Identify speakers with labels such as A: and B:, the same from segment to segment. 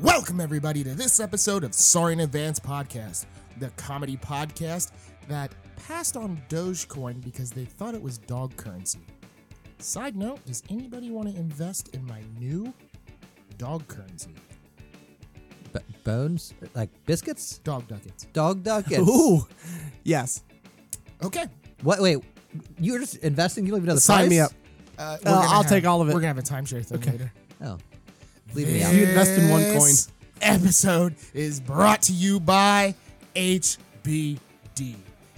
A: welcome everybody to this episode of Sorry in Advance Podcast, the comedy podcast that passed on Dogecoin because they thought it was dog currency. Side note, does anybody want to invest in my new dog currency?
B: B- bones? Like biscuits?
A: Dog ducats.
B: Dog duckets?
C: Ooh, yes.
A: Okay.
B: What? Wait, you're just investing? You don't even know the
C: Sign
B: price?
C: me up.
A: Uh,
C: Uh, I'll take all of it.
A: We're going to have a timeshare thing later.
B: Oh, leave me out.
C: If you invest in one coin.
A: This Episode is brought to you by HBD.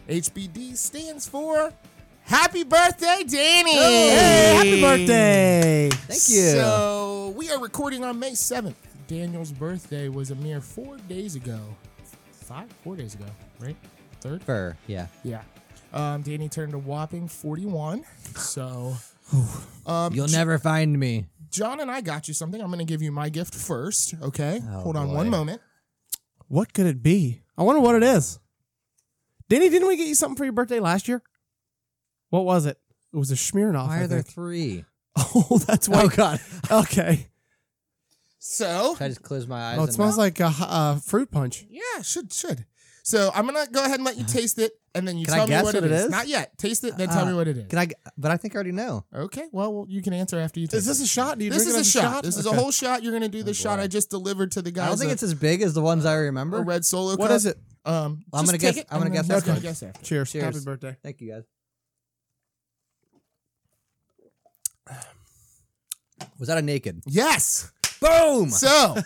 A: HBD stands for Happy Birthday, Danny.
C: Hey, happy birthday!
B: Thank you.
A: So we are recording on May seventh. Daniel's birthday was a mere four days ago. Five, four days ago, right? Third.
B: Fur, yeah.
A: Yeah. Um, Danny turned a whopping forty-one. So. Um,
B: You'll never find me.
A: John and I got you something. I'm going to give you my gift first. Okay.
B: Oh,
A: Hold on
B: boy.
A: one moment.
C: What could it be? I wonder what it is. Danny, didn't we get you something for your birthday last year? What was it? It was a Smirnoff.
B: Why
C: I
B: are there
C: think.
B: three?
C: oh, that's why.
B: Oh, God.
C: Okay.
A: So.
B: Should I just close my eyes?
C: Oh, it
B: and
C: smells
B: not-
C: like a h- uh, fruit punch.
A: Yeah, should should. So I'm gonna go ahead and let you taste it, and then you
B: Can I
A: tell
B: guess
A: me what, it is. Not yet. Taste it, then tell
B: Uh,
A: me what it is.
B: Can I? g- But I think I already know.
A: okay. Well, well, you can answer after you. Taste
C: Is this a shot? Do
A: it.
C: you
A: This
C: drink
A: is
C: it
A: a
C: as
A: shot. This is a
C: Okay.
A: whole shot. You're gonna do
B: Oh,
A: the shot I just delivered to the guys.
B: I don't think
A: a,
B: it's as big as the ones I remember.
A: a red solo.
C: What
A: cup.
C: is it?
A: Um,
B: I'm
A: just
B: gonna
A: take
B: guess-
A: it
B: I'm gonna
A: and
B: guess
A: then
B: that's
A: gonna
B: good.
A: guess after.
C: Cheers.
B: Cheers.
C: Happy birthday.
B: Thank you guys. Was that a naked?
A: Yes.
B: Boom!
A: So,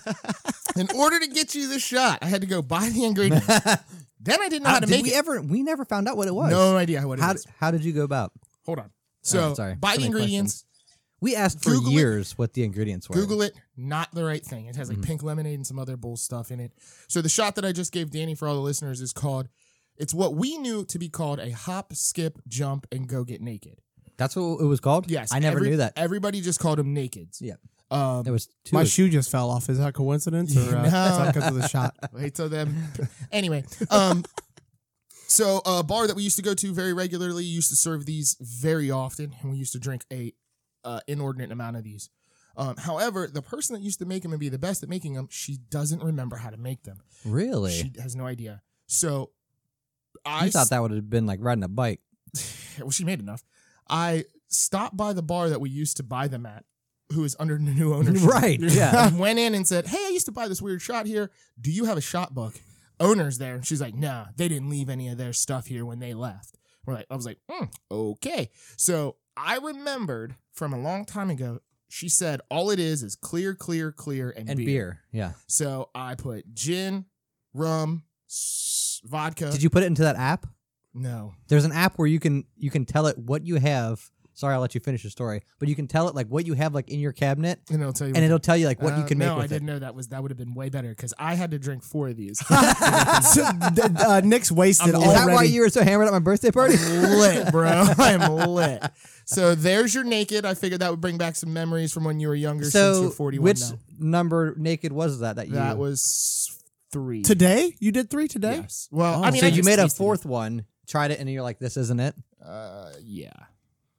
A: in order to get you the shot, I had to go buy the ingredients. then I didn't know how to
B: Uh, did
A: make
B: we
A: it.
B: ever? We never found out what it was.
A: No idea what it is.
B: How, how did you go about?
A: Hold on. So,
B: sorry.
A: buy
B: So
A: the
B: many
A: ingredients,
B: We asked for
A: Google it.
B: years what the ingredients were.
A: Google it, not the right thing. It has
B: Mm-hmm.
A: like pink lemonade and some other bull stuff in it. So, the shot that I just gave Danny for all the listeners is called, it's what we knew to be called a hop, skip, jump, and go get naked.
B: That's what it was called.
A: Yes.
B: I never
A: every-
B: knew that.
A: Everybody just called them nakeds.
B: Yeah.
A: Um,
B: There was two.
C: My
B: of-
C: shoe just fell off. Is that coincidence or uh,
A: No.
C: because of the shot?
A: Wait till them. anyway, um, so a bar that we used to go to very regularly used to serve these very often, and we used to drink a uh, inordinate amount of these. Um, however, the person that used to make them and be the best at making them, she doesn't remember how to make them.
B: really?
A: She has no idea. So I
B: I thought that would have been like riding a bike.
A: well, she made enough. I stopped by the bar that we used to buy them at, who is under new ownership.
B: Right, yeah.
A: And went in and said, Hey, I used to buy this weird shot here. Do you have a shot book? Owner's there. And she's like, Nah, they didn't leave any of their stuff here when they left. We're like, I was like, hmm, okay. So I remembered from a long time ago, she said, All it is is clear, clear, clear, and,
B: And beer. Yeah.
A: So I put gin, rum, s- vodka.
B: Did you put it into that app?
A: No.
B: There's an app where you can you can tell it what you have. Sorry, I'll let you finish your story, but you can tell it like what you have like in your cabinet,
A: And it'll tell you what
B: and it'll tell you like what you
A: Uh,
B: can
A: no,
B: make with
A: I didn't know that was that would have been way better because I had to drink four of these.
C: so, d- uh, Nick's wasted
B: it. Is
C: already.
B: that why you were so hammered at my birthday party?
A: lit, bro. I'm lit. So there's your naked. I figured that would bring back some memories from when you were younger. since
B: so
A: you're 41
B: which
A: now.
B: number naked was that that you?
A: that was three
C: today? You did three today?
A: Yes. Well, I
C: Oh.
A: mean,
B: so
A: I
B: you
A: just
B: made a
A: tasted
B: fourth one, tried it, and you're like, "This isn't it."
A: it. Uh, yeah.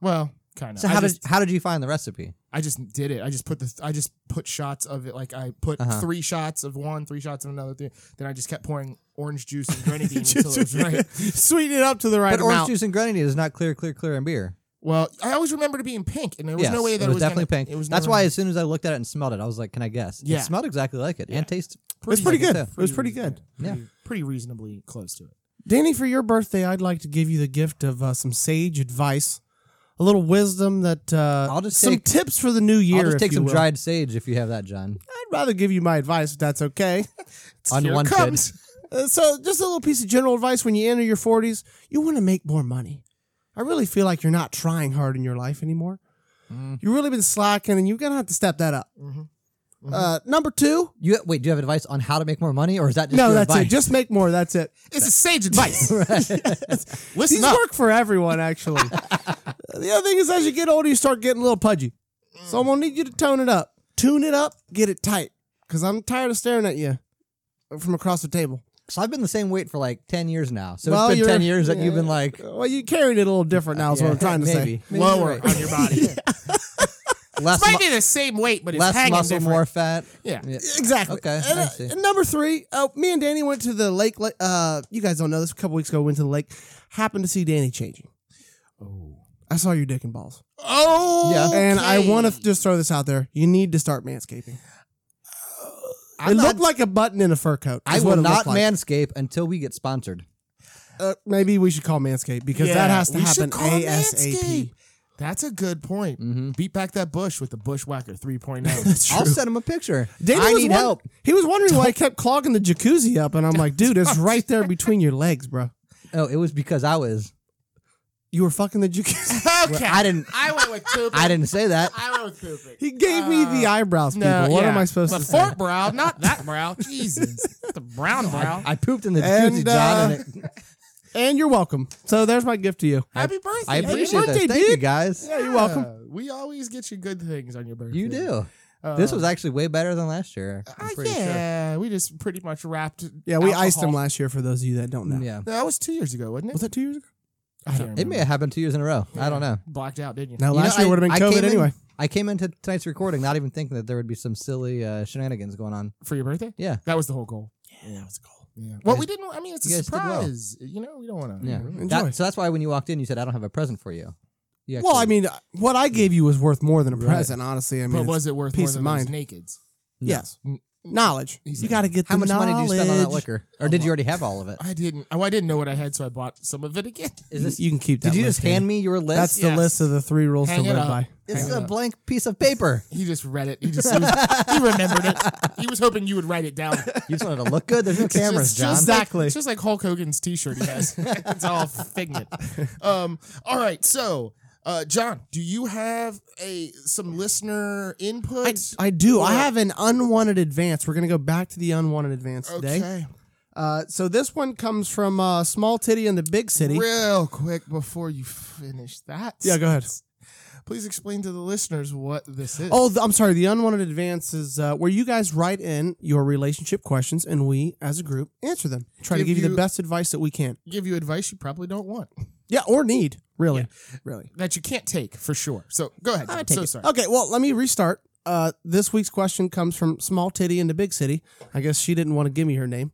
A: Well, kind of.
B: So how
A: I just,
B: did how did you find the recipe?
A: I just did it. I just put the I just put shots of it. Like I put
B: Uh-huh.
A: three shots of one, three shots of another. Three, then I just kept pouring orange juice and grenadine until it was right.
C: Sweeten it up to the right
B: but
C: amount.
B: orange juice and grenadine is not clear, clear, clear, and beer.
A: Well, I always remembered it being pink, and there was
B: Yes,
A: no way that
B: it was definitely
A: gonna-
B: pink.
A: It was
B: That's
A: never-
B: why as soon as I looked at it and smelled it, I was like, "Can I guess?"
A: Yeah.
B: It smelled exactly like it and tastes.
C: It was pretty
B: like
C: good.
B: it,
C: It was pretty good.
A: Pretty, pretty reasonably close to it.
C: Danny, for your birthday, I'd like to give you the gift of uh, some sage advice, a little wisdom that uh,
B: I'll just
C: some
B: take-
C: tips for the new year.
B: I'll just
C: if
B: take
C: you
B: some
C: will.
B: dried sage if you have that, John.
C: I'd rather give you my advice if that's okay.
B: On
A: Here it
B: one
A: comes.
C: Uh, so, just a little piece of general advice when you enter your 40s, you want to make more money. I really feel like you're not trying hard in your life anymore. You've really been slacking, and you're going to have to step that up. Uh, number two,
B: You wait. Do you have advice on how to make more money, or is that just
C: no,
B: your
C: that's
B: advice?
C: it. Just make more. That's it.
A: This is sage advice. Listen
C: These
A: up.
C: work for everyone, actually. the other thing is, as you get older, you start getting a little pudgy. So I'm gonna need you to tone it up, tune it up, get it tight, because I'm tired of staring at you from across the table.
B: so I've been the same weight for like ten years now. So
C: Well,
B: it's been
C: you're-
B: ten years that you've been
C: yeah.
B: like
C: Well, you carried it a little different now. Is what I'm trying to
B: maybe,
C: say.
B: Maybe you're
A: Lower
B: right.
A: on your body.
B: Less,
A: Might
B: mu-
A: be the same weight, but it's
B: less
A: hanging
B: muscle,
A: different.
B: more fat.
A: Yeah.
B: Yeah.
C: Exactly.
B: Okay,
C: And,
B: I
C: uh,
B: see.
C: and number three, uh, me and Danny went to the lake. like, Uh, you guys don't know this. A couple weeks ago, went to the lake. Happened to see Danny changing.
A: Oh.
C: I saw your dick and balls.
A: Oh.
B: Yeah.
C: And I want to
A: okay.
C: just throw this out there. You need to start manscaping.
A: I'm
C: it
A: not-
C: looked like a button in a fur coat.
B: I
C: is what
B: will
C: it looked
B: not
C: like.
B: manscape until we get sponsored.
C: Uh, maybe we should call Manscaped because that
A: Yeah,
C: has to
A: we
C: happen
A: should call
C: ASAP.
A: Manscaped. That's a good point.
B: Mhm.
A: Beat back that bush with the Bushwhacker oh. 3.0.
C: That's
B: I'll send him a picture.
C: Danny
B: I
C: was
B: need
C: won-
B: help.
C: He was wondering why I kept clogging the jacuzzi up, and I'm like, dude, it's right there between your legs, bro.
B: Oh, it was because I was.
C: You were fucking the jacuzzi.
A: okay.
B: I didn't.
A: I went with pooping.
B: I didn't say that.
A: I went with pooping.
C: He gave me the eyebrows, people. what am I supposed
A: but
C: to
A: fort
C: say?
A: brow, not that brow. Jesus. The brown brow.
B: I pooped in the jacuzzi,
C: And,
B: John.
C: uh,
B: And it,
C: And you're welcome. So there's my gift to you.
A: Happy birthday.
B: I
A: baby.
B: appreciate that.
C: birthday,
B: Thank you,
C: dude.
B: guys.
C: Yeah, you're welcome.
A: Yeah, We always get you good things on your birthday.
B: You do.
A: Uh,
B: This was actually way better than last year.
A: uh,
B: I'm pretty sure.
A: yeah, we just pretty much wrapped.
C: Yeah, we iced him
A: alcohol.
C: last year for those of you that don't know.
B: Yeah.
A: No, that was two years ago, wasn't it?
C: Was that two years ago?
A: I can't remember.
B: It may have happened two years in a row. I don't know.
A: Blacked out, didn't you?
C: No,
B: You know,
C: last year
B: I-
C: would have
B: I
C: been COVID
B: came in-
C: anyway.
B: I came into tonight's recording not even thinking that there would be some silly uh, shenanigans going on.
A: For your birthday?
B: Yeah.
A: That was the whole goal.
C: Yeah, that was a goal.
A: Yeah. Well,
B: guys-
A: we didn't. I mean, it's
B: you
A: a
B: guys did well.
A: surprise. You know, we don't want to.
B: Yeah.
C: Mm-hmm. Enjoy.
B: That- so that's why when you walked in, you said, I don't have a present for you. Yeah.
C: Well, I mean, what I gave you was worth more than a
B: Right.
C: present, honestly. I mean,
A: But
C: it's-
A: was it worth
C: peace
A: more
C: of
A: than
C: mind.
A: those nakeds?
C: yes,
A: Mm.
C: knowledge.
A: He's
C: you
A: like,
C: got to get
B: how
C: the
B: much money did you spend on that
C: knowledge."
B: liquor? Or did you already have all of it?
A: I didn't. Oh, I didn't know what I had, so I bought some of it again.
B: Is this,
C: you can keep that.
B: did you
C: list,
B: just hand me your list?
C: That's the
A: Yes.
C: list of the three rules
A: Hang
C: to
A: it
C: live
A: up.
C: by.
B: it's
A: Hang
B: a
A: on.
B: blank piece of paper.
A: He just read it. He just he, was- he remembered it. He was hoping you would write it down.
B: You just wanted to look good. There's no cameras,
A: just,
B: John.
A: Just like,
C: Exactly.
A: it's just like Hulk Hogan's T-shirt he has. it's all figment. Um. All right. So, uh, John, do you have a some listener input?
C: I do. I
A: Well-
C: have an unwanted advance. We're gonna go back to the unwanted advance today.
A: okay.
C: Uh, so this one comes from uh, Small Titty in the Big City.
A: Real quick before you finish that.
C: Yeah, go ahead.
A: Please explain to the listeners what this is.
C: Oh, th- I'm sorry. The unwanted advance is uh, where you guys write in your relationship questions, and we, as a group, answer them. Try to
A: Give
C: give you the
A: you-
C: best advice that we can.
A: give you advice you probably don't want
C: Yeah, or need really, really.
A: that you can't take for sure. So go ahead.
C: I
A: John.
C: take
A: so
C: it.
B: Oh,
A: sorry.
C: Okay, well, let me restart. Uh, this week's question comes from Small Titty in the Big City. I guess she didn't want to give me her name.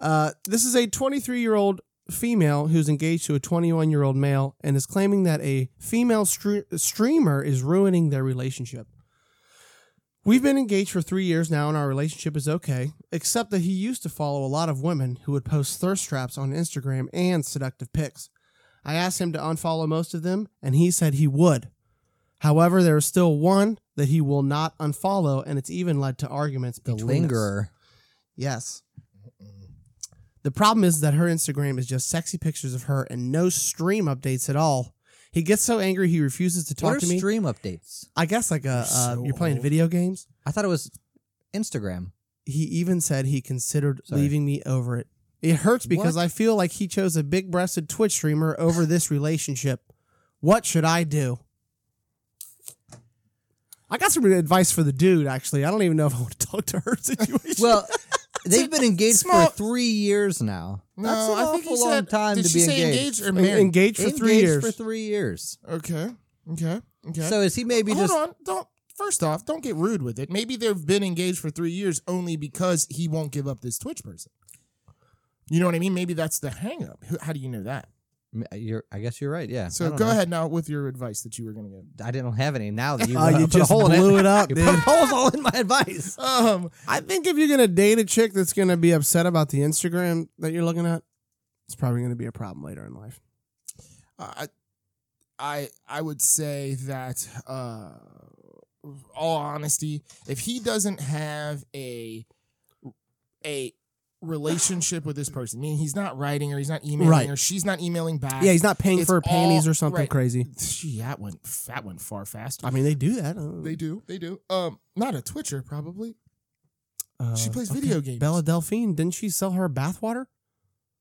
C: Uh, this is a 23 year old female who's engaged to a 21 year old male and is claiming that a female stre- streamer is ruining their relationship. We've been engaged for three years now, and our relationship is okay, except that he used to follow a lot of women who would post thirst traps on Instagram and seductive pics. I asked him to unfollow most of them, and he said he would. However, there is still one that he will not unfollow, and it's even led to arguments.
B: the
C: between us.
B: lingerer.
C: Yes. The problem is that her Instagram is just sexy pictures of her and no stream updates at all. He gets so angry he refuses to
B: What
C: talk
B: are
C: to me.
B: stream updates?
C: I guess like a
A: You're
C: uh,
A: so
C: you're playing
A: old.
C: video games.
B: I thought it was Instagram.
C: He even said he considered
B: Sorry.
C: leaving me over it. It hurts because I feel like he chose a big-breasted Twitch streamer over this relationship. What should I do? I got some advice for the dude. Actually, I don't even know if I want to talk to her situation.
B: Well, they've been engaged
A: small-
B: for three years now.
A: No,
B: That's an
A: I think
B: awful
A: he
B: long
A: said,
B: time
A: did
B: to
A: she
B: be
A: say
B: engaged.
A: engaged or married?
C: engaged for three
B: Engaged
C: years.
B: For three years.
A: Okay. Okay. Okay.
B: So is he maybe
A: Hold
B: just?
A: on. Don't. First off, don't get rude with it. Maybe they've been engaged for three years only because he won't give up this Twitch person. You know what I mean? Maybe that's the hang up. Who- How do you know that?
B: M- You're, I guess you're right. Yeah. I
A: So
B: don't
A: go
B: know.
A: ahead now with your advice that you were going to give.
B: I didn't have any. Now that you,
C: Oh,
B: uh,
C: you
B: put a
C: just
B: hole in
C: blew
B: it.
C: it up,
B: You
C: dude.
B: put holes all in my advice.
A: Um,
C: I think if you're gonna date a chick that's gonna be upset about the Instagram that you're looking at, it's probably gonna be a problem later in life.
A: I, I, I would say that, uh, all honesty, if he doesn't have a, a relationship with this person, meaning he's not writing or he's not emailing
C: Right.
A: or she's not emailing back.
C: Yeah, he's not paying
A: It's
C: for her panties
A: all-
C: or something
A: right.
C: crazy.
A: Gee, that went that went far fast.
C: I mean, they do that. Uh,
A: They do, they do. Um, not a Twitcher, probably.
C: uh,
A: she plays
C: okay.
A: video games.
C: Bella Delphine, didn't she sell her bathwater?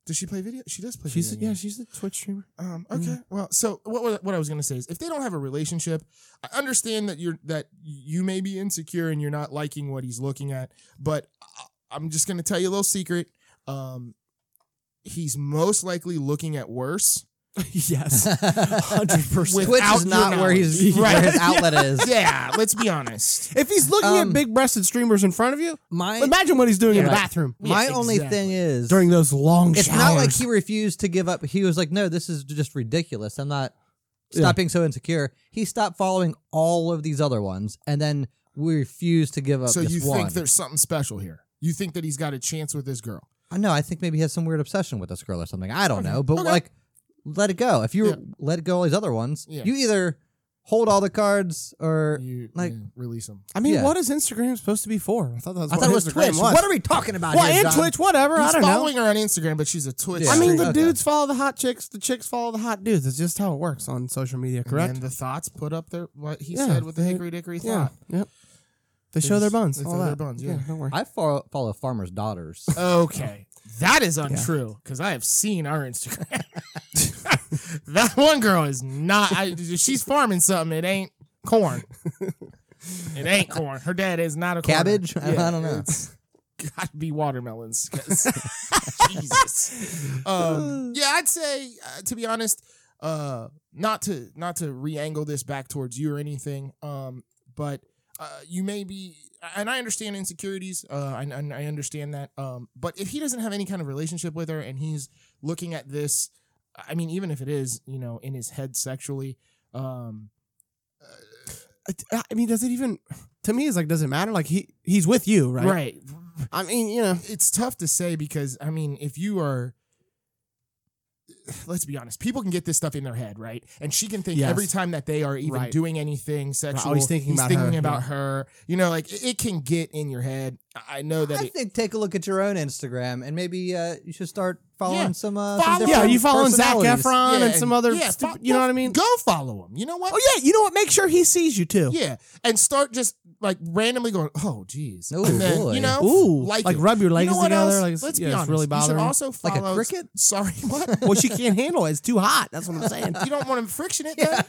A: Does she play video? She does play.
C: She's
A: video
C: yeah,
A: games.
C: she's a Twitch streamer.
A: Um, okay.
C: Yeah.
A: Well, so what wa- what I was gonna say is, if they don't have a relationship, I understand that you're that you may be insecure and you're not liking what he's looking at. But I- I'm just gonna tell you a little secret. Um, he's most likely looking at worse
C: yes, hundred
B: Twitch
C: percent.
A: Without
B: is
A: your
B: not where he's
A: knowledge.
B: where his
A: Right.
B: outlet is.
A: Yeah, let's be honest.
C: If he's looking
B: Um,
C: at big-breasted streamers in front of you,
B: My
C: imagine what he's doing in the
A: Right.
C: bathroom
A: Yeah,
B: my only
A: exactly.
B: thing is
C: during those long
B: it's
C: showers.
B: not like he refused to give up. He was like, no, this is just ridiculous. I'm not. Stop
C: Yeah.
B: being so insecure. He stopped following all of these other ones, and then we refused to give up.
A: So
B: this
A: you
B: one.
A: think there's something special here? You think that he's got a chance with this girl?
B: I know. I think maybe he has some weird obsession with this girl or something. I don't
A: Okay.
B: know, but
A: Okay.
B: like, let it go. If you
A: Yeah.
B: let go all these other ones,
A: Yeah.
B: you either hold all the cards or
A: You
B: like.
A: like release him?
C: I mean,
B: Yeah.
C: what is Instagram supposed to be for? I thought that was.
B: I
C: what
B: thought it was
C: Instagram
B: Twitch.
C: was.
B: What are we talking about?
C: Well,
B: here,
C: and
B: John?
C: Twitch, whatever. I
A: He's
C: don't know.
A: following her on Instagram, but she's a Twitch.
B: Yeah.
C: I mean, the
B: Okay.
C: dudes follow the hot chicks. The chicks follow the hot dudes. It's just how it works on social media, correct?
A: And then the thoughts put up their what he
C: Yeah,
A: said with the
C: they-
A: hickory dickory
C: yeah.
A: thought.
C: Yep. They, show
A: just-
C: their buns.
A: they
C: all
A: show their
C: that.
A: buns, yeah.
C: Don't worry.
B: I follow, follow farmers' daughters.
A: Okay, that is untrue because I have seen our Instagram. that one girl is not. I, she's farming something. It ain't corn. It ain't corn. Her dad is not a corner.
B: Cabbage? I
A: Yeah,
B: don't know.
A: It's got to be watermelons. 'cause- Jesus. Um, yeah, I'd say uh, to be honest, uh, not to not to re-angle this back towards you or anything, um, but uh, you may be, and I understand insecurities. Uh, and, and I understand that. Um, but if he doesn't have any kind of relationship with her, and he's looking at this, I mean, even if it is, you know, in his head sexually, um,
C: I- I mean, does it even? To me, it's like, does it matter? Like he he's with you, right?
A: right,
C: I mean, you know,
A: it's tough to say because I mean, if you are let's be honest, people can get this stuff in their head, right? And she can think
C: Yes.
A: every time that they are even
C: Right.
A: doing anything sexual.
C: he's thinking about her,
A: about
C: yeah.
A: her. You know, like it, it can get in your head. I I know that
B: I
A: it,
B: think take a look at your own Instagram and maybe uh, you should start following
A: Yeah.
B: some. Uh,
A: Follow-
B: some
C: yeah.
B: different
C: You following Zach
B: personalities.
C: Efron
A: Yeah,
C: and some other,
A: yeah,
C: stupid,
A: fo-
C: you know what I mean?
A: go follow him. You know what?
C: Oh yeah, you know what? Make sure he sees you too.
A: Yeah, and start just like randomly going, oh, geez.
B: Oh,
A: and then,
B: boy.
A: You know,
C: Ooh,
A: like
C: like,
A: it.
C: rub your
A: You
C: legs
A: know what
C: together.
A: else?
C: Like, it's-
A: Let's
C: yeah,
A: be honest.
C: It's really
A: you should
C: bothering. her.
A: also follow.
B: Like a cricket?
A: Sorry, what?
C: well, she can't handle it. It's too hot. That's what I'm saying.
A: you don't want to friction it, then?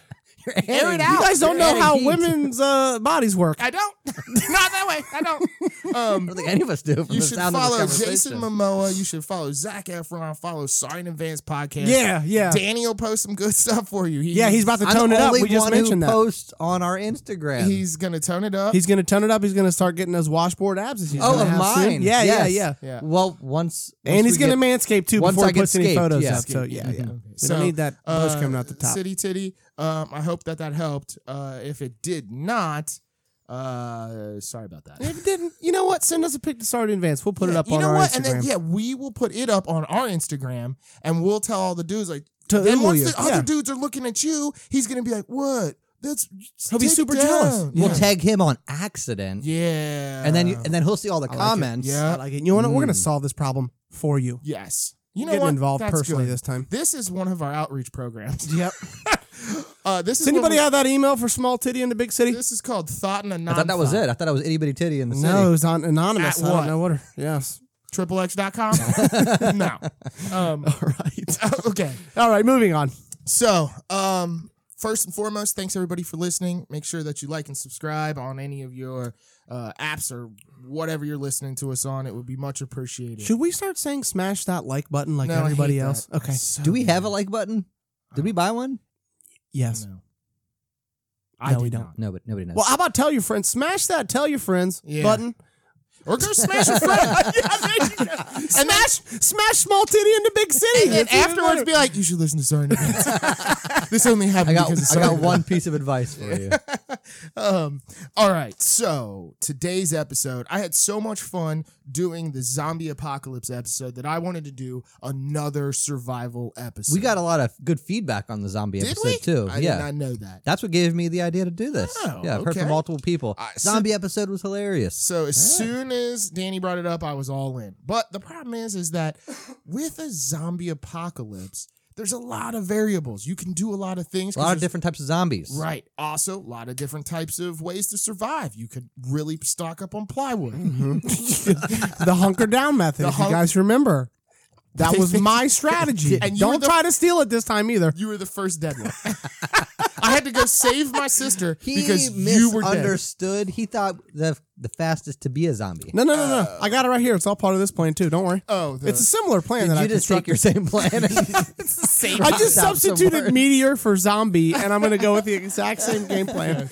B: You're
A: Air it
B: adding-
A: out.
C: You guys don't
B: You're
C: know
B: adding
C: how
B: heat.
C: women's uh, bodies work.
A: I don't. Not that way. I don't.
B: I
A: Um,
B: don't think any of us do. From
A: you
B: the
A: should
B: sound of this
A: follow
B: conversation.
A: Jason Momoa. You should follow Zach Efron. Follow Sorry in Advance podcast.
C: Yeah, yeah,
A: Daniel post some good stuff for you. He-
C: yeah. He's about to
B: I'm
C: tone
B: the
C: it up.
B: only
C: We just
B: one
C: mentioned
B: who
C: that.
B: posts on our Instagram.
A: he's gonna tone it up.
C: He's gonna tone it up. He's gonna start getting those washboard abs. He's
B: oh,
C: gonna
B: of
C: have
B: mine.
C: soon. Yeah,
B: Yes.
C: yeah, yeah.
A: Yeah.
B: Well, once,
C: And
B: once
C: he's
B: we
C: gonna
B: get-
C: manscape too
B: once
C: before
B: I
C: he
B: get
C: puts any
B: scaped,
C: photos
B: yeah.
C: up. So yeah, yeah.
A: Okay.
C: We don't need that bush coming out the top.
A: uh, City titty. Um, I hope that that helped. Uh, if it did not, uh, sorry about that.
C: If it didn't, you know what? Send us a pic to start in advance. We'll put it
A: Yeah,
C: up
A: you
C: on
A: know
C: our
A: what?
C: Instagram.
A: And then yeah, we will put it up on our Instagram, and we'll tell all the dudes like.
C: To
A: then
C: Umu
A: once
C: you.
A: the
C: Yeah.
A: other dudes are looking at you, he's gonna be like, "What? That's
C: He'll be
A: take
C: super
A: it down."
C: jealous.
A: Yeah.
B: we'll tag him on accident,
A: yeah.
B: and then you, and then he'll see all the
C: I like it.
B: comments.
A: Yeah.
C: I like it. You know what? We're gonna
B: Mm.
C: solve this problem for you.
A: yes, you know
C: Getting
A: what?
C: involved
A: That's
C: personally
A: good.
C: this time.
A: This is one of our outreach programs.
C: Yep.
A: Uh, this is
C: Does
A: when
C: anybody
A: we-
C: have that email for small titty in the big city?
A: This is called thought and a
B: I thought that was it. I thought it was itty bitty titty in the
C: No, it was on anonymous.
A: At
C: I
A: what?
C: don't know what. her- Yes.
A: XXX.com? no. Um,
C: All right.
A: okay.
C: All right. Moving on.
A: So, um, first and foremost, thanks everybody for listening. Make sure that you like and subscribe on any of your uh, apps or whatever you're listening to us on. It would be much appreciated.
C: Should we start saying smash that like button like
A: No, I hate
C: everybody
A: that.
C: else? Okay.
A: So
B: city. Do we have a
A: bad.
B: like button? Did we buy one?
C: Yes.
A: No.
C: No,
A: did
C: we don't.
A: not.
B: No, but nobody knows.
C: Well, how about tell your friends? Smash that tell your friends
A: Yeah.
C: button.
A: Or go smash a friend. and then,
C: Smash smash small titty in the big city.
A: and then
C: It's even
A: afterwards,
C: better.
A: be like, you should listen to Sorry in Advance." this only happened
B: I got
A: because of
B: I
A: Sorry
B: got
A: in
B: one piece of advice for you.
A: um, all right, so today's episode, I had so much fun doing the zombie apocalypse episode that I wanted to do another survival episode.
B: We got a lot of good feedback on the zombie
A: did
B: episode
A: we?
B: too.
A: I
B: yeah,
A: did not know that.
B: that's what gave me the idea to do this.
A: Oh,
B: yeah, I've heard
A: okay.
B: from multiple people.
A: I- so-
B: zombie episode was hilarious.
A: So as
B: Yeah.
A: soon as Danny brought it up, I was all in. But the problem is, is that with a zombie apocalypse, there's a lot of variables. You can do a lot of things.
B: A
A: 'cause
B: lot of
A: there's-
B: different types of zombies.
A: Right. Also, a lot of different types of ways to survive. You could really stock up on plywood.
B: Mm-hmm.
C: the hunker down method.
A: The
C: if
A: hunk-
C: you guys remember, that was my strategy.
A: And you were
C: Don't
A: the-
C: try to steal it this time either.
A: You were the first dead one. I had to go save my sister
B: He
A: because you were dead.
B: misunderstood. He thought the the fastest to be a zombie.
C: No, no, no, no. I got it right here. It's all part of this plan too. Don't worry.
A: Uh, Oh, the,
C: it's a similar plan
B: Did
C: that
B: you
C: I
B: just take your same plan?
A: it's the same.
C: I just
B: Stop some
C: substituted
B: words.
C: meteor for zombie, and I'm going to go with the exact same game plan.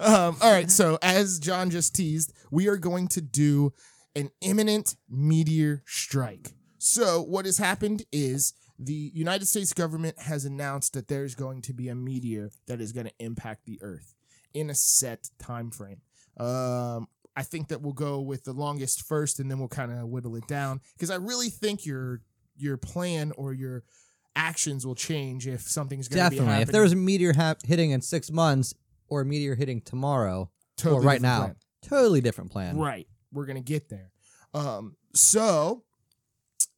A: um, all right. So as John just teased, we are going to do an imminent meteor strike. So what has happened is the United States government has announced that there's going to be a meteor that is going to impact the Earth in a set time frame. Um, I think that we'll go with the longest first, and then we'll kind of whittle it down because I really think your your plan or your actions will change if something's going to be
B: Definitely.
A: happening.
B: If there was a meteor hap- hitting in six months or a meteor hitting tomorrow
A: Totally
B: or right
A: different
B: now,
A: plan.
B: totally different plan.
A: Right. We're going to get there. Um, so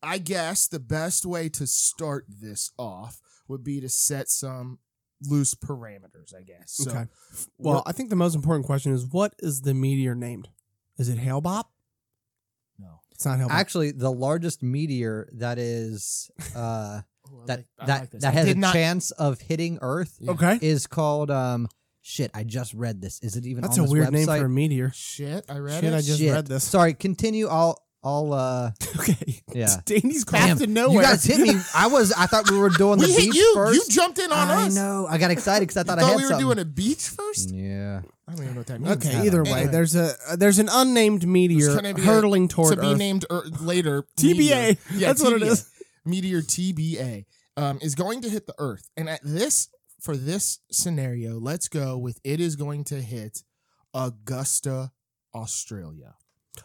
A: I guess the best way to start this off would be to set some loose parameters, I guess. So,
C: okay. Well, I think the most important question is what is the meteor named? Is it Hale-Bopp?
A: no.
C: It's not Hale-Bopp.
B: Actually, the largest meteer that is uh,
A: Ooh, oh, I
B: that
A: like- I
B: that
A: like this.
B: that
A: I
B: has a
A: did not-
B: chance of hitting Earth
A: Yeah.
C: Okay.
B: is called um shit. I just read this. Is it even
C: That's a
B: on this
C: weird
B: website?
C: name for a meteor.
A: Shit, I read
C: Shit,
A: it.
C: I just
B: Shit.
C: read this.
B: Sorry, continue. I'll I'll uh
C: Okay.
B: Yeah.
C: Danny's
B: Damn,
C: path to
B: You
C: nowhere.
B: guys hit me. I was I thought we were doing
A: we
B: the
A: hit
B: beach
A: you.
B: first.
A: You jumped in on
B: I
A: us.
B: know. I got excited because I
A: You
B: thought, I
A: thought
B: had
A: we were
B: something.
A: doing a beach first?
B: yeah.
A: I don't even know what that means.
C: Okay.
B: Yeah.
C: Either way,
A: Anyway.
C: there's a uh, there's an unnamed meteor
A: gonna be a-
C: hurtling toward
A: to be
C: Earth.
A: named er, later.
C: TBA.
A: meteor.
C: That's what it
A: TBA.
C: is.
A: Meteor TBA um, is going to hit the Earth, and at this for this scenario, let's go with it is going to hit Augusta, Australia.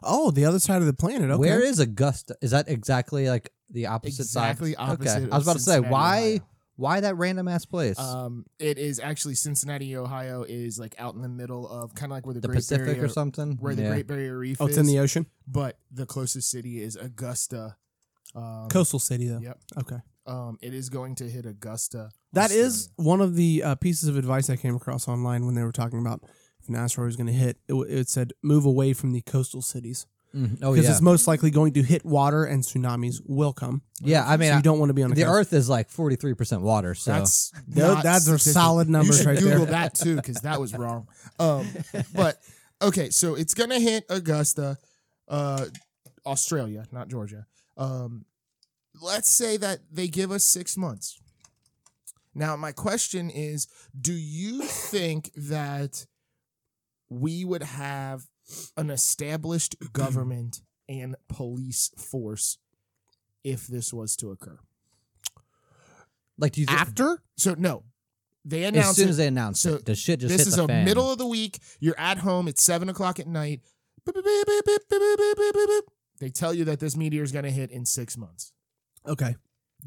C: oh, the other side of the planet. Okay.
B: Where is Augusta? Is that exactly like the opposite side?
A: Exactly opposite.
B: Okay.
A: of
B: I was about to say
A: Cincinnati,
B: why why that random ass place?
A: Ohio. Um, it is actually Cincinnati, Ohio, is like out in the middle of kind of like where the,
B: the
A: Great
B: Pacific
A: Barrier,
B: or something?
A: where the
B: Yeah.
A: Great Barrier Reef
C: Oh,
A: is.
C: it's in the ocean.
A: but the closest city is Augusta. Um,
C: Coastal city, though.
A: Yep.
C: Okay.
A: Um, it is going to hit Augusta.
C: That
A: Australia.
C: is one of the uh, pieces of advice I came across online when they were talking about if an asteroid was going to hit. It, w- it said move away from the coastal cities
B: Mhm. Oh
C: because
B: yeah.
C: it's most likely going to hit water and tsunamis will come.
B: Yeah, I mean
C: so
B: I-
C: you don't want to be on a
B: the
C: coast.
B: Earth is like forty three percent water. So
A: That's
C: Tho-
A: not
C: that's a
A: statistic-
C: solid
A: You
C: numbers
A: should
C: right there.
A: Google that too, because that was wrong. Um, but okay, so it's gonna hit Augusta, uh, Australia, not Georgia. Um, let's say that they give us six months. Now, my question is: Do you think that we would have an established government and police force if this was to occur?
B: like do you think
A: after. So no, they
B: as
A: announced
B: soon
A: it.
B: as they announce
A: So
B: it, the shit just
A: this
B: hit
A: is
B: the
A: a
B: fan.
A: middle of the week. You're at home. It's seven o'clock at night. Beep, beep, beep, beep, beep, beep, beep, beep, beep, beep. They tell you that this meteor is going to hit in six months.
C: Okay.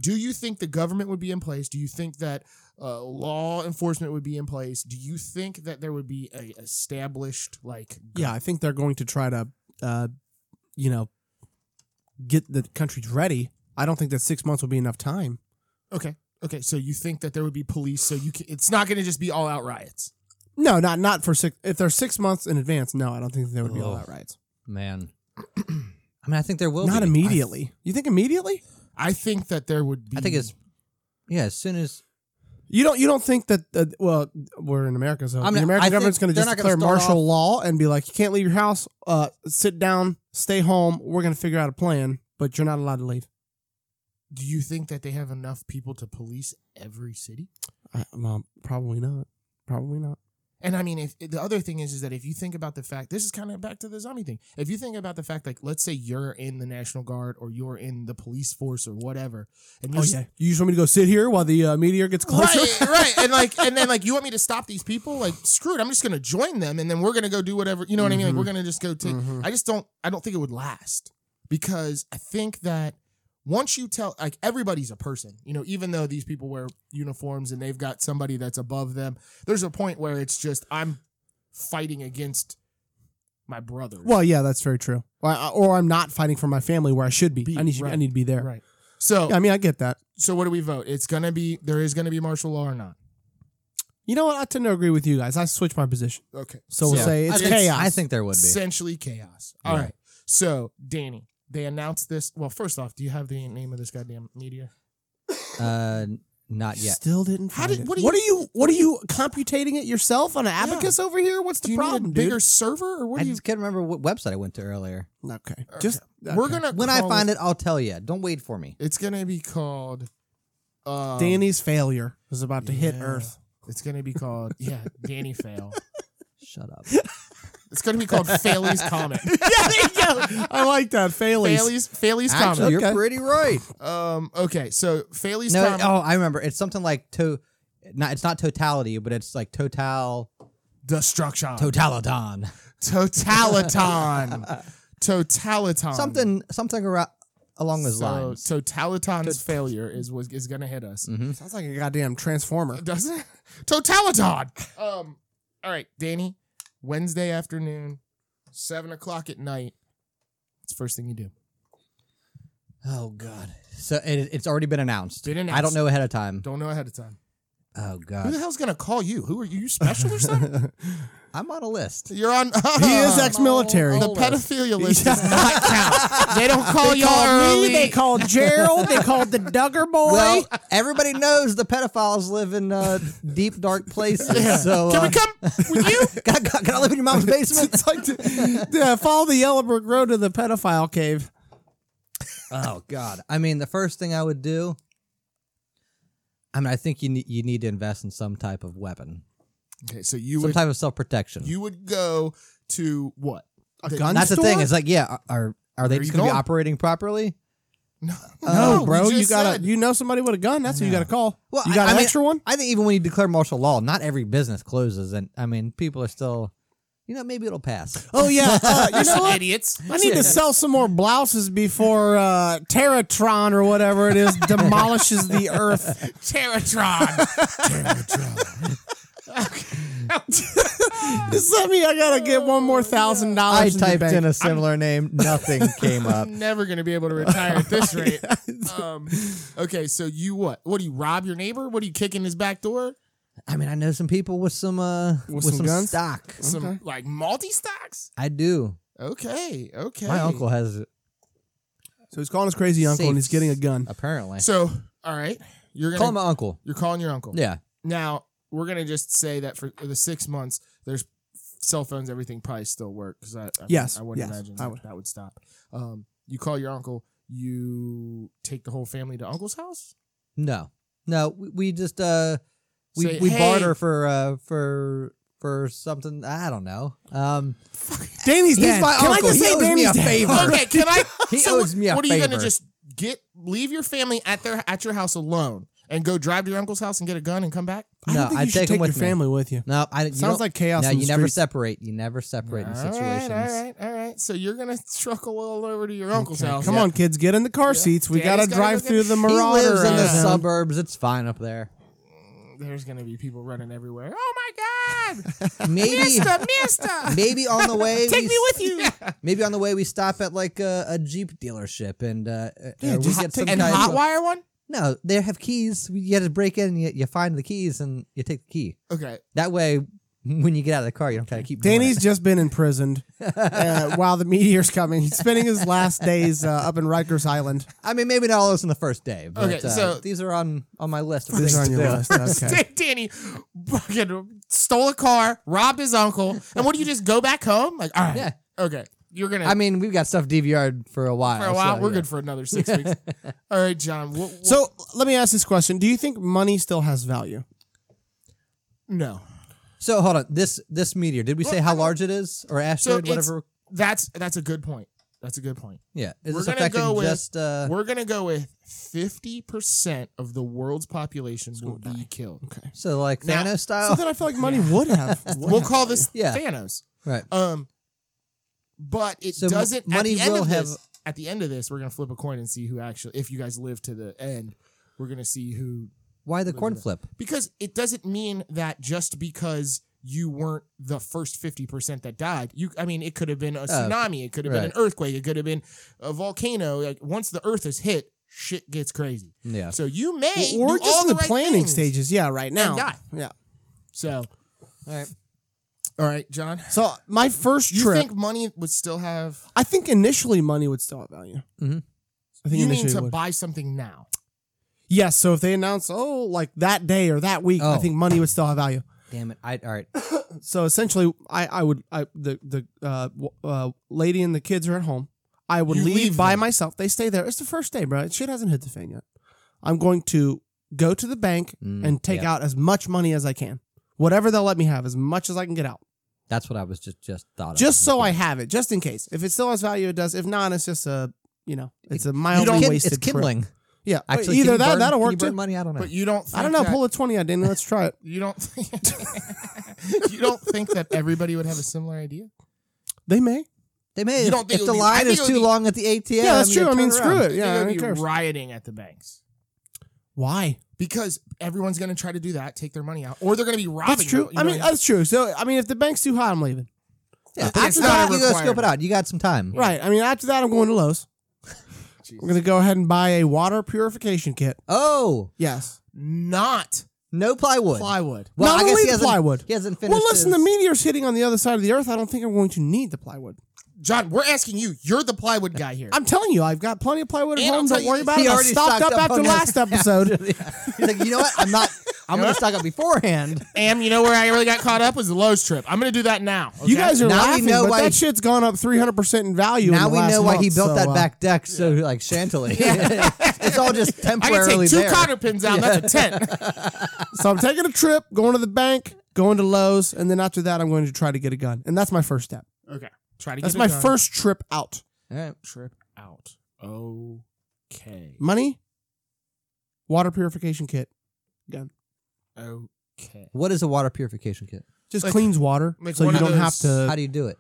A: Do you think the government would be in place? Do you think that uh, law enforcement would be in place? Do you think that there would be a established like?
C: Yeah, I think they're going to try to, uh, you know, get the countries ready. I don't think that six months will be enough time.
A: Okay. Okay. So you think that there would be police? So you can, it's not going to just be all out riots.
C: No, not not for six. If they're six months in advance, no, I don't think there would be all
B: Ugh.
C: that riots.
B: Man. I mean I think there will
C: Not
B: be.
C: immediately. you think immediately?
A: I think that there would be.
B: I think it's yeah, as soon as
C: You don't. You don't think that? Uh, well, we're in America, so
B: I mean,
C: the
B: I
C: American
B: think
C: government's going to
B: they're
C: just
B: not gonna
C: declare
B: start
C: martial law and be like, you can't leave your house. Uh, sit down, stay home. We're going to figure out a plan, but you're not allowed to leave.
A: Do you think that they have enough people to police every city?
C: I, well, probably not. Probably not.
A: And I mean, if the other thing is, is that if you think about the fact, this is kind of back to the zombie thing. If you think about the fact, like, let's say you're in the National Guard or you're in the police force or whatever, and
C: Oh
A: you're just-
C: yeah. You just want me to go sit here while the uh, meteor gets closer?
A: right, right, and like, and then like, you want me to stop these people? Like, screw it, I'm just gonna join them, and then we're gonna go do whatever. You know what I mean? Like,
C: Mhm.
A: we're gonna just go take.
C: Mhm.
A: I just don't. I don't think it would last because I think that once you tell, like everybody's a person, you know. Even though these people wear uniforms and they've got somebody that's above them, there's a point where it's just I'm fighting against my brother.
C: Well, yeah, that's very true. Or, I- or I'm not fighting for my family where I should be.
A: Be-
C: I need. I
A: right.
C: need to be there.
A: right. So,
C: Yeah, I mean, I get that.
A: so what do we vote? It's gonna be there is gonna be martial law or not?
C: You know what? I tend to agree with you guys. I switch my position.
A: Okay.
C: So we'll
B: Yeah.
C: say it's
A: I think-
C: chaos.
B: I think there would be.
A: essentially chaos. All right.
B: Yeah.
A: So, Danny, they announced this. Well, first off, do you have the name of this goddamn media?
B: Uh Not yet.
C: Still didn't
A: How
C: find
A: did-
C: it.
A: what do
C: What are you? What are you computating it yourself on an
A: Yeah.
C: abacus over here? What's the
A: Do you
C: problem,
A: need a
C: dude?
A: bigger server or what
B: I
A: do you?
B: just can't remember what website I went to earlier.
C: Okay, just
A: We're
C: okay.
A: gonna
B: When I find it, I'll tell you. Don't wait for me.
A: It's gonna be called. Um,
C: Danny's failure is about to hit
A: yeah.
C: Earth.
A: It's gonna be called yeah, Danny fail.
B: Shut up.
A: It's gonna be called Faley's comment.
C: I like that. Failings.
A: Faley's Faley's
B: Actually,
A: comment.
B: you're
C: Okay.
B: pretty right.
A: Um. Okay. So Faley's
B: No,
A: comment.
B: oh, I remember. It's something like to. Not, it's not totality, but it's like total
A: Destruction. Um,
B: totaliton.
A: Totaliton. Totaliton.
B: something something around, along those
A: so,
B: lines.
A: Totaliton's failure is what is gonna hit us.
B: Mm.
C: Sounds like a goddamn transformer.
A: Doesn't it? Totaliton. Um. All right, Danny. Wednesday afternoon, seven o'clock at night. It's the first thing you do.
B: Oh God! So it, it's already been announced.
A: Been
B: I
A: announced.
B: don't know ahead of time.
A: Don't know ahead of time.
B: Oh
A: Who
B: God!
A: the hell's gonna call you? Who are you? You special or something?
B: I'm on a list. Oh,
A: You're on. oh.
C: He is ex-military.
A: The pedophilia list does not count. They don't call
C: They
A: y'all
C: called
A: early.
C: me. They called Gerald. They called the Duggar boy.
B: Well, everybody knows the pedophiles live in uh, deep, dark places. So
A: Can we
B: uh,
A: come with you?
B: Can, I, can I live in your mom's basement?
C: it's like the, yeah, follow the Yellow Brick Road to the pedophile cave.
B: oh God! I mean, the first thing I would do. I mean, I think you need you need to invest in some type of weapon,
A: Okay, so you
B: some
A: would
B: type of self protection.
A: you would go to what?
C: A
A: The-
C: gun
B: That's the
C: store?
B: thing. It's like, yeah, are are they
A: Where you
B: just gonna
A: going?
B: be operating properly?
A: No,
C: No,
B: Oh,
A: we
C: bro,
A: just
C: you gotta
A: said-
C: you know somebody with a gun. That's who you gotta call.
B: Well,
C: you
B: I-
C: got
B: I
C: an
B: mean-
C: extra one?
B: I think even when you declare martial law, not every business closes, and I mean, people are still, you know, maybe it'll pass.
C: Oh yeah, uh, you know what?
A: idiots.
C: I need to sell some more blouses before uh, Terratron or whatever it is demolishes the earth.
A: Terratron. Terratron.
C: Just let me. I gotta get one more thousand
B: I
C: dollars.
B: typed in a similar name, nothing came up.
A: Oh, I'm never gonna be able to retire at this rate. Um, okay, so you what? What do you rob your neighbor? What do you kick in his back door?
B: I mean, I know some people with some uh with,
C: some
B: some,
C: guns? Mm-hmm.
B: stock.
A: Some
C: Okay.
A: like multi stocks?
B: I do.
A: Okay, okay.
B: My uncle has
C: So he's calling his crazy uncle and he's
B: Safes.
C: getting a gun.
B: apparently.
A: So, all right, you're gonna
B: Call my uncle.
A: you're calling your uncle.
B: Yeah,
A: Now we're gonna just say that for the six months, there's cell phones, everything probably still work because I, I
C: Yes,
A: I wouldn't
C: yes,
A: imagine
C: I
A: that,
C: would.
A: that would stop. Um, you call your uncle, you take the whole family to uncle's house.
B: no, no. We, we just uh we
A: Say,
B: we
A: "Hey."
B: barter for uh for for something. I don't know. Um,
C: Danny's
B: he's
C: dad.
B: my
C: Can
B: uncle.
C: I just
B: He
C: say
B: owes me
C: Danny's
B: a
C: dad?
B: favor.
A: Okay, can I?
B: He
A: so
B: owes me a
A: What are you gonna
B: favor.
A: just get? Leave your family at their at your house alone and go drive to your uncle's house and get a gun and come back?
C: I
B: No,
C: don't think
B: I'd
C: you should
B: take him
C: take your
B: with me.
C: family with you.
B: no, I. You
C: Sounds
B: don't-
C: like chaos.
B: No,
C: in
B: you
C: the
B: never
C: streets.
B: separate. You never separate
A: All
B: in
A: right,
B: situations.
A: all right, all right. So you're gonna truckle all over to your uncle's house.
C: Come on, kids, get in the car seats. We
A: Daddy's
C: gotta
A: gotta
C: drive
A: go
C: through
A: get-
C: the
A: He
B: He
C: Marauder.
B: lives in the
C: uh,
B: suburbs. It's fine up there.
A: There's gonna be people running everywhere. Oh my god!
B: Maybe,
A: Mister, Mister,
B: maybe on the way.
A: take
B: we,
A: me with you.
B: Maybe on the way we stop at like a, a Jeep dealership and uh,
C: Yeah,
B: or we
C: just
B: get some
A: And
B: guy-
A: hotwire one.
B: No, they have keys. We- You got to break in. You, you find the keys and you take the key.
A: Okay.
B: That way, when you get out of the car, you don't gotta keep. doing
C: Danny's
B: it.
C: just been imprisoned uh, while the meteor's coming. He's spending his last days uh, up in Rikers Island.
B: I mean, maybe not all this on the first day. But,
A: Okay,
B: uh,
A: so-
B: these are on on my list. Of
C: These
B: things
C: are on
B: to
C: your
B: do.
C: list. Okay.
A: Danny fucking stole a car, robbed his uncle, and what do you just go back home? Like, all right,
B: Yeah.
A: okay, you're gonna.
B: I mean, we've got stuff DVR'd for a while.
A: for a while,
B: so,
A: we're
B: yeah.
A: good for another six weeks. All right, John. What, what-
C: So let me ask this question: Do you think money still has value?
A: no,
B: So hold on. This this meteor. Did we say how large it is or
A: it's-
B: asteroid? whatever.
A: that's that's a good point. That's a good point.
B: Yeah. Is
A: We're
B: this
A: gonna
B: affecting
A: go with-
B: just? Uh,
A: We're gonna go with fifty percent of the world's population will be killed.
C: Okay.
B: so like Thanos
A: Now-
B: style.
C: So then I feel like money would have. would
A: We'll
C: have
A: call this
B: Yeah.
A: Thanos.
B: Right.
A: Um, but it
B: So m-
A: doesn't.
B: money
A: at the end
B: will
A: of
B: have-
A: this, at the end of this, we're gonna flip a coin and see who actually. If you guys live to the end, we're gonna see who
B: Why the coin
A: Look at
B: flip?
A: because it doesn't mean that just because you weren't the first 50% that died you i mean it could have been a tsunami it could have been an earthquake it could have been a volcano like once the earth is hit shit gets crazy
B: Yeah.
A: so you may
C: Well, we're
A: do
C: just
A: all
C: in the
A: right
C: planning
A: things.
C: stages. Yeah, right now.
A: die.
C: Yeah.
A: so
B: All right.
A: all right john
C: So my first
A: you
C: trip,
A: think money would still have
C: I think initially money would still have value.
B: Mhm.
C: I think
A: you mean
C: initially
A: to
C: it would.
A: buy something now
C: Yes. So if they announce, oh, like that day or that week, I
B: Oh.
C: think money would still have value.
B: Damn it! I all right.
C: So essentially, I, I would I the the uh, w- uh, lady and the kids are at home. I would
A: You
C: leave,
A: leave
C: by
A: them.
C: myself. They stay there. It's the first day, bro. Shit hasn't hit the fan yet. I'm going to go to the bank
B: Mm,
C: and take
B: yeah.
C: out as much money as I can. Whatever they'll let me have, as much as I can get out.
B: That's what I was just just thought of.
C: Just so I have it, just in case. If it still has value, it does. If not, it's just a you know, it's a mildly
B: Kim-
C: wasted
B: it's
C: trip.
B: kindling.
C: Yeah,
B: Actually, can
C: either
B: you
C: that
B: burn-
C: that'll
B: can
C: work
B: you burn
C: too.
B: money. I don't know.
A: But you don't. Think
C: I don't know.
A: That,
C: Pull a twenty out, Danny. Let's try it.
A: You don't. you don't think that everybody would have a similar idea?
C: They may.
B: they may.
A: you
B: if-
A: don't think
B: if
A: it
B: the
A: would be- I
B: line
A: think
B: is
A: it would
B: too
A: be-
B: long at the ATM.
C: Yeah, that's
B: you
C: true. I
B: turn
C: mean,
B: around.
C: screw it.
A: They're
C: Yeah,
A: gonna
C: who
A: be
C: cares?
A: rioting at the banks
C: Why?
A: because everyone's going to try to do that, take their money out, or they're going to be robbing.
C: That's true.
A: you know
C: I mean,
A: what
C: that's true. So, I mean, if the bank's too high, I'm leaving.
B: Yeah,
A: But it's
B: after
A: not
B: that,
A: a
B: you go scope it
A: requirement.
B: out. You got some time.
C: Right. I mean, after that, I'm going to Lowe's.
A: Jesus.
C: I'm going to go ahead and buy a water purification kit.
B: Oh,
C: Yes.
A: not
B: no plywood.
A: plywood.
B: Well,
C: Not
B: I guess
C: only
B: he
C: the
B: hasn't,
C: plywood.
B: He hasn't finished.
C: Well, listen,
B: his-
C: the meteor's hitting on the other side of the earth. I don't think I'm going to need the plywood.
A: John, we're asking you. You're the plywood guy here.
C: I'm telling you, I've got plenty of plywood at
A: And I'll
C: home.
A: tell
C: Don't
A: you
C: worry
A: this-
C: about
B: He
C: it. I
B: already
C: stocked
B: stocked
C: up
B: up
C: after
B: on
C: last episode.
B: He's like, you know what? I'm not. I'm gonna stock up beforehand.
A: and you know where I really got caught up was the Lowe's trip. I'm going to do that now.
C: You guys are
B: Now we
C: laughing,
B: know
C: but
B: why-
C: that shit's gone up 300% in value. in
B: Now
C: the
B: we
C: last
B: know why he
C: month,
B: built
C: so,
B: that
C: uh,
B: back deck so like shantily. it's all just
A: I can
B: temporarily
A: take two
B: there.
A: cotter pins out. That's a tent.
C: So I'm taking a trip, going to the bank, going to Lowe's, and then after that, I'm going to try to get a gun. And that's my first step.
A: okay. Try to
C: That's
A: get
C: my
A: it done.
C: first trip out.
B: All right.
A: trip out. Okay.
C: Money, water purification kit,
A: Okay.
B: What is a water purification kit?
C: just
A: Like-
C: cleans water,
A: like
C: so
A: one
C: you
A: of
C: don't have
A: those-
B: How
C: to.
B: do you do it?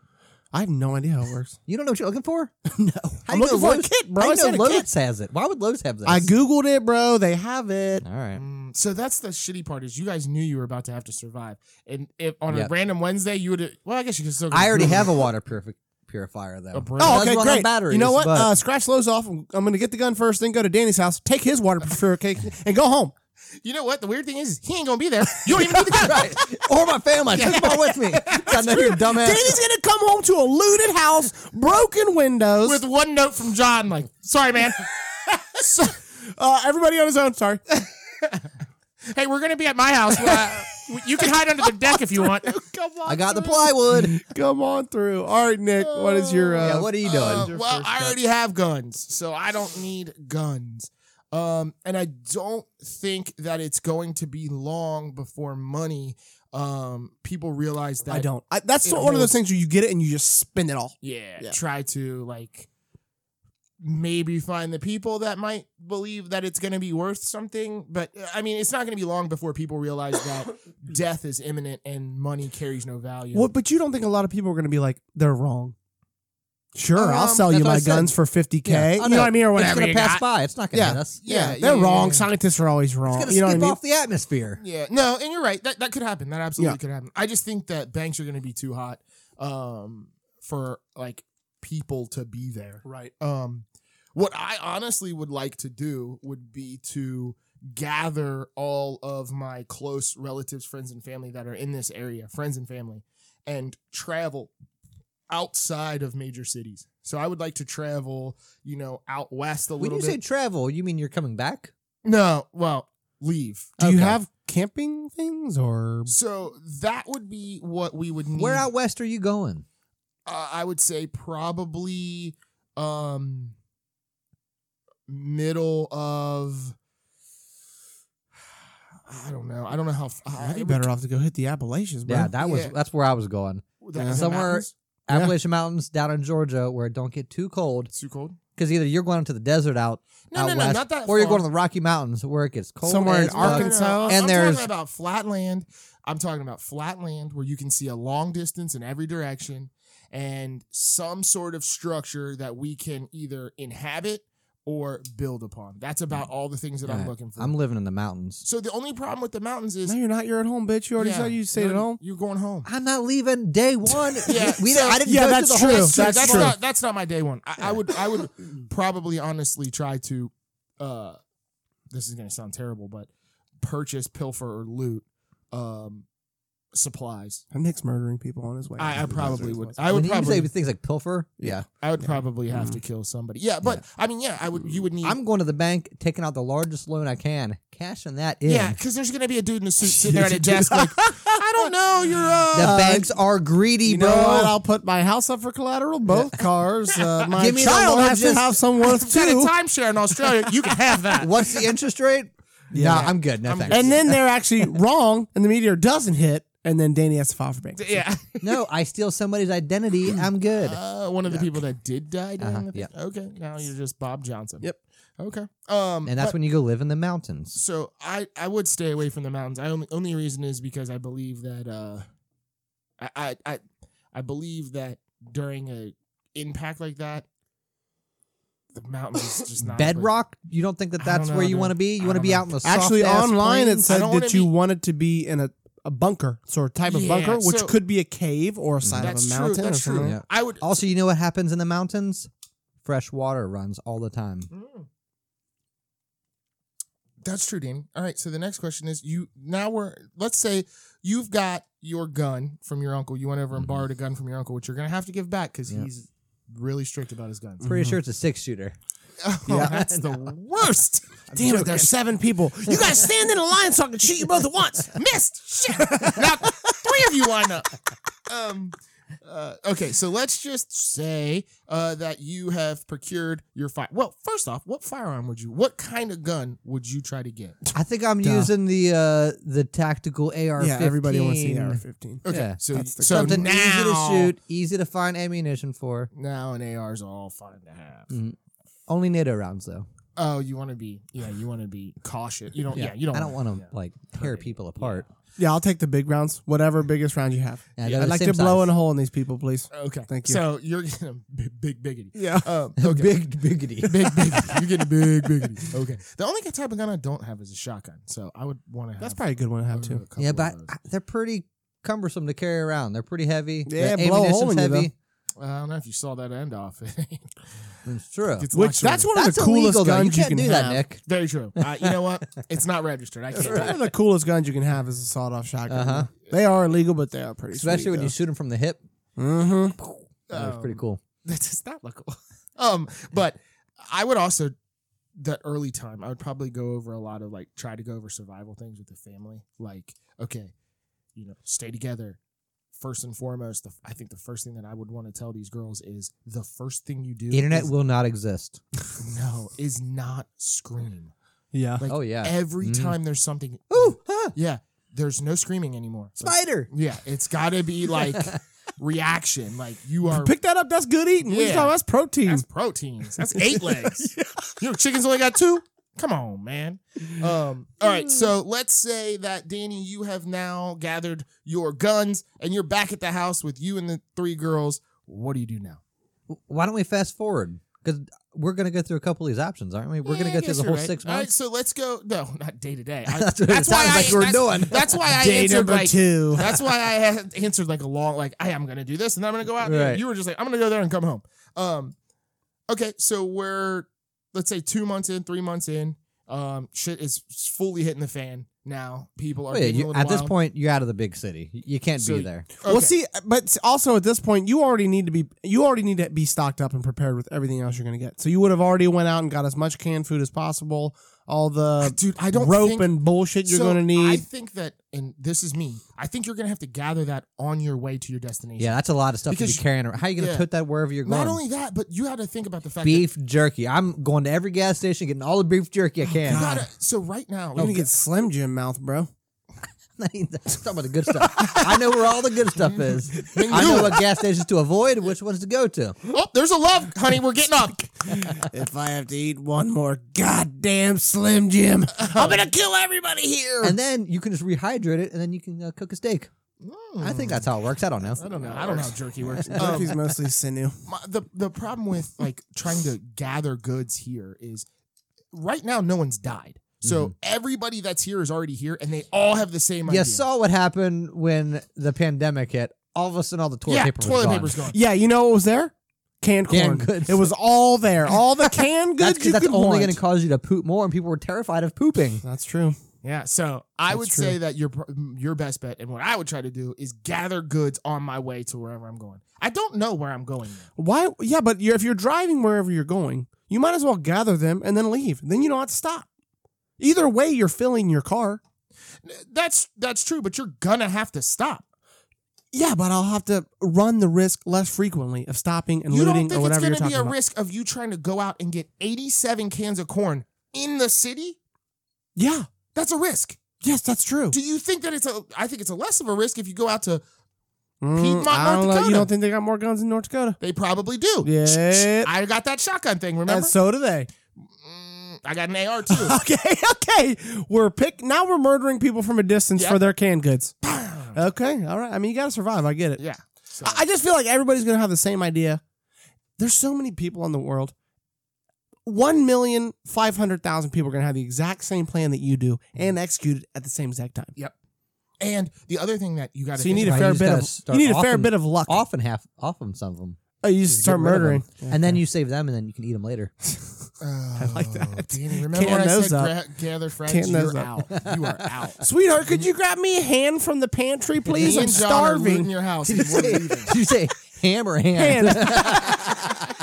C: I have no idea how it works.
B: You don't know what you're looking for?
C: no,
B: How
C: I'm
B: do you
C: looking
B: know
C: for a
B: Lowe's-
C: kit, bro.
B: How
C: I,
B: do you
C: said
B: know
C: a
B: Lowe's
C: kit.
B: has it? Why would Lowe's have this?
C: I googled it, bro. They have it.
B: All right.
A: Mm, so that's the shitty part is you guys knew you were about to have to survive, and if on
B: Yep.
A: a random Wednesday you would well I guess you could still.
B: I already have a water purifi- purifier though.
A: A br-
C: Oh,
B: It does
C: okay,
B: run on
C: great.
B: batteries,
C: you know what?
B: but-
C: Uh, scratch Lowe's off. I'm, I'm going to get the gun first, then go to Danny's house, take his water purification, and go home.
A: You know what? The weird thing is he ain't gonna be there. You don't even need the gun.
B: right. Or my family. I took them all with me. I know you're dumbass.
C: Danny's going to come home to a looted house, broken windows.
A: With one note from John, like, sorry, man. So-
C: uh, everybody on his own. Sorry.
A: hey, we're gonna be at my house. Uh, you can hide under the deck if you want.
C: come on.
B: I got the
C: through.
B: plywood.
C: Come on through. All right, Nick. What is your? Uh,
B: Yeah, what are you doing?
A: Uh,
C: Your
A: well,
C: first
A: I
C: gun.
A: already have guns, so I don't need guns. Um, and I don't think that it's going to be long before money. Um, people realize that.
C: I don't. I, that's
A: It
C: one of those
A: holds-
C: things where you get it and you just spend it all.
A: Yeah,
C: Yeah.
A: Try to like maybe find the people that might believe that it's going to be worth something. But uh, I mean, it's not going to be long before people realize that death is imminent and money carries no value.
C: Well, but you don't think a lot of people are going to be like they're wrong? Sure,
B: Um,
C: I'll sell you
B: that's what I
C: my
B: said.
C: guns for fifty k.
B: Yeah.
C: You
B: Oh,
C: know
B: no.
C: what I mean, or
B: It's
C: whatever.
B: gonna
A: you
B: pass
A: got.
B: by. It's not gonna
C: Yeah.
B: hit us.
C: yeah,
A: Yeah,
C: they're
A: yeah,
C: wrong.
A: yeah.
C: Scientists are always
B: It's
C: wrong.
B: gonna
C: You know what I
B: skip
C: mean?
B: off the atmosphere.
A: Yeah, no, and you're right. That that could happen. That absolutely
C: Yeah.
A: could happen. I just think that banks are going to be too hot um, for like people to be there.
C: Right.
A: Um, what I honestly would like to do would be to gather all of my close relatives, friends, and family that are in this area, friends and family, and travel outside of major cities. So I would like to travel, you know, out west a
B: When
A: little
B: you
A: bit.
B: say travel, you mean you're coming back?
A: no, well, leave.
C: Do you
B: Okay.
C: have camping things or?
A: So that would be what we would need.
B: Where out west are you going?
A: uh, I would say probably um middle of I don't know. I don't know how. f- I-
C: I'd be
A: I-
C: better off to go hit the Appalachians, bro.
B: Yeah, that was
A: Yeah.
B: that's where I was going.
A: that- is that
B: Somewhere-
A: mountains?
C: Yeah.
B: Appalachian Mountains down in Georgia, where it don't get too cold,
A: It's too cold.
B: because either you're going into the desert out,
A: No,
B: out
A: no, no,
B: west,
A: not that.
B: or you're
A: far.
B: going to the Rocky Mountains where it gets cold.
C: Somewhere in
B: as fuck.
A: No, no, no.
C: Arkansas?
B: And
A: I'm
B: there's-
A: talking about flatland. I'm talking about flatland where you can see a long distance in every direction and some sort of structure that we can either inhabit or build upon. That's
C: Mm.
A: about all the things that I'm
B: Alright.
A: looking for.
B: I'm living in the mountains.
A: so the only problem with the mountains is
C: No, you're not. You're at home, bitch. You already
A: Yeah.
C: said you stayed
A: No,
C: at home.
A: You're going home.
B: I'm not leaving day one.
A: Yeah.
B: we,
A: So-
B: I didn't
C: Yeah,
B: go
C: that's
B: through the
C: true.
B: whole.
C: That's
A: that's
C: true.
A: not that's not my day one. I, I would I would probably honestly try to uh this is gonna sound terrible, but purchase, pilfer, or loot um supplies.
C: And Nick's murdering people on his way.
A: I, I
C: out.
A: probably would.
C: I,
A: I would
B: when you say
A: probably.
B: things like pilfer, yeah.
A: I would probably have to kill somebody. Yeah, but I mean, yeah, I would. You would need.
B: I'm going to the bank, taking out the largest loan I can, cashing that in.
A: yeah, because there's gonna be a dude in a suit sitting there at a desk like, I don't know, you're
B: The
A: uh,
B: banks are greedy,
C: you know
B: bro.
C: what? I'll put my house up for collateral, both cars. Uh, my
B: Give me the
C: child has to
B: largest-
C: have some worth
A: got
C: too.
A: a timeshare in Australia. You can have that.
B: What's the interest rate? Yeah, I'm good. No thanks.
C: And then they're actually wrong, and the meteor doesn't hit, and then Danny has to file for bankruptcy.
A: Yeah.
B: no, I steal somebody's identity. I'm good.
A: Uh, one of the people that did die during
B: Uh-huh,
A: the thing? Okay, now you're just Bob Johnson.
C: Yep.
A: Okay. Um,
B: and that's
A: but-
B: when you go live in the mountains.
A: so I I would stay away from the mountains. I only only reason is because I believe that uh, I I I, I believe that during a impact like that, the mountains is just not a place-
B: Bedrock? You don't think that
A: I don't
B: that's
A: know,
B: where you
A: dude.
B: want to be?
A: I
B: You want to
A: don't
B: be
A: know.
B: out in the
C: Actually,
B: soft-ass
C: online it
B: plains?
A: I
C: said
A: don't
C: that
A: wanna
C: you
A: be-
C: wanted to be in a, a bunker, sort of type of
A: Yeah,
C: bunker, which
A: so- Mm.
C: could be a cave or a side
A: That's
C: of a
A: true.
C: mountain.
A: That's
C: or something.
A: true.
B: Yeah.
A: I would.
B: Also, you know what happens in the mountains? Fresh water runs all the time.
A: Mm. That's true, Danny. All right. So the next question is: You now we're let's say you've got your gun from your uncle. You went over and
C: Mm-hmm.
B: Mhm.
A: borrowed a gun from your uncle, which you're gonna have to give back because
B: Yeah.
A: he's really strict about his guns.
B: Pretty sure it's a six shooter.
A: Oh,
B: Yeah.
A: that's the worst.
C: Damn it, there's seven people. You guys stand in a line so I can shoot you both at once.
A: Missed. Shit. now three of you line up. Um. Uh, okay, so let's just say uh, that you have procured your fire. Well, first off, what firearm would you? What kind of gun would you try to get?
B: I think I'm
C: Duh.
B: using the uh, the tactical AR.
C: Yeah, everybody wants the AR-15.
A: Okay,
B: Yeah,
A: so
C: that's the-
A: so
B: Something easy to
A: now-
B: shoot, easy to find ammunition for.
A: Now an AR's all fun to have.
B: Mm. Only NATO rounds though.
A: Oh, you want to be yeah, you want to be cautious. You don't yeah, you don't.
B: I don't want to
A: yeah.
B: like tear people apart.
C: Yeah, I'll take the big rounds, whatever biggest round you have.
A: Yeah,
B: Yeah, they're
C: I'd
B: the
C: like
B: same
C: to blow
B: size.
C: in a hole in these people, please.
A: Okay,
C: Thank you.
A: So you're getting a big, big biggity.
C: Yeah.
A: Um, okay.
B: big biggity.
A: big biggity. You're getting big biggity. Okay. The only type of gun I don't have is a shotgun, so I would want to have.
C: That's probably a good one to have,
A: Mm, a
C: too.
A: couple
B: yeah,
A: of
B: but
A: those.
B: I, they're pretty cumbersome to carry around. They're pretty heavy.
C: Yeah,
B: Their
C: blow a hole
B: ammunition's
C: in you,
B: heavy.
A: I, don't know if you saw that end off.
B: It's true.
A: It's locked
C: Which,
A: in.
C: that's one of
B: That's
C: the coolest
B: illegal, though.
C: guns
B: you can't
C: can
B: do
C: have.
B: that, Nick.
A: very true. Uh, you know what? It's not registered. I can't.
C: It's
A: do
C: one
A: it.
C: of the coolest guns you can have is a sawed-off shotgun.
B: Uh-huh.
C: They are illegal, but they are pretty.
B: Especially when you shoot them from the hip.
C: Mm-hmm.
B: That was pretty
A: Um,
B: cool.
A: That does not look cool. Um, but I would also that early time, I would probably go over a lot of like try to go over survival things with the family. Like, okay, you know, stay together. First and foremost, the, I think the first thing that I would want to tell these girls is the first thing you do.
B: Internet
A: is,
B: will not exist.
A: no is not scream.
C: Yeah.
A: Like
B: Oh, yeah.
A: every
B: Mm.
A: time there's something.
B: Ooh, huh,
A: yeah, there's no screaming anymore. Like,
B: spider.
A: yeah, it's got to be like reaction. Like you are
C: Pick that up. That's good eating. What are you
A: Yeah.
C: talking about? That's protein.
A: That's proteins. That's eight legs. You know, chickens only got two. Come on, man. Um, all right, so
B: Mm.
A: let's say that Danny, you have now gathered your guns and you're back at the house with you and the three girls. What do you do now?
B: Why don't we fast forward? Because we're gonna go through a couple of these options, aren't we? We're
A: Yeah,
B: gonna
A: I
B: go through
A: guess
B: the
A: you're
B: whole
A: right.
B: six
A: All right,
B: months.
A: so let's go. No, not day to day. I-
B: That's what it sounds like we're
A: that's-
B: doing.
A: That's why I
C: Day
A: answered
C: number
A: like.
C: two.
A: That's why I had answered like a long, like, hey, I'm gonna do this and I'm gonna go out.
B: Right.
A: You were just like, I'm gonna go there and come home. Um, okay, so we're let's say two months in, three months in. Um, shit is fully hitting the fan now. People are
B: Oh, yeah,
A: being a
B: you-
A: little
B: at this
A: wild.
B: point, you're out of the big city. You- You can't
A: So
B: be
A: you-
B: there.
A: Okay.
C: Well, see, but also at this point, you already need to be you already need to be stocked up and prepared with everything else you're going to get. So you would have already went out and got as much canned food as possible, all the
A: dude, I don't
C: rope
A: think,
C: and bullshit you're
A: so
C: going to
A: I
C: need.
A: think that, and this is me. I think you're gonna have to gather that on your way to your destination.
B: Yeah, that's a lot of stuff to
A: Because
B: be carrying around. How are you gonna
A: yeah.
B: put that wherever you're going?
A: Not only that, but you had to think about the fact
B: beef jerky. I'm going to every gas station getting all the beef jerky I
A: that
B: can.
A: you gotta. So right now,
C: You're going to get Slim Jim mouth, bro.
B: I'm talking about the good stuff. I know where all the good stuff is.
A: Then
B: I
A: do
B: know
A: it.
B: what gas stations to avoid and which ones to go to.
A: oh, there's a love, honey. We're getting up.
C: if I have to eat one more goddamn Slim Jim, I'm going to kill everybody here.
B: And then you can just rehydrate it, and then you can uh, cook a steak. I think that's how it works. I don't know.
A: I don't know. I don't know how jerky works. Um,
C: Turkey's mostly sinew.
A: my, the the problem with like trying to gather goods here is right now no one's died. So
C: Mm-hmm.
A: everybody that's here is already here and they all have the same idea.
B: You saw what happened when the pandemic hit. All of a sudden, all the toilet
A: yeah,
B: paper was
A: toilet
B: gone.
A: paper's gone.
C: Yeah, you know what was there? Canned corn.
B: Canned goods.
C: It was all there. All the canned
B: That's
C: goods
B: because
C: you
B: that's
C: could
B: only
C: want.
B: going to cause you to poop more, and people were terrified of pooping.
C: That's true.
A: Yeah, so I
C: That's
A: would
C: true.
A: say that your pr- your best bet and what I would try to do is gather goods on my way to wherever I'm going. I don't know where I'm going. Now.
C: Why? Yeah, but you're, if you're driving wherever you're going, you might as well gather them and then leave. Then you don't have to stop. Either way, you're filling your car.
A: That's that's true, but you're gonna have to stop.
C: Yeah, but I'll have to run the risk less frequently of stopping and
A: you don't
C: looting or
A: think it's
C: whatever you're
A: gonna be
C: talking
A: a
C: about.
A: risk of you trying to go out and get 87 cans of corn in the city?
C: yeah.
A: That's a risk.
C: Yes, that's true.
A: Do you think that it's a? I think it's a less of a risk if you go out to.
C: Mm,
A: Piedmont,
C: I
A: North
C: don't know. You
A: Dakota.
C: don't think they got more guns in North Dakota?
A: They probably do.
C: Yeah.
A: I got that shotgun thing. Remember?
C: And so do they.
A: Mm, I got an AR too.
C: Okay, okay. We're pick now. We're murdering people from a distance
A: Yeah.
C: for their canned goods. Okay, all right. I mean, you gotta survive. I get it.
A: yeah. So,
C: I I just feel like everybody's gonna have the same idea. There's so many people in the world. One million five hundred thousand people are gonna have the exact same plan that you do and execute it at the same exact time.
A: and the other thing that you got to
C: So you need a
B: Right,
C: fair
B: you just
C: bit
B: gotta start
C: of you need a fair
B: offing-
C: bit of luck.
B: Often half, often some of them,
C: Oh, you just
B: Just
C: start
B: get rid of
C: murdering,
B: and then you save them, and then you can eat them later.
A: I
C: like that.
A: oh, Danny, remember
C: Can
A: when I
C: those
A: said
C: up.
A: gra- gather friends?
C: Can those
A: You're
C: up.
A: out. You are out.
C: sweetheart. Could you grab me a hand from the pantry, please?
A: Me
C: I'm
A: and John are looting
C: starving.
A: your house.
B: Did you
A: and we're
B: say,
A: leaving.
B: did you say ham or hand?
C: Hand.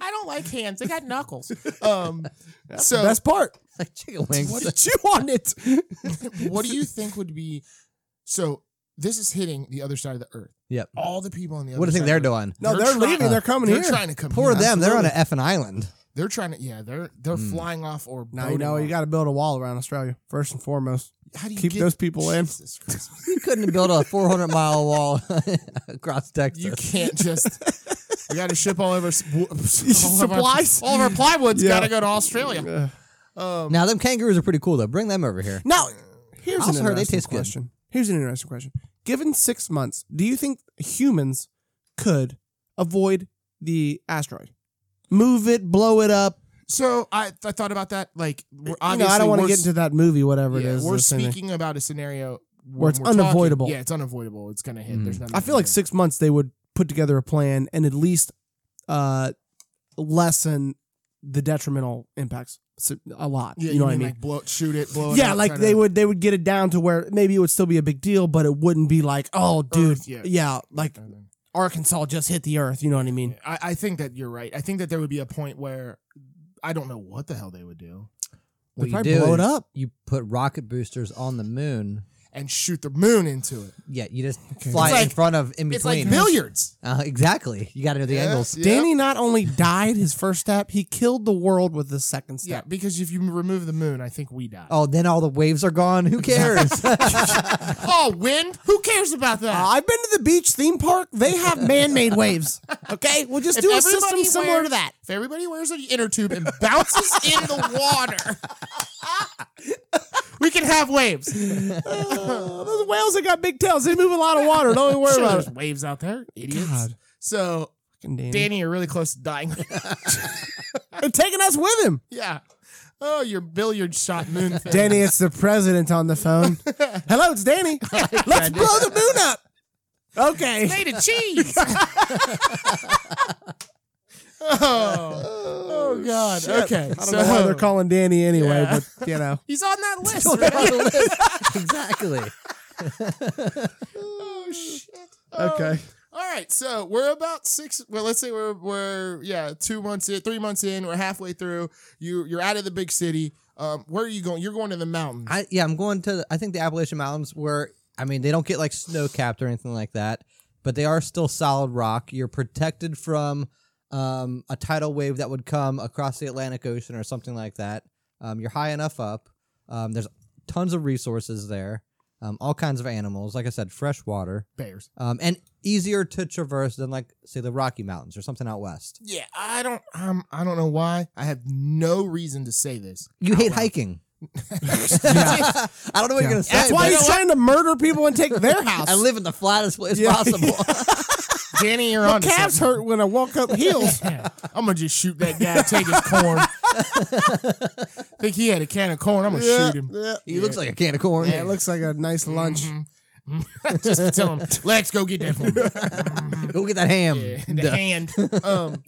A: I don't like hands. They got knuckles. Um,
C: That's the
A: so,
C: best part.
B: like chicken wings.
A: What
C: Chew on it.
A: what do you think would be? So, this is hitting the other side of the earth.
B: yep.
A: All the people on the other.
B: What do you think
A: side
B: they're
A: of the-
B: doing?
C: No, they're,
A: trying-
C: leaving. They're coming
A: They're
C: here.
A: trying to come.
B: Poor
A: here.
B: them. They're on an
A: Absolutely.
B: effing island.
A: They're trying to. Yeah, they're they're
B: Mm.
A: flying off or.
C: Hmm. Now you
A: boating
C: know you
A: off.
C: got to build a wall around Australia first and foremost.
A: How do you
C: Keep
A: get-
C: those people in.
A: Jesus Christ.
B: You couldn't build a 400 mile wall across Texas.
A: You can't just. we got to ship all of our s- w- all of our-
C: Supplies?
A: all of our plywoods
C: Yeah.
A: got to go to Australia.
C: Ugh.
A: Um,
B: Now them kangaroos are pretty cool though. Bring them over here.
C: Now, here's
B: Also
C: an
B: heard they
C: interesting
B: taste good.
C: question. Here's an interesting question. Given six months, do you think humans could avoid the asteroid? Move it, blow it up.
A: so I, I thought about that. Like, we're
C: You
A: obviously
C: know, I don't want to
A: we're
C: get into that movie, whatever
A: yeah,
C: it is.
A: We're
C: this thing.
A: speaking about a scenario when
C: Where it's
A: we're talking-
C: unavoidable. Hmm.
A: yeah, it's unavoidable. It's gonna hit.
B: Mm.
A: There's nothing.
C: I
A: you
C: feel
A: can
C: like
A: do.
C: six months they would put together a plan and at least uh, lessen the detrimental impacts so- a lot.
A: Yeah,
C: you know what I mean?
A: Like blow, shoot it, blow. it
C: yeah,
A: up,
C: like
A: try
C: they
A: to-
C: would they would get it down to where maybe it would still be a big deal, but it wouldn't be like, oh, dude,
A: Earth, yeah.
C: yeah, like Arkansas just hit the earth. You know what I mean?
A: I, I think that you're right. I think that there would be a point where I don't know what the hell they would do
B: What
C: They'd
B: you
C: probably
B: do
C: blow it
B: is
C: up.
B: You put rocket boosters on the moon.
A: and shoot the moon into it.
B: Yeah, you just fly
A: It's
B: it in
A: like-
B: front of in
A: It's like
B: between.
A: billiards.
B: uh, exactly. You got to know the
A: Yeah,
B: angles.
A: yeah.
C: Danny not only died his first step, he killed the world with the second
A: Yeah,
C: step.
A: because if you remove the moon, I think we die.
B: Oh, then all the waves are gone. Who cares?
A: Oh, wind? Who cares about that?
C: Uh, I've been to the beach theme park. They have man-made waves. Okay, we'll just
A: If
C: do a
A: everybody
C: system similar to
A: wears-
C: that.
A: If everybody wears an inner tube and bounces in the water, we can have waves.
C: Uh, those whales that got big tails, they move a lot of water. Don't even worry
A: Sure,
C: about
A: there's
C: it.
A: waves out there, idiots.
C: God.
A: So,
C: Fucking Danny.
A: Danny, you're really close to dying.
C: They're taking us with him.
A: yeah. Oh, your billiard shot moon thing.
C: Danny, it's the president on the phone. Hello, it's Danny. Let's blow the moon up. Okay.
A: made of cheese. oh, oh, God. Okay.
C: I don't
A: so
C: know why they're calling Danny anyway, but you know.
A: He's on that list.
B: Don't
A: right?
B: have a list. exactly.
A: Oh shit.
C: Okay.
A: All right, so we're about six. Well, let's say we're we're yeah two months in, three months in. We're halfway through. You you're out of the big city. Um, where are you going? You're going to the mountains.
B: I yeah, I'm going to. the- I think the Appalachian Mountains where I mean they don't get like snow capped or anything like that, but they are still solid rock. You're protected from um, a tidal wave that would come across the Atlantic Ocean or something like that. Um, you're high enough up. Um, there's tons of resources there. Um, all kinds of animals, like I said, fresh water,
A: Bears.
B: um, and easier to traverse than like say the Rocky Mountains or something out west.
A: Yeah, I don't. Um, I don't know why. I have no reason to say this.
B: You
A: out
B: hate
A: loud.
B: hiking.
A: Yeah.
B: I don't know what you're gonna say.
C: That's why
B: but-
C: he's trying to murder people and take their house.
B: I live in the flattest place
C: Yeah.
B: possible.
A: Danny, you're
C: My
A: on.
C: calves hurt when I walk up hills.
A: I'm gonna just shoot that guy. Take his corn. Think he had a can of corn. I'm gonna shoot him. Mm-hmm.
C: Yeah.
B: He looks like a can of corn.
C: Yeah, it looks like a nice lunch.
A: just tell him, Lex, go get that for me.
B: Go get that ham.
A: Yeah,
B: Duh.
A: the hand. Um,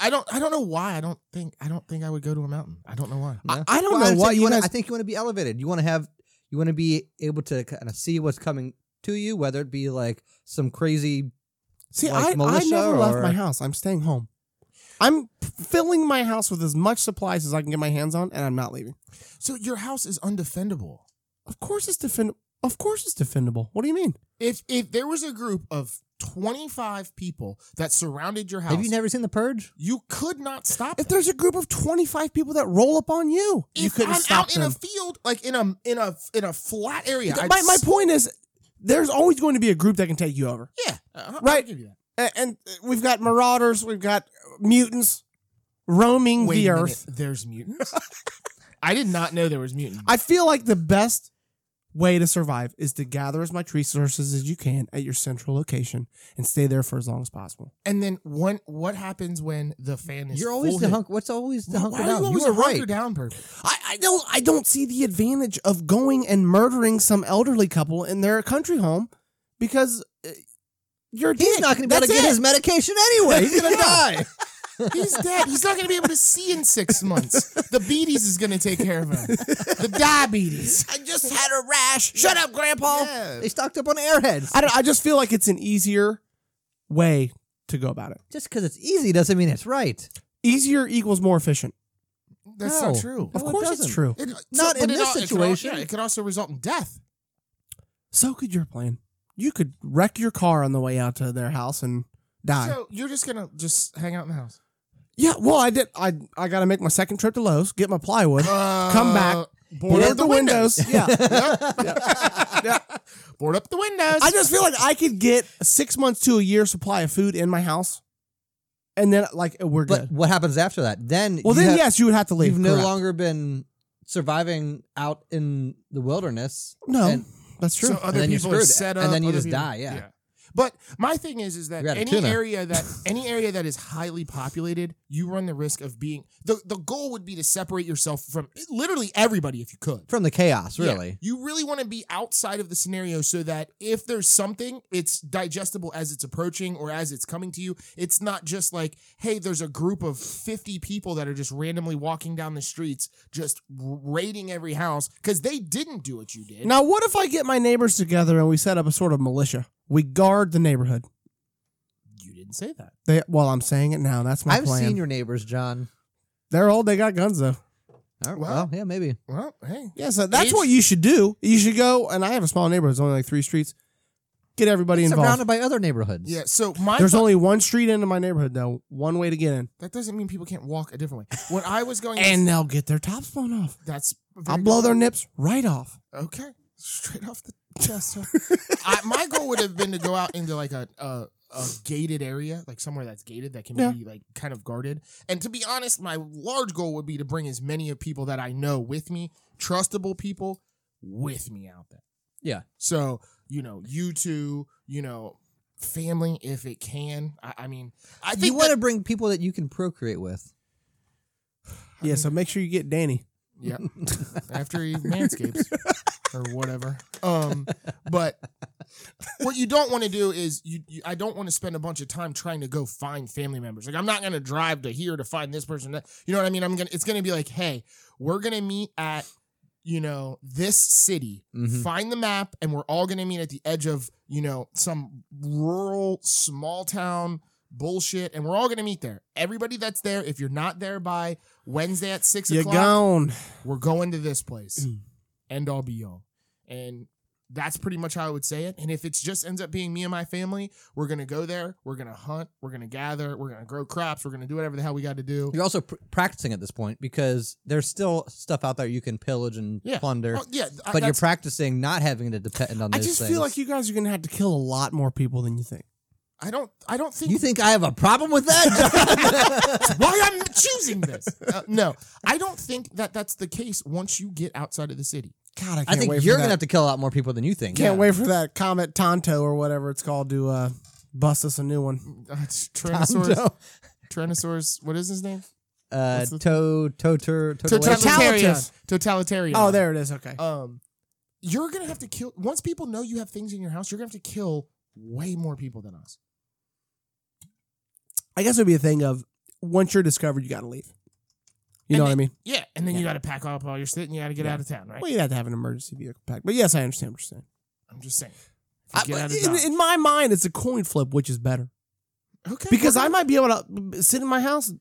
A: I don't. I don't know why. I don't think. I don't think I would go to a mountain. I don't know why.
C: I, I don't
B: Well,
C: know
B: I'm
C: what
B: saying
C: you
B: wanna,
C: guys.
B: I think you want to be elevated. You want to have. You want to be able to kind of see what's coming to you, whether it be like some crazy.
C: See,
B: like
C: I, I
B: militia
C: never left
B: or-
C: my house. I'm staying home. I'm filling my house with as much supplies as I can get my hands on, and I'm not leaving.
A: So your house is undefendable.
C: Of course it's defend. Of course it's defendable. What do you mean?
A: If if there was a group of twenty five people that surrounded your house,
B: Have you never seen The Purge?
A: you could not stop.
C: If
A: them.
C: there's a group of 25 people that roll up on you, you
A: If
C: couldn't
A: I'm
C: stop
A: out
C: them.
A: in a field, like in a in a in a flat area.
C: Th-
A: I'd
C: my, my
A: s-
C: point is, there's always going to be a group that can take you over.
A: yeah, uh,
C: Right.
A: I'll give you that.
C: And, and uh, we've got marauders, we've got mutants roaming
A: Wait
C: the
A: a minute,
C: earth.
A: There's mutants. I did not know there was mutants.
C: I feel like the best way to survive is to gather as much resources as you can at your central location and stay there for as long as possible.
A: and then when what happens when the fan is
B: You're always
A: full
B: the
A: hit?
B: hunk. What's always the
A: Why
B: hunker
A: are
B: down?
A: you always
B: are
A: a hunker
B: right.
A: down person?
C: I, I don't I don't see the advantage of going and murdering some elderly couple in their country home because uh, you're a
B: He's
C: dick.
B: not going to be able to
C: That's
B: get
C: it.
B: his medication anyway. He's going to
C: Yeah.
B: die.
A: He's dead. He's not going to be able to see in six months. The beaties is going to take care of him. The diabetes.
C: I just had a rash. Shut up, Grandpa.
A: Yeah.
B: They stocked up on airheads.
C: I, don't, I just feel like it's an easier way to go about it.
B: Just because it's easy doesn't mean it's right.
C: Easier equals more efficient.
A: That's
B: No.
A: not true.
C: Of
B: No, it
C: course, it's
B: doesn't.
C: true.
A: It- so-
B: Not in
A: but it al-
B: this
A: it could al-
B: situation.
A: yeah, It could also result in death.
C: So could your plan. You could wreck your car on the way out to their house and die.
A: So you're just going to just hang out in the house.
C: yeah, well, I did. I I got to make my second trip to Lowe's, get my plywood, come back,
A: Board up Uh, the windows.
C: Yeah.
A: Board up the windows.
C: I just feel like I could get six months to a year supply of food in my house, and then like we're
B: But
C: good.
B: what happens after that? Then
C: well,
B: you
C: then
B: have-
C: yes, you would have to leave.
B: you've no
C: correct.
B: longer been surviving out in the wilderness.
C: No,
B: and-
C: that's true.
A: So uh, other
B: then you're
A: people are
B: screwed.
A: set up.
B: And then you
A: other
B: just
A: people-
B: die, yeah.
A: But my thing is, is that
B: You're out of
A: any
B: tuna.
A: area that any area that is highly populated, you run the risk of being the the goal would be to separate yourself from literally everybody if you could.
B: From the chaos,
A: Yeah.
B: really.
A: you really want to be outside of the scenario so that if there's something, it's digestible as it's approaching or as it's coming to you. It's not just like, hey, there's a group of 50 people that are just randomly walking down the streets, just raiding every house because they didn't do what you did.
C: Now, what if I get my neighbors together and we set up a sort of militia? We guard the neighborhood.
A: You didn't say that.
C: They, well, I'm saying it now. That's my
B: I've
C: plan.
B: seen your neighbors, John.
C: They're old. They got guns though.
B: All right,
A: Well-
B: well, yeah, maybe.
A: Well, hey.
C: Yeah, so that's
A: Age-
C: what you should do. You should go. And I have a small neighborhood. It's only like three streets. Get everybody involved.
B: Surrounded by other neighborhoods.
A: Yeah, so my
C: There's
A: thought-
C: only one street into my neighborhood though. One way to get in.
A: that doesn't mean people can't walk a different way. When I was going
C: And they'll get their tops blown off.
A: that's
C: I'll blow their nips right off.
A: Okay, straight off the chest. huh? I, my goal would have been to go out into like a, a a gated area, like somewhere that's gated that can
C: Yeah.
A: be like kind of guarded. And to be honest, my large goal would be to bring as many of people that I know with me, trustable people with me out there.
B: Yeah.
A: So you know, you two, you know, family if it can. I, I mean, I think
B: you want to
A: that-
B: bring people that you can procreate with.
C: Yeah, so make sure you get Danny.
A: Yeah. After he manscapes or whatever. Um, but what you don't want to do is you, you I don't want to spend a bunch of time trying to go find family members. Like I'm not gonna drive to here to find this person. That, you know what I mean? I'm gonna it's gonna be like, hey, we're gonna meet at you know this city
B: Mhm.
A: find the map and we're all going to meet at the edge of you know some rural small town bullshit and we're all going to meet there everybody that's there if you're not there by wednesday at 6
C: You're
A: o'clock
C: gone.
A: we're going to this place
B: Mm.
A: end all be all and that's pretty much how i would say it and if it just ends up being me and my family we're gonna go there we're gonna hunt we're gonna gather we're gonna grow crops we're gonna do whatever the hell we got to do
B: You're also pr- practicing at this point because there's still stuff out there you can pillage and
A: Yeah.
B: plunder.
A: Oh, yeah I-
B: but you're
A: that's-
B: practicing not having to depend on
C: I
B: those
C: just
B: things.
C: feel like you guys are gonna have to kill a lot more people than you think.
A: i don't i don't think
B: you think I have a problem with that? John?
A: why I'm choosing this. Uh, no, I don't think that that's the case once you get outside of the city.
C: God, I can't
B: I think
C: wait
B: you're
C: for
B: gonna have
C: that.
B: to kill a lot more people than you think.
C: Can't wait for that Comet Tonto or whatever it's called to uh, bust us a new one.
A: Uh, it's Tyrannosaurus, Tyrannosaurus, what is his name?
B: Uh,
A: What's the-
B: toe, toe, tur,
C: Totalitarian.
A: Totalitarian.
C: Oh, there it is. Okay.
A: Um, you're gonna have to kill. Once people know you have things in your house, you're gonna have to kill way more people than us.
C: I guess it would be a thing of once you're discovered, you got to leave. You know
A: And
C: what I mean?
A: Yeah, and then you got to pack up all your shit and you got to get out of town, right?
C: Well, you'd have to have an emergency vehicle pack. But yes, I understand what you're saying.
A: I'm just saying. If you
C: I-
A: get out of
C: in,
A: Dodge-
C: in my mind, it's a coin flip, which is better
A: okay,
C: because
A: okay.
C: I might be able to b- sit in my house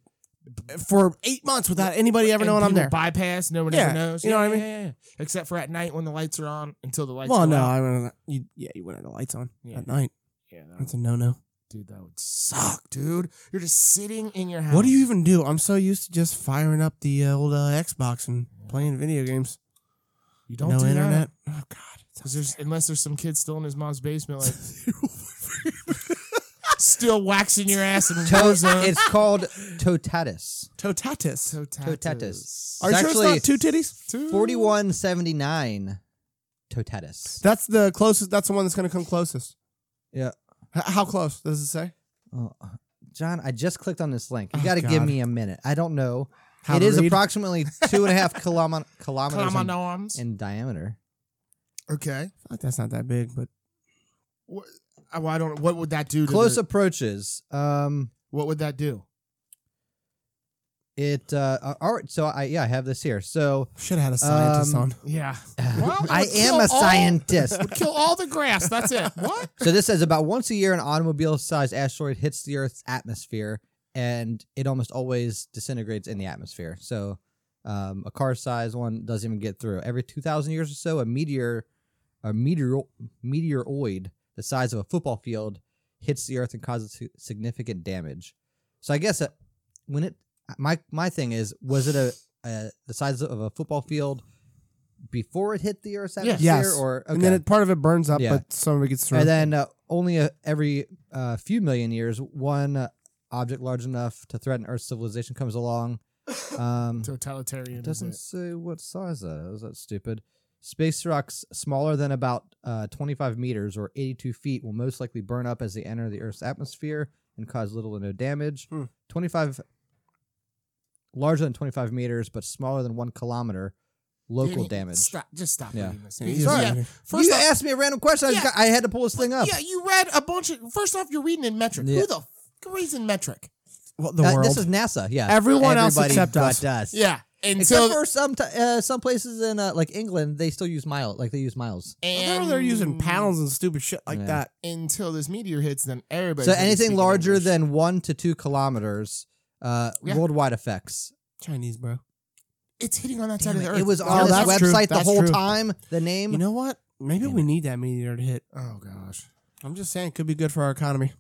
C: for eight months without anybody ever
A: And
C: knowing I'm
A: people
C: there.
A: Bypass, no one
C: Yeah,
A: ever knows.
C: you know
A: Yeah,
C: what I mean?
A: Yeah, yeah, yeah. Except for at night when the lights are on until the lights.
C: Well,
A: go
C: no,
A: out.
C: I mean, you, yeah, you wouldn't have the lights on
A: Yeah.
C: at night.
A: yeah, that
C: That's
A: would-
C: a no no.
A: dude, that would suck, dude. You're just sitting in your house.
C: What do you even do? I'm so used to just firing up the uh, old uh, Xbox and playing video games.
A: You don't
C: no
A: do
C: internet. Oh God,
A: 'Cause there's unless there's some kid still in his mom's basement, like still waxing your ass in
B: To-
A: Warzone.
B: it's called Totatus.
C: totatus.
B: Totatus.
C: Are you
B: It's
C: sure it's
B: actually
C: not two titties?
A: Two-
B: 4179 Totatus.
C: That's the closest. That's the one that's going to come closest.
B: Yeah.
C: H- how close does it say?
B: Oh, John, I just clicked on this link. You
C: Oh,
B: got to give
C: God.
B: me a minute. I don't know.
C: How
B: it
C: to
B: is
C: read?
B: approximately two and a half kilom- kilometers
A: Climb on
B: in-
A: arms.
B: in diameter.
A: Okay.
C: Like, that's not that big, but
A: What, I- well, I don't. What would that do? To
B: Close
A: the-
B: approaches. Um,
A: What would that do?
B: it. Uh, uh, all right. So I yeah, I have this here. So
C: should have had a scientist
B: Um,
C: on.
A: Yeah. Well,
B: I
A: let's
B: am
A: go
B: a
A: all-
B: scientist.
A: Would kill all the grass. That's it. What?
B: so this says about once a year an automobile-sized asteroid hits the Earth's atmosphere, and it almost always disintegrates in the atmosphere. So um, a car-sized one doesn't even get through. Every two thousand years or so, a meteor, a meteor, meteoroid the size of a football field hits the Earth and causes si- significant damage. So I guess uh, when it my my thing is was it a, a the size of a football field before it hit the Earth's atmosphere
C: Yes.
B: or okay.
C: And then it, part of it burns up,
B: Yeah.
C: but some of it gets thrown.
B: And then uh, only uh every uh, few million years, one uh, object large enough to threaten Earth's civilization comes along. Um,
A: Totalitarian.
B: it
A: is
B: doesn't
A: it.
B: say what size that is. That's stupid. Space rocks smaller than about uh, 25 meters or 82 feet will most likely burn up as they enter the Earth's atmosphere and cause little to no damage.
C: Hmm.
B: 25 larger than 25 meters, but smaller than one kilometer. Local
A: Danny,
B: damage.
A: Stop. Just stop
B: Yeah.
A: reading this.
C: Yeah,
A: because-
C: he's
A: yeah,
C: reading.
A: First
B: you
A: off,
B: asked me a random question. I, just
A: Yeah.
B: got, I had to pull this thing up.
A: yeah, you read a bunch of. First off, you're reading in metric.
B: Yeah.
A: Who the f- reads in metric?
C: well, the
B: Uh,
C: world.
B: This is NASA. Yeah.
C: Everyone else
B: Everybody
C: except
B: but
C: us.
A: Yeah. And
B: Except
A: so,
B: for some t- uh, some places in uh, like England, they still use mile. Like they use miles.
C: I
A: and
C: thought they're using pounds and stupid shit like
B: Yeah.
C: that.
A: until this meteor hits, then everybody.
B: so anything larger than one to two kilometers, uh,
A: Yeah.
B: worldwide effects.
C: Chinese, bro.
A: it's hitting on that side
B: Damn
A: of the
B: it,
A: earth.
B: it was
A: Oh,
B: on this
C: that's true,
B: website the
C: that's
B: whole
C: true.
B: time. The name.
C: You know what? Maybe
B: Damn
C: we need that meteor to hit.
A: Oh gosh.
C: I'm just saying, it could be good for our economy.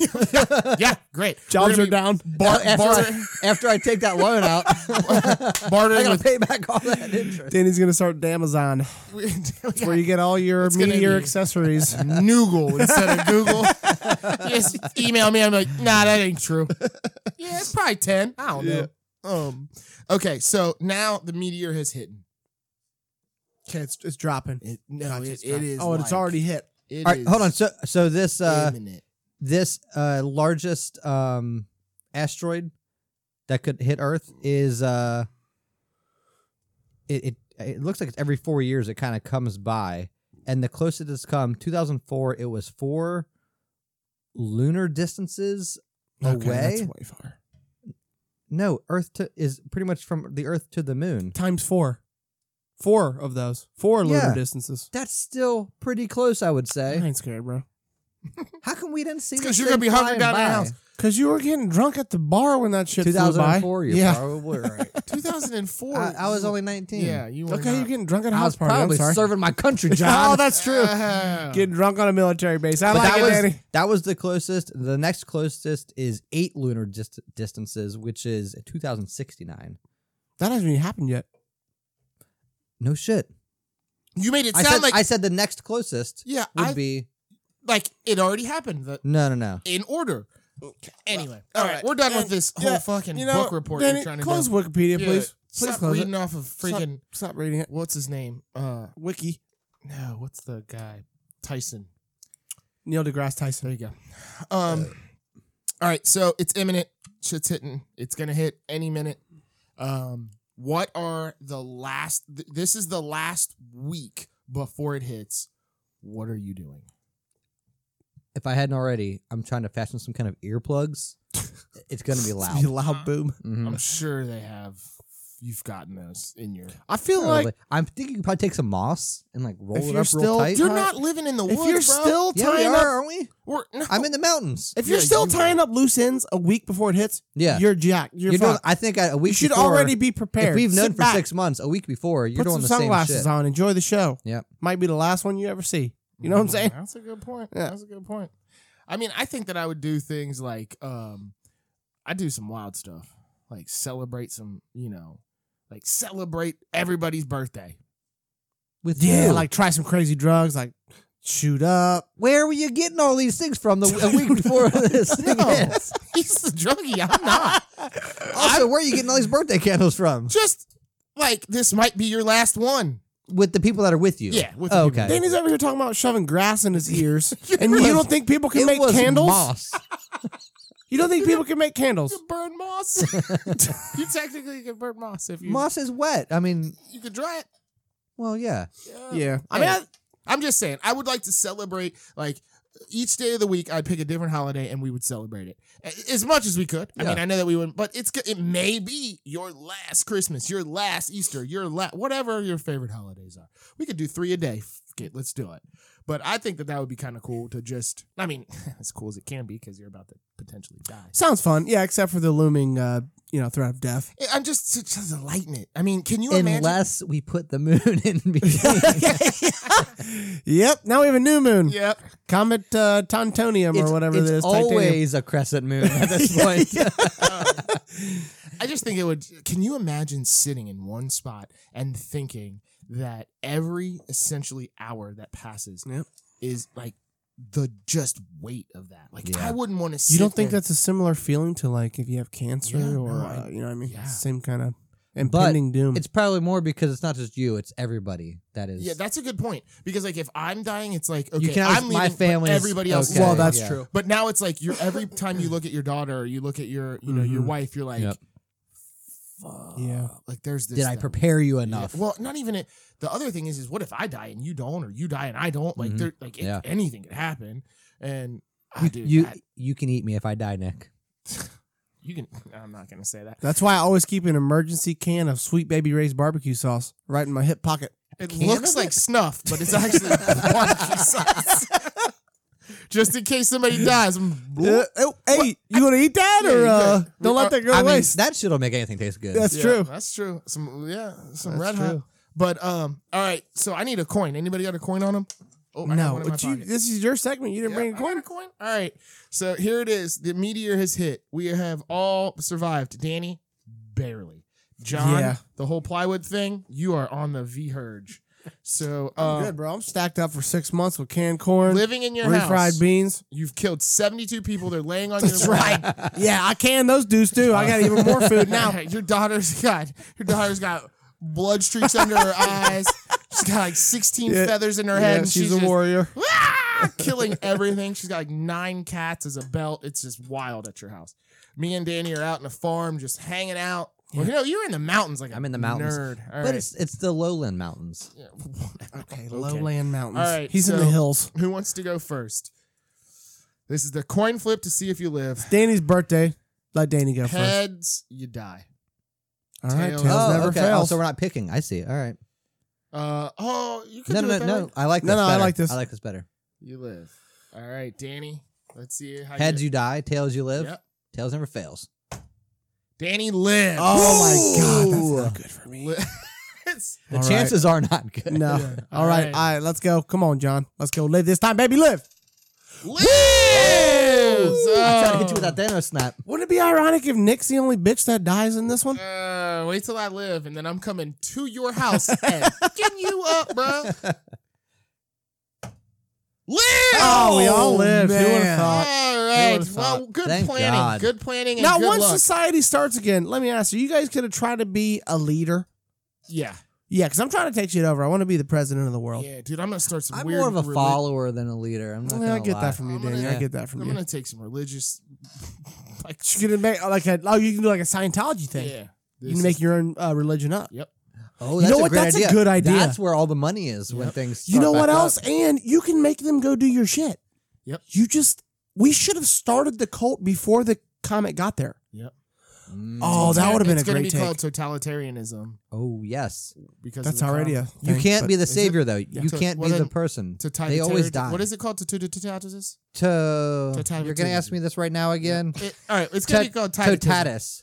A: Yeah, great. We're
C: Jobs
A: gonna
C: are
A: be
C: down.
B: Bar- after,
A: bar-
B: I, after I take that loan out, I
A: bartering
B: gotta
A: with.
B: pay back all that interest.
C: Danny's gonna start Amazon,
A: we- we got
C: where you get all your
A: It's gonna
C: meteor
A: be-
C: accessories.
A: Noogle instead of Google. Just email me. I'm like, nah, that ain't true. Yeah, it's probably ten. I don't know. Um. Okay, so now the meteor has hit.
C: okay, it's, it's dropping.
A: It, no,
C: God,
A: it,
C: it's
A: it
C: dropping.
A: is.
C: Oh, and it's
A: like-
C: already hit.
A: it
B: All right,
A: is
B: hold on. So so this uh,
A: imminent.
B: this uh, largest um, asteroid that could hit Earth is uh, it, it it looks like it's every four years it kind of comes by, and the closest it's come 2004 it was four lunar distances away.
C: Okay, that's way far.
B: No, Earth to, is pretty much from the Earth to the Moon.
C: Times four, four of those, four
B: Yeah.
C: lunar distances.
B: That's still pretty close, I would
C: I
B: say.
C: ain't scared, bro.
B: How come we didn't see?
A: It's 'cause
B: this
A: you're gonna
B: thing
A: be hunkered
B: flying
A: down in your
B: by?
A: house.
C: Cause you were getting drunk at the bar when that shit flew by.
B: 2004, you're
C: yeah.
B: probably right.
A: 2004.
B: I, I was only 19.
A: Yeah, you were.
C: Okay,
A: not.
C: you're getting drunk at a
B: I
C: house
B: was
C: party. I'm
B: probably
C: sorry.
B: serving my country, John.
C: oh, that's true.
A: Oh.
C: Getting drunk on a military base. I
B: But
C: like
B: that
C: it,
B: was
C: Danny.
B: that was the closest. The next closest is eight lunar dist- distances, which is 2069.
C: That hasn't even happened yet.
B: No shit.
A: You made it
B: I
A: sound
B: said
A: like
B: I said the next closest
A: yeah,
B: would
A: I,
B: be
A: like it already happened. The,
B: no, no, no.
A: in order. Anyway, all
C: Well,
A: right,
C: alright.
A: we're done with
C: And,
A: this whole
C: yeah,
A: fucking
C: You know,
A: book report
C: Danny,
A: you're trying to
C: close
A: do.
C: Wikipedia,
A: Yeah,
C: please. Please
A: stop
C: close
A: reading
C: it.
A: off of freaking
C: Stop reading it.
A: what's his name? Uh,
C: Wiki.
A: no, what's the guy? Tyson.
C: Neil deGrasse Tyson.
A: There you go. Um, all right, so it's imminent. Shit's hitting. It's gonna hit any minute. Um, what are the last? Th- this is the last week before it hits. What are you doing?
B: If I hadn't already, I'm trying to fashion some kind of earplugs it's going to be
C: It'd be a
B: loud.
C: loud boom.
B: Mhm.
A: I'm sure they have. You've gotten those in your.
C: I feel
B: Probably.
C: like
B: I'm thinking you could probably take some moss and like roll
C: If
B: it
C: you're
B: up real
C: still-
B: tight.
C: If
A: You're
C: I-
A: not living in the
C: if
A: woods,
C: you're
A: bro.
C: still
B: yeah, we
C: tying
B: are,
C: up,
B: aren't we?
A: We're- no.
B: I'm in the mountains.
C: if you're
A: Yeah,
C: still
A: you
C: tying up loose ends a week before it hits,
B: Yeah.
C: you're jacked. You're,
B: You're doing-
C: fucked.
B: I think I, a week
C: You should
B: before,
C: already be prepared.
B: If we've known
C: Sit
B: for
C: back.
B: six months, a week before, you're
C: put
B: doing
C: some
B: the same
C: sunglasses
B: shit.
C: on. Enjoy the show.
B: Yep.
C: Might be the last one you ever see. You know what I'm saying?
A: Mm-hmm. That's a good point.
C: Yeah.
A: That's a good point. I mean, I think that I would do things like um I do some wild stuff. Like celebrate some, you know, like celebrate everybody's birthday.
B: With
C: Yeah,
B: you.
C: like try some crazy drugs, like shoot up.
B: where were you getting all these things from the, a week before this thing
A: No.
B: hits?
A: He's the druggie, I'm not.
B: Also, where are you getting all these birthday candles from?
A: Just like this might be your last one.
B: With the people that are with you.
A: Yeah, with
B: Oh,
A: the people.
B: okay.
C: Danny's over here talking about shoving grass in his ears, and
B: was-
C: you don't think people can
B: It
C: make
B: was
C: candles?
B: moss.
C: You don't think people can make candles?
A: You burn moss. you technically could burn moss if you
B: moss is wet. I mean,
A: you could dry it.
B: well, yeah.
C: Yeah,
A: I mean, I, I'm just saying, I would like to celebrate like each day of the week. I'd pick a different holiday and we would celebrate it A- as much as we could. I
B: Yeah.
A: mean, I know that we wouldn't, but it's go- it may be your last Christmas, your last Easter, your last whatever your favorite holidays are. We could do three a day. Fuck it, let's do it. But I think that that would be kind of cool to just. I mean, as cool as it can be because you're about to potentially die.
C: sounds fun. Yeah, except for the looming, uh, you know, threat of death.
A: I- I'm just to, just to lighten it. I mean, can you imagine?
B: Unless we put the moon in between.
C: Yep. Now we have a new moon,
A: Yeah,
C: Comet uh, Tantonium
B: It's-
C: or whatever
B: it's
C: it is. titanium.
B: always a crescent moon at this point.
A: I just think it would. Can you imagine sitting in one spot and thinking that every essentially hour that passes
C: Yep.
A: is like the just weight of that? Like
B: Yeah.
A: I wouldn't want to.
C: You don't think that's a similar feeling to like if you have cancer
A: Yeah,
C: or
A: no, I-
C: uh, you know what I mean?
A: yeah.
C: Same kind of impending doom.
B: It's probably more because it's not just you; it's everybody that is.
A: Yeah, that's a good point because like if I'm dying, it's like okay,
B: you can. always-
A: I'm
B: my
A: leaving, but
B: family. is-
A: everybody else. is
B: okay,
C: Well,
A: dying.
C: that's
B: yeah.
C: true.
A: But now it's like you're every time you look at your daughter or you look at your you know your
C: Mhm.
A: wife, you're like,
B: Mm-hmm. Yep.
A: fuck.
C: Yeah.
A: Like there's this.
B: Did I
A: that-
B: prepare you
A: Yeah,
B: enough?
A: Well, not even it. The other thing is, is what if I die and you don't, or you die and I don't? Like,
B: Mhm.
A: there, like it-
B: Yeah.
A: anything could happen. And ah, I
B: you,
A: do.
B: you,
A: I-
B: you can eat me if I die, Nick.
A: you can. I'm not gonna say that.
C: That's why I always keep an emergency can of Sweet Baby Ray's barbecue sauce right in my hip pocket.
A: It
B: can
A: looks
B: of
A: like
B: it?
A: snuff, but it's actually barbecue sauce. Just in case somebody dies. I'm-
C: Uh, oh, hey, you gonna eat that
A: Yeah,
C: or
A: you
C: uh,
A: could.
C: don't
A: Uh,
C: let that go
B: I
C: to
B: mean,
C: waste?
B: that shit'll make anything taste good.
C: That's
A: Yeah,
C: true.
A: That's true. Some yeah, some red
C: That's true.
A: hot. But um, all right. So I need a coin. Anybody got a coin on them? Oh, I have
C: no,
A: one in my
C: but you,
A: pocket.
C: this is your segment. You didn't
A: Yeah,
C: bring a
A: I got
C: coin.
A: All right. So here it is. The meteor has hit. We have all survived. Danny, barely. John,
C: Yeah.
A: the whole plywood thing, you are on the V Herge. So uh,
C: Good, bro. I'm stacked up for six months with canned corn,
A: living in your
C: refried
A: house,
C: beans.
A: you've killed 72 people. They're laying on
C: That's
A: your
C: right.
A: lap.
C: yeah, I can those dudes too. I got even more food now.
A: Now your daughter's got your daughter's got blood streaks under her eyes. She's got like 16
C: Yeah.
A: feathers in her
C: Yeah,
A: head. and
C: she's, a
A: just-
C: warrior.
A: Ah! killing everything. She's got like nine cats as a belt. It's just wild at your house. Me and Danny are out in a farm, just hanging out. Well, you know, you're in the mountains, like
B: I'm in the mountains.
A: Nerd. All
B: but
A: right.
B: it's it's the lowland mountains.
A: Yeah.
C: Okay,
A: Okay.
C: lowland mountains.
A: All right,
C: He's in the
A: so-
C: hills.
A: Who wants to go first? This is the coin flip to see if you live.
C: Danny's birthday. Let Danny go first.
A: Heads, you die.
C: All right,
A: tails.
C: tails
A: Hills
B: oh,
C: never
B: okay.
C: fails.
B: Oh, so we're not picking. I see. All right.
A: Uh oh, you could
B: No,
A: do
B: no,
A: it that
B: no, no.
A: way.
B: I like
C: No,
B: this.
C: no, I
B: better.
C: like this.
B: I like this better.
A: You live. All right, Danny. Let's see how
B: Heads you die, tails you live.
A: Yep.
B: Tails never fails.
A: Danny lives.
C: Oh
B: Ooh.
C: my god, that's not good for me.
A: Li- It's-
B: The
C: All right.
B: chances are not good.
A: Yeah.
C: No. All right.
A: All right.
C: All right. Let's go. Come on, John. Let's go. Live this time, baby. Live.
A: lives. Oh. I
B: I tried to hit you with that Thanos snap.
C: Wouldn't it be ironic if Nick's the only bitch that dies in this one?
A: Uh, wait till I live, and then I'm coming to your house and fucking you up, bro. Live.
C: Oh, we all lived. Who
B: man.
C: would've
A: All
C: thought?
A: right.
C: would've
A: Well,
C: thought.
A: good
B: Thank
A: planning.
B: God.
A: Good planning. And
C: Now,
A: good
C: once
A: luck.
C: society starts again, let me ask you: You guys could have tried to be a leader.
A: yeah,
C: Yeah, because I'm trying to take shit over. I want to be the president of the world.
A: yeah, dude, I'm gonna start some
B: I'm
A: weird.
B: more of a
A: reli-
B: follower than a leader. I'm not
C: Yeah, I
B: gonna
C: get
B: lie.
C: that from you,
A: I'm gonna-
C: Danny. I
B: yeah.
C: get that from
A: I'm
C: you.
A: gonna take some religious. like,
C: You can make like a oh, you can do like a Scientology thing.
A: yeah,
C: You
A: This
C: can make your own uh, religion up.
B: Oh,
C: You
B: that's
C: know
B: a
C: what?
B: great
C: That's a
B: idea.
C: good idea.
B: That's where all the money is when
A: Yep.
B: things.
C: You
B: start
C: know what
B: back up.
C: else? And you can make them go do your shit.
A: Yep.
C: You just we should have started the cult before the comet got there.
B: Mm.
C: Oh, that would have been
A: it's
C: a
A: gonna
C: great
A: be
C: take.
A: called totalitarianism
B: Oh yes.
A: because of
C: That's
A: the
C: already
A: com-
C: a.
B: You
C: thing,
B: can't
C: but
B: be the
A: is it-
B: savior though. You
A: So-
B: can't
A: well,
B: be the
A: then,
B: person.
A: totalitarian.
B: They always die.
A: What is it called? Totalitas?
B: To
A: Totatus.
B: you're gonna ask me this right now again.
A: It, all right, it's gonna
B: Tot-
A: be called totatism.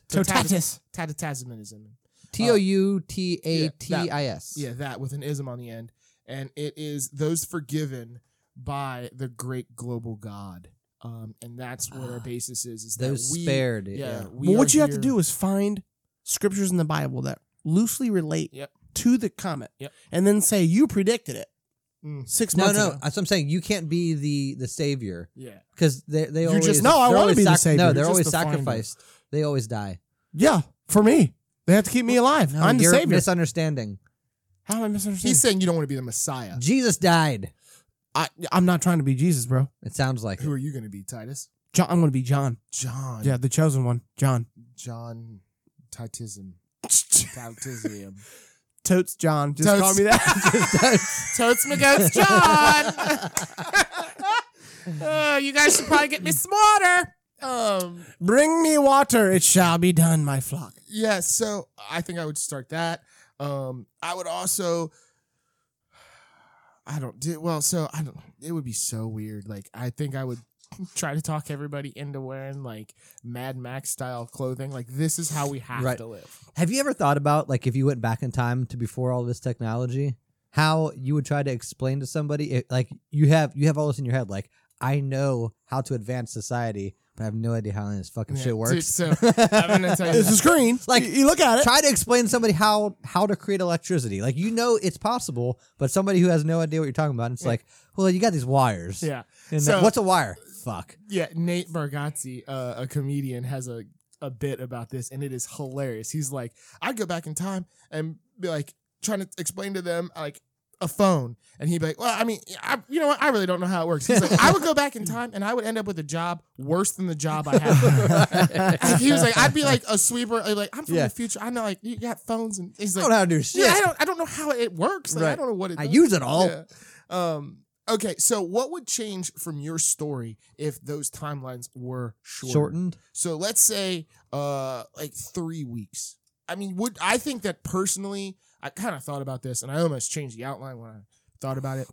A: Totatus.
B: Totatus.
A: Totatisminism.
B: T o u t a t i s.
A: Yeah, that with an ism on the end, and it is those forgiven by the great global God, um, and that's what our basis is. Is
B: Those
A: that we,
B: spared.
A: Yeah.
B: Yeah.
A: we
C: well,
A: are
C: what you have to
A: here-
C: do is find scriptures in the Bible that loosely relate
A: Yep.
C: to the comet,
A: Yep.
C: and then say you predicted it
A: Mm,
C: six
B: No,
C: months
B: no.
C: ago.
B: That's what I'm saying. You can't be the the savior
A: yeah.
B: because they they
C: You
B: always
C: just- No, I
B: they're
C: wanna
B: always
C: be the
B: sac-
C: savior.
B: No, they're
A: Just
B: always
A: the finder.
B: sacrificed. They always die.
C: Yeah, for me, they have to keep me alive.
B: No,
C: I'm the
B: you're
C: savior.
B: misunderstanding.
C: How am I misunderstanding?
A: He's saying you don't want to be the Messiah.
B: Jesus died.
C: I, I'm not trying to be Jesus, bro.
B: It sounds like
A: Who
B: it.
A: are you going to be, Titus?
C: John, I'm going to be John.
A: John.
C: Yeah, the chosen one, John.
A: John. Titism. Tautism.
C: Totes John. Just
A: Totes.
C: call me that.
A: Totes me goats John. Oh, you guys should probably get me some water. Um.
C: Bring me water, it shall be done, my flock.
A: yeah so i think i would start that um i would also i don't do well so i don't it would be so weird like i think i would try to talk everybody into wearing like mad max style clothing like this is how we have
B: Right.
A: to live
B: Have you ever thought about like if you went back in time to before all this technology, how you would try to explain to somebody it, like you have you have all this in your head like I know how to advance society, but I have no idea how any of this fucking
A: Yeah,
B: shit
A: dude,
B: works.
A: so i'm gonna tell you
C: It's a
A: this.
C: screen.
B: Like-
C: Like, you look at it.
B: Try to explain to somebody how how to create electricity. Like you know it's possible, but somebody who has no idea what you're talking about, it's like, well, you got these wires.
A: yeah
B: And
A: So-
B: what's a wire? Fuck.
A: Yeah, Nate Bargatze, uh, a comedian, has a a bit about this, and it is hilarious. He's like, I'd go back in time and be like trying to explain to them like a phone, and he'd be like, Well, I mean, I, you know what? I really don't know how it works. He's like, I would go back in time, and I would end up with a job worse than the job I have. Like, he was like, I'd be like a sweeper. I'd be Like I'm from
B: Yeah.
A: the future. I know like you got phones, and he's
B: I
A: like,
B: don't know how to do shit.
A: yeah, I don't. I don't know how it works. Like, I
B: Right.
A: don't know what it.
B: I
A: does.
B: use it all.
A: Yeah. Um. Okay. So, what would change from your story if those timelines were shortened?
B: Shortened.
A: So, let's say, uh, like three weeks. I mean, would I think that personally? I kind of thought about this, and I almost changed the outline when I thought about it.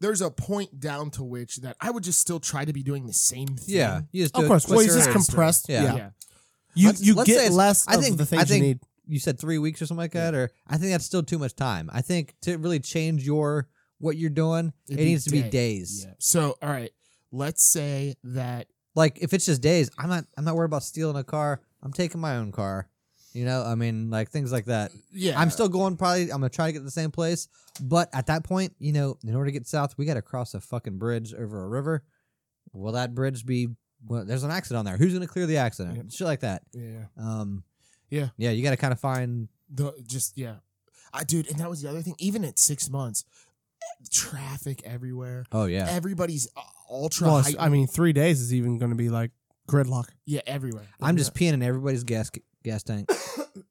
A: There's a point down to which that I would just still try to be doing the same thing.
B: Yeah. You just do
C: Of
B: it
C: course. Well, he's
B: quicker
C: just
B: and-
C: compressed.
B: Yeah.
C: Yeah.
A: Yeah.
C: You,
B: Let's-
C: you
B: let's say
C: get
B: it's-
C: less
B: I
C: I think,
B: think-
C: of the things
B: I think-
C: you need.
B: you said three weeks or something like that, or I think that's still too much time. I think to really change your what you're doing,
A: It'd be
B: it needs to be
A: day.
B: days.
A: yeah. So, all right. Let's say that
B: Like if it's just days, I'm not I'm not worried about stealing a car. I'm taking my own car. You know, I mean, like things like that.
A: yeah,
B: I'm still going. Probably, I'm gonna try to get to the same place. But at that point, you know, in order to get south, we got to cross a fucking bridge over a river. Will that bridge be? Well, there's an accident on there. Who's gonna clear the accident?
A: Yeah.
B: Shit like that.
A: yeah.
B: Um,
A: Yeah.
B: yeah. You got to kind of find.
A: the just yeah i dude and that was the other thing even at six months traffic everywhere
B: Oh yeah.
A: everybody's uh, ultra
C: Well,
A: hype-
C: I mean, three days is even going to be like gridlock.
A: yeah everywhere
B: I'm just peeing in everybody's gas gas tank.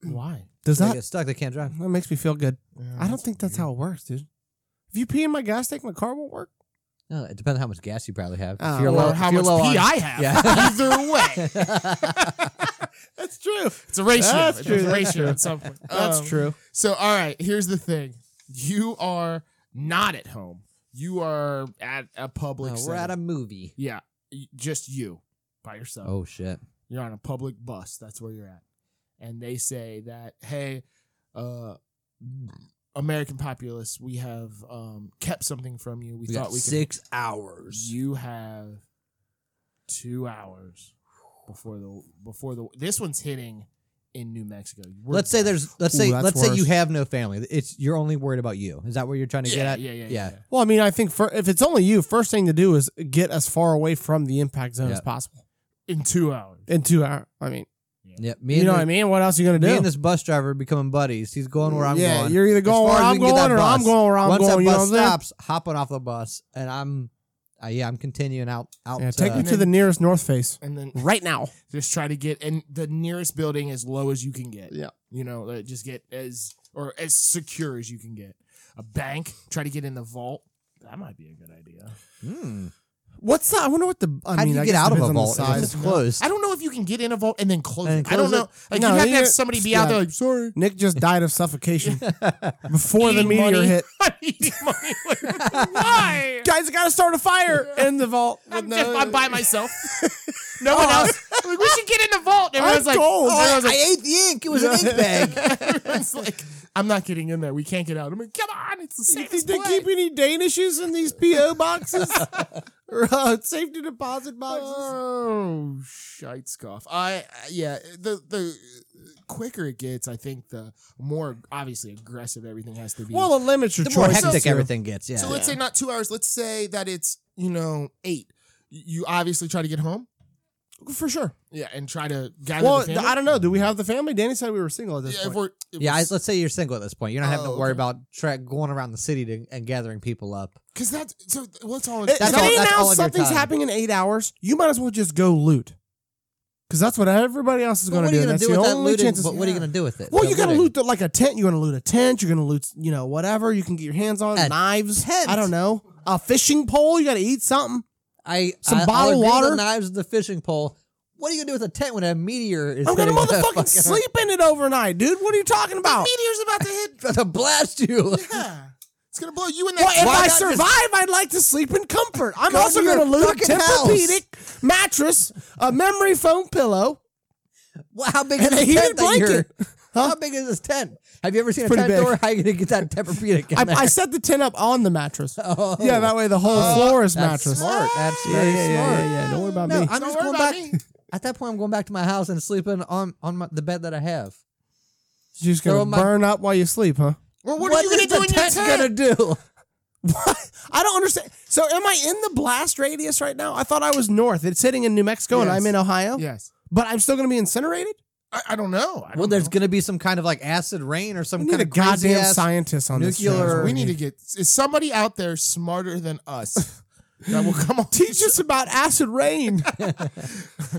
A: why
C: Does
B: they
C: that?
B: get stuck. They can't drive.
C: That makes me feel good.
A: Yeah,
C: I don't think that's
A: weird.
C: how it works, dude. If you pee in my gas tank, my car won't work.
B: No, it depends on how much gas you probably have.
C: Oh,
A: or
C: well,
A: how much pee i have
B: Yeah.
A: either way
C: That's true.
A: it's a ratio
C: That's
A: it's
C: true,
A: a
C: that's
A: ratio
C: true.
A: at some point
C: That's
A: Um,
C: true.
A: so all right here's the thing you are not at home you are at a public
B: we're at a
A: setting.
B: movie.
A: yeah y- just you by yourself
B: Oh shit!
A: you're on a public bus that's where you're at and they say that hey uh american populace we have um kept something from you we,
B: We
A: thought
B: got
A: we
B: six
A: could
B: hours.
A: you have two hours before the before the this one's hitting in new mexico We're
B: let's say
A: done.
B: there's. Let's
C: Ooh,
B: say.
C: that's
B: Let's say you
C: worse.
B: have no family. It's you're only worried about you. Is that what you're trying to get
A: yeah,
B: at?
A: yeah, yeah, yeah,
B: Yeah.
A: yeah.
C: Well, I mean, I think for, if it's only you, first thing to do is get as far away from the impact zone
B: Yeah.
C: as possible.
A: in two hours
C: In two hours. I mean,
B: Yeah. Me
C: you
B: and
C: know
B: the-
C: what I mean? What else are you going to
B: Me
C: do?
B: and this bus driver becoming buddies. He's going where I'm
C: yeah,
B: going.
C: you're either going
B: far
C: where
B: as we
C: I'm
B: can get
C: going
B: that
C: or I'm
B: bus.
C: going where I'm
B: Once
C: going.
B: that
C: You know
B: bus
C: what I'm saying?
B: stops, hopping off the bus, and I'm. Uh, yeah, I'm continuing out. Out.
C: Yeah,
B: to-
C: take me
A: And
C: to the
A: then-
C: nearest North Face
A: and then
C: right now.
A: just try to get in the nearest building as low as you can get.
C: Yeah.
A: You know, uh, just get as or as secure as you can get. A bank, try to get in the vault. That might be a good idea.
B: Hmm.
C: What's that? I wonder what the. I
B: How do
C: mean,
B: you
C: I
B: get
C: guess
B: out of
C: depends
B: a
C: on the
B: vault if
C: size.
B: it's closed?
A: I don't know if you can get in a vault and then close
C: And
A: it. I don't
C: close
A: know.
C: it?
A: Like
C: No,
A: you have to
C: you
A: have
C: get-
A: somebody be
C: yeah.
A: out there like sorry
C: Nick just died of suffocation before the
A: eating
C: meteor
A: money.
C: hit.
A: Eating money. Why?
C: Guys, I gotta start a fire in the vault.
A: I'm
C: No, Oh.
A: just I'm by myself. No one else. Like, we should get in the vault. Everyone's like,
C: cold.
A: oh, everyone's
B: I
A: like,
B: ate the ink. It was an ink bag.
A: everyone's like, I'm not getting in there. We can't get out. I'm like, come on, it's the
C: you think
A: safest
C: they
A: place.
C: keep any Danishes in these PO boxes or uh, safety deposit
B: Uh,
C: boxes?
A: Oh, shite scoff. I yeah, the the quicker it gets, I think the more obviously aggressive everything has to be.
C: Well, it limits your
B: The more
C: choices.
B: hectic
C: too.
B: everything gets. Yeah.
A: so let's say not 2 hours, let's say that it's, you know, 8. You obviously try to get home.
C: for sure.
A: Yeah, and try to gather
C: Well,
A: the family.
C: I don't know. Do we have the family? Danny said we were single at this
A: yeah, if
C: point.
A: we're, if
B: Yeah, I, let's say you're single at this point. You're not having
A: Oh,
B: to worry
A: okay.
B: about tra- going around the city to, and gathering people up.
A: cuz that's so what's all
C: If
B: That's all-
C: they
B: that's all
C: announce
B: of your
C: something's
B: time.
C: happening in eight hours, you might as well just go loot. Because that's what everybody else is
B: But
C: going
B: what are
C: to do.
B: you going
C: That's
B: to do
C: the
B: with that
C: only
B: looting?
C: chances-
B: What, what are you
C: Yeah.
B: going to do with it?
C: Well,
B: The
C: you got to
B: looting.
C: loot the, like a tent. You're going to loot a tent. You're going to loot, you know, whatever. You can get your hands on
B: A
C: knives.
B: tent?
C: I don't know. A fishing pole. You got to eat something.
B: I
C: some
B: I, I'll
C: bottled
B: agree with
C: water.
B: the knives, and the fishing pole. What are you going to do with a tent when a meteor is?
C: I'm going to
B: hitting the
C: motherfucking
B: fucking-
C: sleep in it overnight, dude. What are you talking about?
A: meteor's about to hit.
B: about to blast you.
A: Yeah. It's going to blow you in
C: Well, if
A: that
C: I
B: not
C: survive, I'd like to sleep in comfort. I'm
B: Go
C: also
B: to your
C: going to loot a
B: fucking house.
C: Tempur-Pedic mattress, a memory foam pillow.
B: Well, how big
C: And
B: is the
C: a heated
B: tent that you're?
C: blanket.
B: How big is this tent? Have you ever seen a
C: pretty
B: tent
C: big.
B: door? How are you going to get that Tempur-Pedic in
C: I,
B: there?
C: I set the tent up on the mattress.
B: Oh.
C: Yeah, that way the whole floor is
B: That's
C: mattress.
B: smart. That's
C: Yeah,
B: very
C: yeah, yeah,
B: smart.
C: yeah, yeah. Don't worry about
B: no,
C: me.
B: I'm
A: Don't
B: just
A: worry
B: going
A: about
B: back.
A: me.
B: At that point, I'm going back to my house and sleeping on on my, the bed that I have.
C: You're just gonna
B: Throw my-
C: burn up while you sleep, huh?
A: Well, what,
B: What
A: are you going to
B: is
A: do
B: the
A: in your
B: tent going
A: tent?
B: to do?
C: What? I don't understand. So, am I in the blast radius right now? I thought I was north. It's hitting in New Mexico, and
A: Yes.
C: I'm in Ohio.
A: Yes.
C: But I'm still gonna be incinerated.
A: I, I don't know. I don't
B: Well, there's
A: know.
B: going to be some kind of like acid rain or some
C: We
B: kind
C: need a
B: of crazy
C: goddamn
B: ass-
C: scientist on this. show.
B: nuclear-
A: we need to get is somebody out there smarter than us that will come on
C: teach us about acid rain.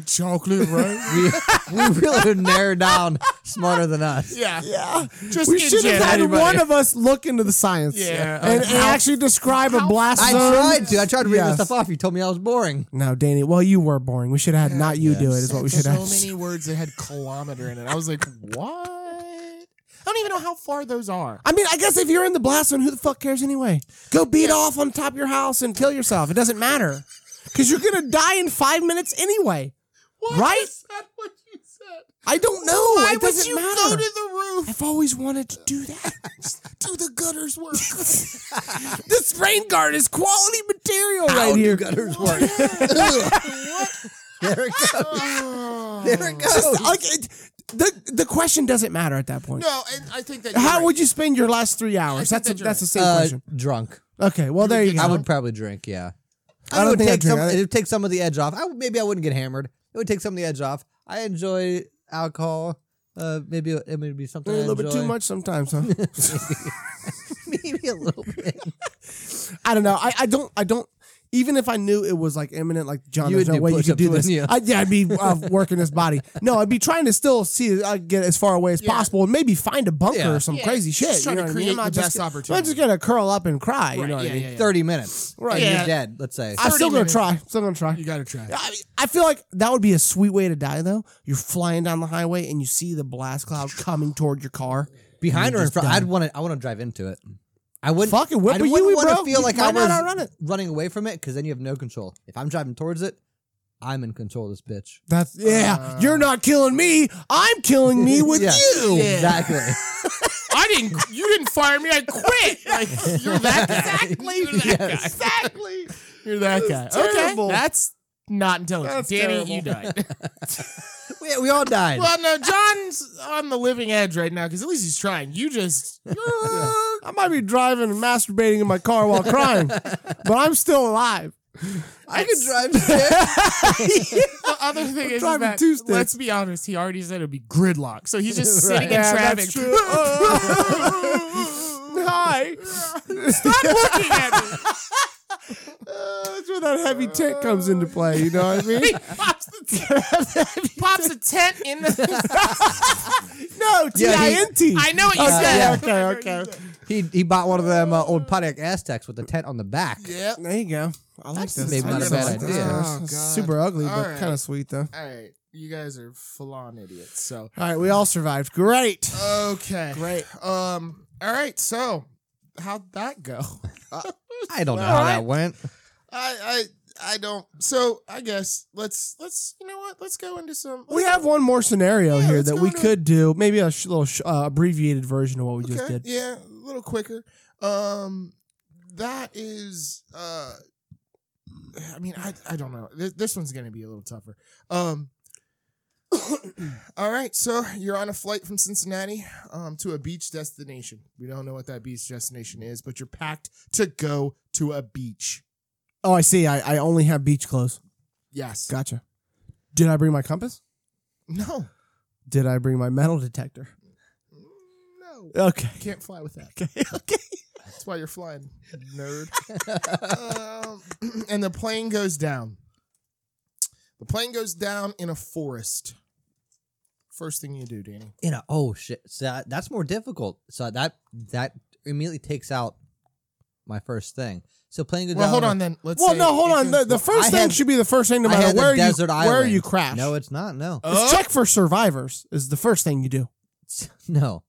A: chocolate rain.
B: We, we really would narrow down smarter than us.
A: yeah.
C: yeah.
A: Just
C: we
A: in
C: should have
A: general,
C: had
A: anybody.
C: one of us look into the science
A: Yeah. uh,
C: and, and
A: How-
C: actually describe a
A: how-
C: blast
B: I
C: zone.
B: tried to. I tried to read
C: Yes.
B: this stuff off. You told me I was boring.
C: No, Danny. Well, you were boring. We should have had not you do it. Is what we should
A: so
C: have.
A: many words that had kilometer in it. I was like, what? I don't even know how far those are.
C: I mean, I guess if you're in the blast zone, who the fuck cares anyway? Go beat off on top of your house and kill yourself. It doesn't matter. Because you're going to die in five minutes anyway.
A: What
C: Right?
A: Is that what you said?
C: I don't know.
A: Why
C: it
A: would
C: doesn't
A: you
C: matter.
A: go to the roof?
C: I've always wanted to do that.
A: Do the gutters work?
C: this rain guard is quality material
B: How
C: right
B: do
C: here.
B: gutters work? there it goes.
A: Oh.
B: There it
C: Just,
B: goes.
C: like, it, the, the question doesn't matter at that point.
A: No, and I think that you're
C: How
A: right.
C: would you spend your last three
A: think
C: hours? That's a,
A: that you're
C: that's the same
B: Uh,
C: question.
B: drunk.
C: Okay, well, there you go.
B: I would probably drink. Yeah.
C: I don't
B: it would
C: think I'd
B: take
C: drink.
B: some.
C: I-
B: It would take some of the edge off. I would- maybe I wouldn't get hammered. It would take some of the edge off. I enjoy alcohol. Uh, maybe it it would be
C: a
B: something I
C: little bit
B: enjoy.
C: too much sometimes, huh?
B: maybe a little bit.
C: I don't know. I, I don't. I don't. Even if I knew it was like imminent, like John,
B: You
C: there's
B: would
C: no
B: do
C: way you could
B: push-ups,
C: do this.
B: wouldn't you?
C: I, yeah, I'd be uh, working this body. No, I'd be trying to still see, uh, get as far away as
A: Yeah.
C: possible, and maybe find a bunker
B: Yeah.
C: or some
A: Yeah,
C: crazy
A: just
C: shit. you
A: trying
C: know
A: to
C: what I mean?
A: create
C: I'm not
A: the
C: just
A: best
C: gonna- I'm
A: opportunity.
C: just gonna curl up and cry. You
A: Right,
C: know what
A: yeah,
C: I mean?
A: yeah, yeah.
B: Thirty minutes. Right.
A: Yeah.
B: You're dead. Let's say.
C: I'm
A: 30
C: still gonna
A: minutes.
C: try. Still gonna try.
A: You got to try.
C: I, I feel like that would be a sweet way to die, though. You're flying down the highway and you see the blast cloud coming toward your car.
B: behind or in
C: just
B: front.
C: done.
B: I'd want to. I want to drive into it. I wouldn't.
C: Fucking
B: I
C: whip a
B: wouldn't
C: Yui,
B: wanna
C: bro.
B: feel
C: You-
B: like
C: why
B: I
C: not
B: was
C: outrun it?
B: running away from it because then you have no control. If I'm driving towards it, I'm in control of this bitch.
C: That's yeah. you're not killing me. I'm killing me with
B: Yeah,
C: you.
B: Exactly.
A: I didn't. You didn't fire me. I quit. Like you're that guy. Exactly. You're that guy.
B: Yes.
A: Exactly. You're that guy.
C: That's
A: Okay.
C: terrible.
A: That's not intelligent.
C: That's
A: Danny,
C: terrible.
A: you died.
B: we, we all died.
A: well, no, John's on the living edge right now because at least he's trying. You just.
C: I might be driving and masturbating in my car while crying, but I'm still alive.
B: I could drive to there.
A: The other thing is,
C: driving
A: that,
C: two sticks.
A: let's be honest. He already said it'd be gridlock, so he's just
B: Right.
A: sitting
C: Yeah,
A: in traffic.
C: that's true. Hi.
A: Stop looking at me.
C: Uh, that's where that heavy tent comes into play. You know what I mean?
A: He pops the, pops was a tent in the.
C: No, T
B: Yeah,
C: I
B: he-
C: N T.
A: I know what you
B: Okay,
A: said.
C: okay, okay.
B: He he bought one of them uh, old Pontiac Aztecs with the tent on the back.
A: Yep.
C: There you go. I like
A: That's
C: this.
B: Oh. maybe
C: I
B: not a
C: never
B: bad
C: liked this
B: idea.
C: one.
A: Oh,
C: It's
A: God.
C: Super ugly,
A: All
C: but
A: right.
C: kind of sweet though.
A: All right. You guys are full on idiots. So.
C: All right, we all survived. Great.
A: Okay. Great. Um. All right. So, how'd that go?
B: I don't know how
A: Alright.
B: that went.
A: I. I. I don't. So I guess let's let's you know what let's go into some.
C: We have one more scenario
A: Yeah,
C: here
A: let's
C: that
A: go
C: we
A: to-
C: could do. Maybe a sh- little sh- uh, abbreviated version of what we just
A: Okay,
C: did.
A: Yeah, a little quicker. Um, that is. Uh, I mean, I I don't know. This, this one's gonna be a little tougher. Um. all right, so you're on a flight from Cincinnati um, to a beach destination. We don't know what that beach destination is, but you're packed to go to a beach.
C: Oh, I see. I, I only have beach clothes.
A: Yes.
C: Gotcha. Did I bring my compass?
A: No. Mm,
C: Did I bring my metal detector?
A: No.
C: Okay.
A: Can't fly with that.
C: Okay. Okay.
A: That's why you're flying, nerd. um, and the plane goes down. The plane goes down in a forest. First thing you do, Danny.
B: You know, oh shit, so that, that's more difficult. So that that immediately takes out my first thing. So playing good.
A: Well,
B: down
A: hold
B: the-
A: on then. Let's
C: Well,
A: say
C: no, hold
A: it
C: on. The,
A: goes-
C: the first
B: I
C: thing
B: had-
C: should be the first thing no
B: I
C: matter
B: had the
C: where you
B: desert
C: where
B: island.
C: you crash.
B: No, Oh. it's not. No,
C: It's check for survivors is the first thing you do.
B: no.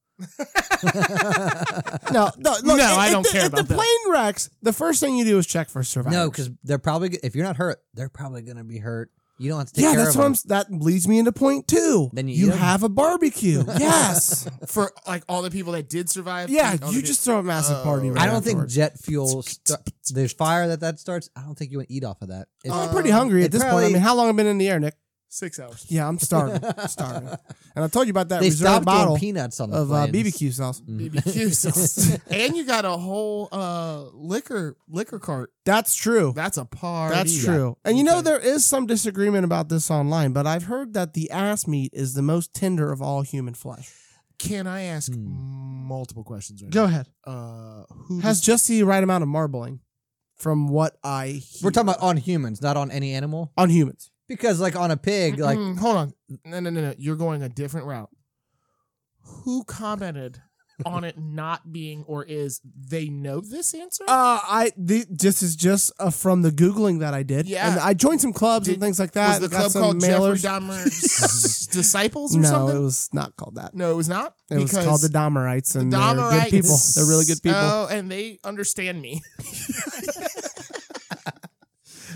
C: No, no, look,
A: No,
C: if-
A: I
C: if
A: don't
C: the-
A: care
C: If
A: about
C: the
A: that.
C: plane wrecks, the first thing you do is check for survivors.
B: No, because they're probably g- if you're not hurt, they're probably gonna be hurt. You don't have to take
C: yeah,
B: care of
C: that's what I'm.
B: them.
C: s- That leads me into point two.
B: Then you eat 'em.
C: have a barbecue. yes.
A: for like all the people that did survive.
C: Yeah,
A: all the
C: you
A: pe-
C: just throw a massive party.
A: Oh.
C: Right
B: I don't think
C: afterwards.
B: jet fuel. St- the fire that that starts. I don't think you would eat off of that. It's-
C: I'm
A: Uh,
C: pretty hungry at
B: it
C: this point. I
B: probably-
C: mean, how long have I been in the air, Nick?
A: six hours.
C: Yeah, I'm starving. starving. And I told you about that
B: they
C: reserve
B: stopped doing
C: bottle
B: peanuts on the
C: of uh,
B: planes.
C: BBQ sauce.
B: Mm-hmm.
A: BBQ sauce. and you got a whole uh liquor liquor cart.
C: That's true.
A: That's a party.
C: That's true. And you know,
A: Okay.
C: there is some disagreement about this online, but I've heard that the ass meat is the most tender of all human flesh.
A: Can I ask
B: Hmm.
A: multiple questions right
C: Go ahead.
A: now? Uh who
C: Has
A: did-
C: just the right amount of marbling from what I hear.
B: We're talking about on humans, not on any animal.
C: on humans.
B: Because like on a pig, like
A: Mm, hold on. No, no, no, no. You're going a different route. Who commented on it not being or is they know this answer?
C: Uh, I the, this is just uh, from the googling that I did.
A: Yeah.
C: and I joined some clubs
A: Did-
C: and things like
A: Was
C: that.
A: the
C: got
A: club
C: some
A: called
C: mailers.
A: Jeffrey Dahmer's Disciples or
C: No, it
A: something?
C: was not called that.
A: No, it was not.
C: It was called the Dahmerites, and they're
A: Dahmerites-
C: good people. They're really good people.
A: Oh, and they understand me.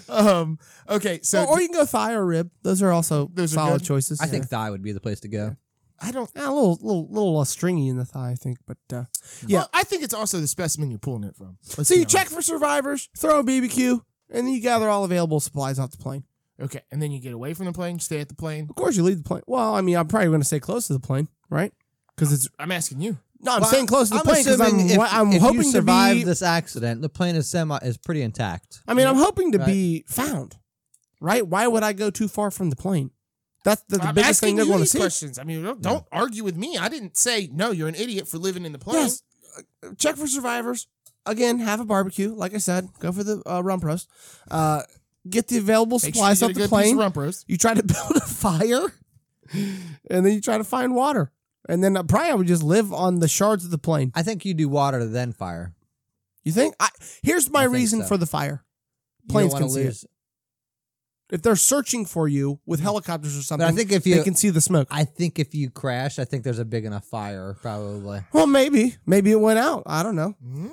A: um. Okay, so
C: or, or you can go thigh or rib. Those are also
A: Those are
C: solid
A: good.
C: choices.
B: I think thigh would be the place to go.
A: I don't.
C: Yeah, a little, little, little uh, stringy in the thigh, I think. But uh,
A: Yeah,
C: Yeah.
A: I think it's also the specimen you're pulling it from. Let's
C: so
A: be
C: you
A: honest.
C: check for survivors, throw a BBQ, and then you gather all available supplies off the plane.
A: Okay, and then you get away from the plane, stay at the plane.
C: Of course, you leave the plane. Well, I mean, I'm probably going to stay close to the plane, right? Because it's
A: I'm asking you.
C: no, I'm
B: Well,
C: staying close to the
B: I'm
C: plane because I'm,
B: assuming if,
C: wa- I'm
B: if
C: hoping
B: you
C: to
B: survive
C: be.
B: this accident, the plane is semi is pretty intact.
C: I mean, I'm hoping to
B: Right.
C: be found, right? Why would I go too far from the plane? That's the, the
A: I'm
C: biggest thing
A: asking
C: they're
A: you
C: going to
A: these
C: see.
A: questions. I mean, don't, don't argue with me. I didn't say no. You're an idiot for living in the plane.
C: Yes. Uh, Check for survivors. Again, have a barbecue. Like I said, go for the uh, rump roast. Uh, get the available
A: Make
C: supplies
A: sure you
C: off
A: get
C: the
A: a good piece of
C: plane.
A: rump roast.
C: You try to build a fire, and then you try to find water. And then uh, probably I would just live on the shards of the plane.
B: I think you do water then fire.
C: You think? I, here's my
B: I think
C: reason
B: so.
C: for the fire.
B: You don't
C: Planes
B: wanna
C: can see it.
B: lose. Mm.
C: If they're searching for you with helicopters or something,
B: But I think if you,
C: they can see the smoke.
B: I think if you crash, I think there's a big enough fire probably.
C: well, maybe, maybe it went out. I don't know.
A: Mm,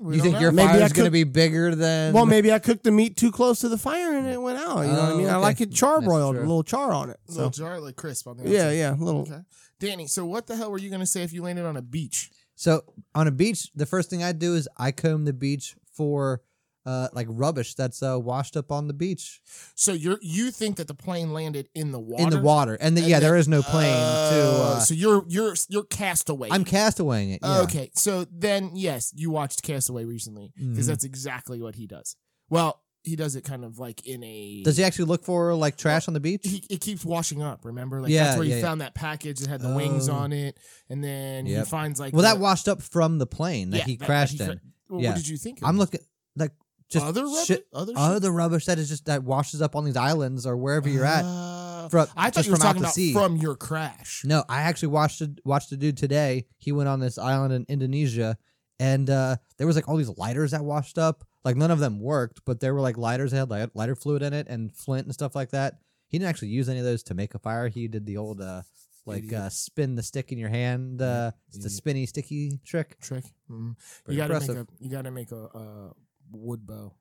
A: we
B: You
A: don't
B: think your
A: know.
C: Maybe
B: fire
C: I
B: is going to
C: could-
B: be bigger than?
C: Well, maybe I cooked the meat too close to the fire and it went out. You know what I
B: Oh,
C: mean? I
B: okay.
C: like it char
B: That's
C: broiled, a
B: true.
C: little char on it. So
A: little jar like crisp on the
C: yeah,
A: outside.
C: yeah, a little.
A: Okay. Danny, so what the hell were you gonna say if you landed on a beach?
B: So on a beach, the first thing I do is I comb the beach for uh, like rubbish that's uh, washed up on the beach
A: So you're you think that the plane landed in the water?
B: in the water, and then
A: And
B: yeah,
A: then-
B: there is no plane to.
A: Oh,
B: Uh,
A: so you're you're you're castaway.
B: I'm castawaying it. Yeah.
A: Okay, so then yes, you watched Castaway recently because
B: Mhm.
A: that's exactly what he does. Well, he does it kind of like in a.
B: Does he actually look for like trash on the beach?
A: he, it keeps washing up. Remember, like
B: Yeah,
A: that's where
B: yeah,
A: you
B: yeah.
A: found that package that had the wings
B: Oh.
A: on it, and then
B: Yep.
A: he finds like
B: Well, that
A: the-
B: washed up from the plane that
A: yeah,
B: he
A: that- that
B: crashed
A: cra-
B: in.
A: Well,
B: Yeah.
A: What did you think? it
B: I'm
A: was?
B: looking like just
A: other
B: shit,
A: rubbish? other shit?
B: other rubbish that is just that washes up on these islands or wherever you're at.
A: Oh, Oh,
B: From-
A: I thought
B: just
A: you were
B: from out
A: talking
B: to
A: about
B: sea. Mm.
A: from your crash.
B: No, I actually watched a, watched a dude today. He went on this island in Indonesia, and uh, there was like all these lighters that washed up. Like none of them worked, but there were like lighters that had like lighter fluid in it and flint and stuff like that. He didn't actually use any of those to make a fire. He did the old uh, like
A: Idiot.
B: uh, spin the stick in your hand, uh, it's the
A: Idiot.
B: spinny sticky trick.
A: Trick. Mm.
B: Pretty
A: You gotta
B: impressive.
A: make a. You gotta make a uh, wood bow.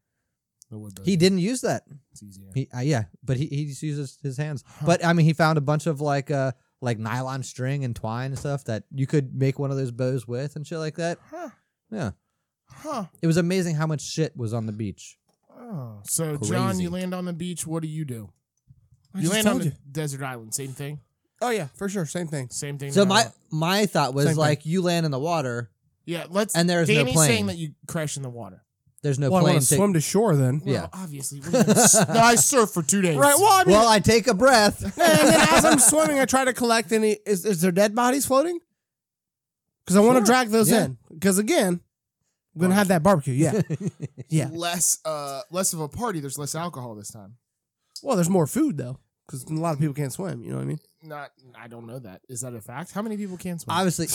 A: The wood bow.
B: He didn't use that.
A: It's easier.
B: He uh, yeah, but he, he just uses his hands.
A: Huh.
B: But I mean, he found a bunch of like uh like nylon string and twine and stuff that you could make one of those bows with and shit like that.
A: huh.
B: Yeah.
A: Huh.
B: It was amazing how much shit was on the beach.
A: Oh. So John,
B: Crazy.
A: you land on the beach. What do you do?
C: I
A: you
C: just
A: land
C: told
A: on the
C: you.
A: desert island. Same thing.
C: Oh yeah, for sure. Same thing.
A: Same thing.
B: So
A: that I
B: my
A: want.
B: my thought
C: Same
B: was
C: thing.
B: like you land in the water,
A: yeah. Let's.
B: and there is no
A: Danny's saying
B: plane.
A: that you crash in the water.
B: there's no
C: well, I
B: plane.
C: want
B: to-
C: to swim to shore then.
A: Well,
B: Yeah.
A: Obviously. we're gonna s- no, I surf for two days.
C: Right. Well, I mean,
B: well, I take a breath.
C: and then as I'm swimming, I try to collect any. Is, is there dead bodies floating? Because I want
B: Sure.
C: to drag those
B: Yeah.
C: in. Because again, I'm gonna have that barbecue. Yeah. yeah.
A: Less. Uh. Less of a party. There's less alcohol this time.
C: Well, there's more food though, because a lot of people can't swim. You know what I mean?
A: Not. I don't know that. Is that a fact? How many people can swim?
B: Obviously,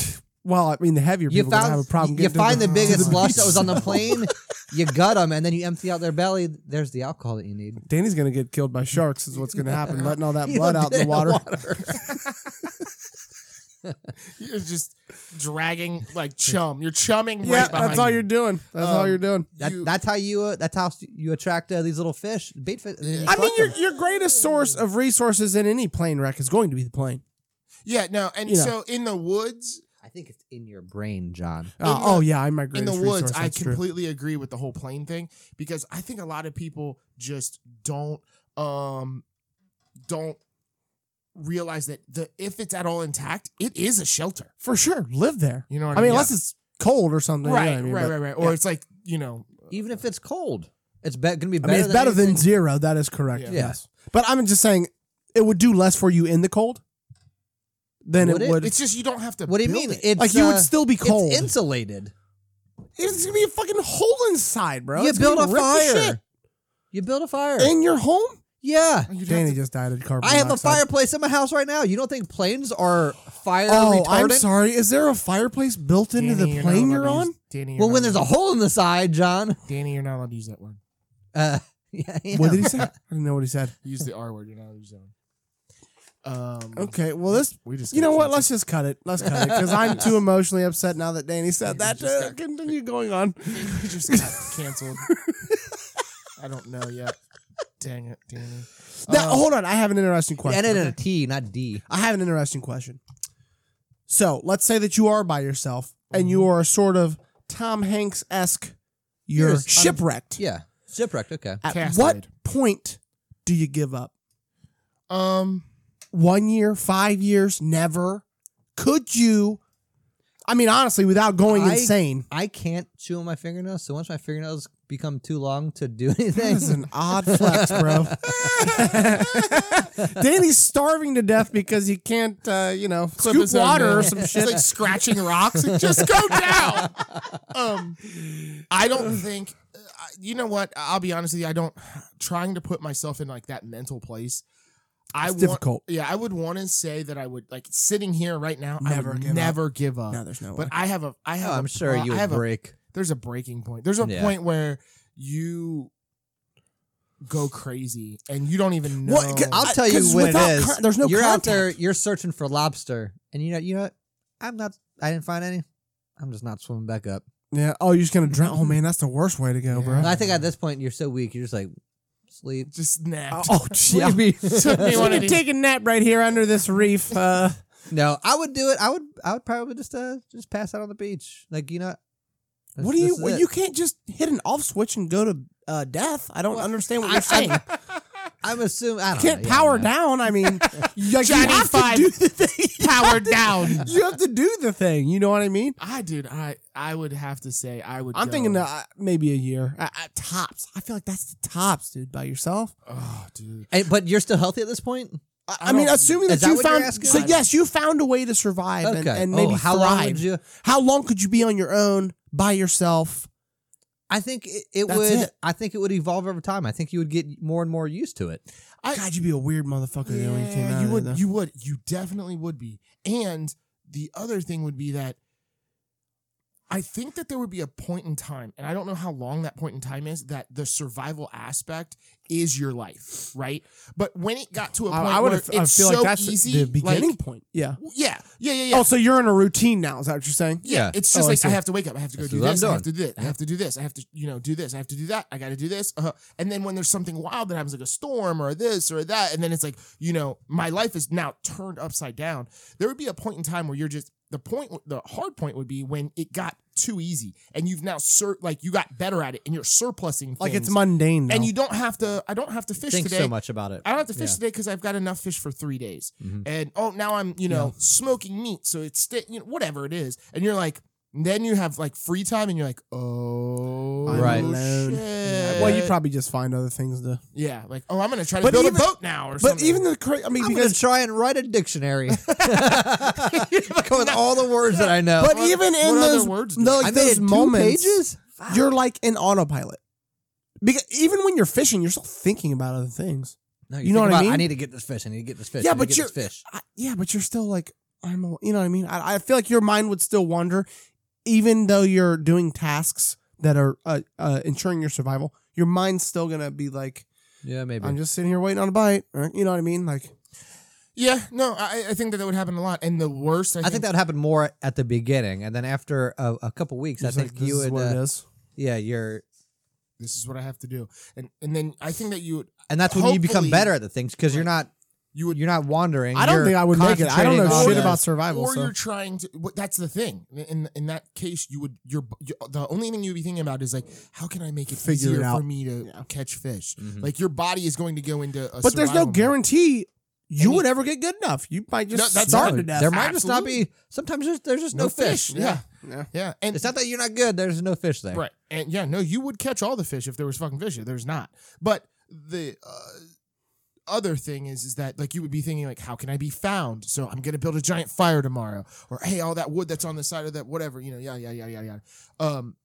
C: Well, I mean, the heavier
B: you
C: people gonna have
B: found
C: a problem.
B: you
C: getting to
B: find the, biggest
C: to the
B: lush
C: beach.
B: that was on the plane. you gut them, and then you empty out their belly. There's the alcohol that you need.
C: Danny's gonna get killed by sharks. Is what's gonna happen? Letting all that
B: You
C: blood
B: don't
C: out
B: get
C: in the water.
A: You're just dragging like chum. You're chumming
C: Yeah,
A: right behind.
C: that's all you're doing. That's all
A: Um,
C: you're doing.
B: That,
A: You-
B: that's how you. Uh, that's how you attract uh, these little fish, bait fish. and then you
C: I mean,
B: collect
C: your
B: them.
C: your greatest source of resources in any plane wreck is going to be the plane.
A: Yeah, no, and
C: You know.
A: so in the woods,
B: I think it's in your brain, John.
C: Uh,
A: the-
C: oh yeah, I'm my
A: in
C: greatest
A: the woods,
C: resource.
A: I
C: That's true.
A: completely agree with the whole plane thing because I think a lot of people just don't um don't realize that the if it's at all intact, it is a shelter.
C: for sure live there.
A: You know
C: I
A: what
C: mean,
A: I mean?
C: unless it's cold or something. you know
A: right,
C: what I mean?
A: right,
C: But-
A: right, right. Or
C: yeah.
A: it's like you know,
B: Uh, Even if it's cold, it's be- gonna be
C: I
B: better.
C: mean, it's better than
B: anything-
C: zero. That is correct.
A: Yeah.
C: Yes, but I'm just saying it would do less for you in the cold than
B: Would
C: it
B: it?
C: would.
A: it's just you don't have to.
B: What do you
A: build
B: mean?
A: it.
B: It's
C: like you
B: uh,
C: would still be cold.
B: It's
C: It's,
B: insulated.
C: gonna be a fucking hole inside, bro.
B: you
C: It's gonna
B: build a
C: be ripped to
B: fire. You build a fire.
C: shit. in your home.
B: yeah.
A: You'd have
C: Danny
A: to-
C: just died of carbon.
B: I have a
C: monoxide.
B: fireplace in my house right now. You don't think planes are fire
C: Oh,
B: retardant?
C: I'm sorry. Is there a fireplace built into
A: Danny,
C: the
A: you're not
C: plane
A: allowed
C: you're
A: to
C: on?
A: use- Danny, you're
B: Well,
A: not
B: when there's a
A: allowed-
B: hole in the side, John.
A: Danny, you're not allowed to use that word.
B: Uh, yeah, yeah.
C: What did he say? I didn't know what he said.
A: Use the R word. You're not allowed to use that word. Um,
C: Okay, well this.
A: We just
C: You know
A: got
C: what?
A: canceled.
C: Let's just cut it. Let's cut it because I'm too emotionally upset now that Danny said
A: We
C: that.
A: just
C: To
A: got-
C: continue going on.
A: we just got canceled. I don't know yet. Dang it, Danny.
C: Now,
A: Uh,
C: hold on. I have an interesting
B: It
C: question.
B: ended in a T, not D.
C: I have an interesting question. So let's say that you are by yourself and you are sort of Tom Hanks esque. You're
B: You're un-
C: shipwrecked.
B: Yeah, shipwrecked. Okay.
C: At
A: Castrated.
C: what point do you give up?
A: um,
C: One year, five years, never? Could you? I mean, honestly, without going
B: I-
C: insane.
B: I can't chew on my fingernails, so once my fingernails become too long to do
C: That is
B: anything,
C: an odd flex, bro. Danny's starving to death because he can't, uh, you know,
A: Clip
C: scoop
A: his own
C: water or
A: nail.
C: some
A: it's
C: shit.
A: like scratching rocks. It just go down. Um, I don't think. Uh, you know what? I'll be honest with you. I don't. Trying to put myself in like that mental place. I
C: It's
A: want,
C: difficult.
A: Yeah, I would want to say that I would like sitting here right now. I
C: Never
A: would
C: give up.
A: never give up.
C: No, there's no way.
A: But I have a. I have.
B: oh,
A: a
B: I'm sure
A: pro-
B: you
A: I
B: would
A: have a
B: break.
A: there's a breaking point. There's a
B: Yeah.
A: point where you go crazy and you don't even know.
C: What-
B: I'll
C: I-
B: tell you
C: 'cause
B: what it
C: without
B: is.
C: con- there's no
B: you're out
C: contact.
B: there. You're searching for lobster, and you know, you know, what? I'm not. I didn't find any. I'm just not swimming back up.
C: Yeah. Oh, you're just gonna drown. Oh man, that's the worst way to go, bro.
A: Yeah.
B: And I think at this point you're so weak, you're just like sleep.
A: just
C: Oh,
A: napped.
C: oh gee, I'm
B: Sleepy.
A: Took me one of
C: gonna
A: these-
C: take a nap right here under this reef. Uh,
B: no, I would do it. I would. I would probably just uh, just pass out on the beach. Like you know, this-
C: what do you?
B: this is
C: Well,
B: it.
C: you can't just hit an off switch and go to uh, death. I don't understand what
B: I-
C: you're saying.
B: I- I'm assuming I don't
C: can't
B: know, yeah,
C: power
B: yeah.
C: down. I mean, you, like, you
A: Johnny
C: have
A: Five.
C: to do the thing.
A: Power down.
C: You have to do the thing. You know what I mean?
A: I dude, I I would have to say I would.
C: I'm
A: go-
C: thinking uh, maybe a year uh, uh, tops. I feel like that's the tops, dude. By yourself.
A: Oh, dude.
B: And- but you're still healthy at this point.
C: I,
A: I
C: I mean,
A: don't-
C: assuming
B: Is
C: that,
B: that
C: you
B: what you're
C: found.
B: asking?
C: So
B: I-
C: yes, you found a way to survive and, and
B: Oh,
C: maybe
B: how
C: thrive.
B: long would you?
C: How long could you be on your own by yourself?
B: I think it, it
C: That's
B: would.
C: it.
B: I think it would evolve over time. I think you would get more and more used to it.
A: I-
C: God, you'd be a weird motherfucker though, when you came out.
A: you
C: of
A: would.
C: there, though.
A: You would. You definitely would be. And the other thing would be that I think that there would be a point in time, and I don't know how long that point in time is, that the survival aspect is your life, right? But when it got to a point
C: I, I would.
A: where
C: have- I
A: it's
C: feel
A: so
C: like that's
A: easy,
C: the beginning
A: like-
C: point. Yeah.
A: yeah, yeah, yeah, yeah.
C: Oh, so you're in a routine now. Is that what you're saying?
A: Yeah,
B: Yeah.
A: it's just
C: Oh, I
A: like I,
C: see.
A: have to wake up. I have to go
B: That's
A: do
B: what I'm
A: this. I have to
B: doing.
A: do that. I have to do this. I have to, you know, do this. I have to do that. I got to do this. Uh, and then when there's something wild that happens, like a storm or this or that, and then it's like, you know, my life is now turned upside down. There would be a point in time where you're just the point. The hard point would be when it got too easy, and you've now sur- like you got better at it, and you're surplusing
C: Like
A: things,
C: it's mundane. Now.
A: and you don't have to. I don't have to fish
B: Think
A: today.
B: so much about it.
A: I don't have to fish today because I've got enough fish for three days.
C: Mm-hmm.
B: Mhm.
A: And oh, now I'm you know smoking meat, so it's sti- you know, whatever it is. And you're like, then you have like free time, and you're like, oh,
C: I'm
B: Right.
C: alone.
A: shit.
C: Yeah. Well, you probably just find other things to.
A: yeah, like oh, I'm gonna try to
C: But
A: build
C: even-
A: a boat now, or
C: But
A: something.
C: even the cra- I mean,
B: I'm
C: because
B: gonna try and write a dictionary. Go with all the words that I know.
C: But
A: What-
C: even in
A: what other
C: those,
A: words do
C: no,
A: you-
C: like
B: I made
C: those
B: two
C: moments,
B: pages?
C: you're like in autopilot. Because even when you're fishing, you're still thinking about other things.
B: No,
C: you know
B: think
C: what I
B: about,
C: mean?
B: I need to get this fish. I need to get this fish.
C: Yeah,
B: I need to
C: but
B: get
C: you're-
B: this fish.
C: I, yeah, but you're still like I'm. al- You know what I mean? I, I feel like your mind would still wander, even though you're doing tasks that are uh, uh, ensuring your survival. Your mind's still gonna be like,
B: Yeah, maybe.
C: I'm just sitting here waiting on a bite. or- You know what I mean? Like,
A: yeah, no, I, I think that that would happen a lot. And the worst, I,
B: I think that would happen more at the beginning, and then after a, a couple weeks, I
C: just like,
B: think
C: this
B: you
C: is
B: would.
C: what it
B: Uh,
C: is.
B: yeah, you're,
A: this is what I have to do. And and then I think that you would
B: and that's when you become
A: Hopefully-
B: better at the things because you're not
A: you would
B: you're not wandering.
C: I don't
B: you're
C: think I would make it. I don't
B: concentrating
C: know
B: on
C: shit
B: the-
C: about survival.
A: or
C: so.
A: you're trying to wh- that's the thing in in that case you would you're, you the only thing you'd be thinking about is like how can i make it
C: Figure it
A: easier
C: out. Mm-hmm.
A: for me to catch fish
B: Mhm.
A: like your body is going to go into a
C: but there's no
A: survival mode.
C: guarantee you
A: Any-
C: would ever get good enough. You might just
A: No, that's
C: starve
A: it.
C: to death.
B: There might just not be. Sometimes there's, there's just no,
A: no, fish, Yeah.
C: Yeah.
A: yeah
C: Yeah.
A: and
B: It's not that you're not good. There's no fish there.
A: right and yeah no you would catch all the fish if there was fucking fish here. there's not but the uh, other thing is is that like you would be thinking like how can i be found so i'm gonna build a giant fire tomorrow or hey all that wood that's on the side of that whatever you know yeah yeah yeah yeah yeah um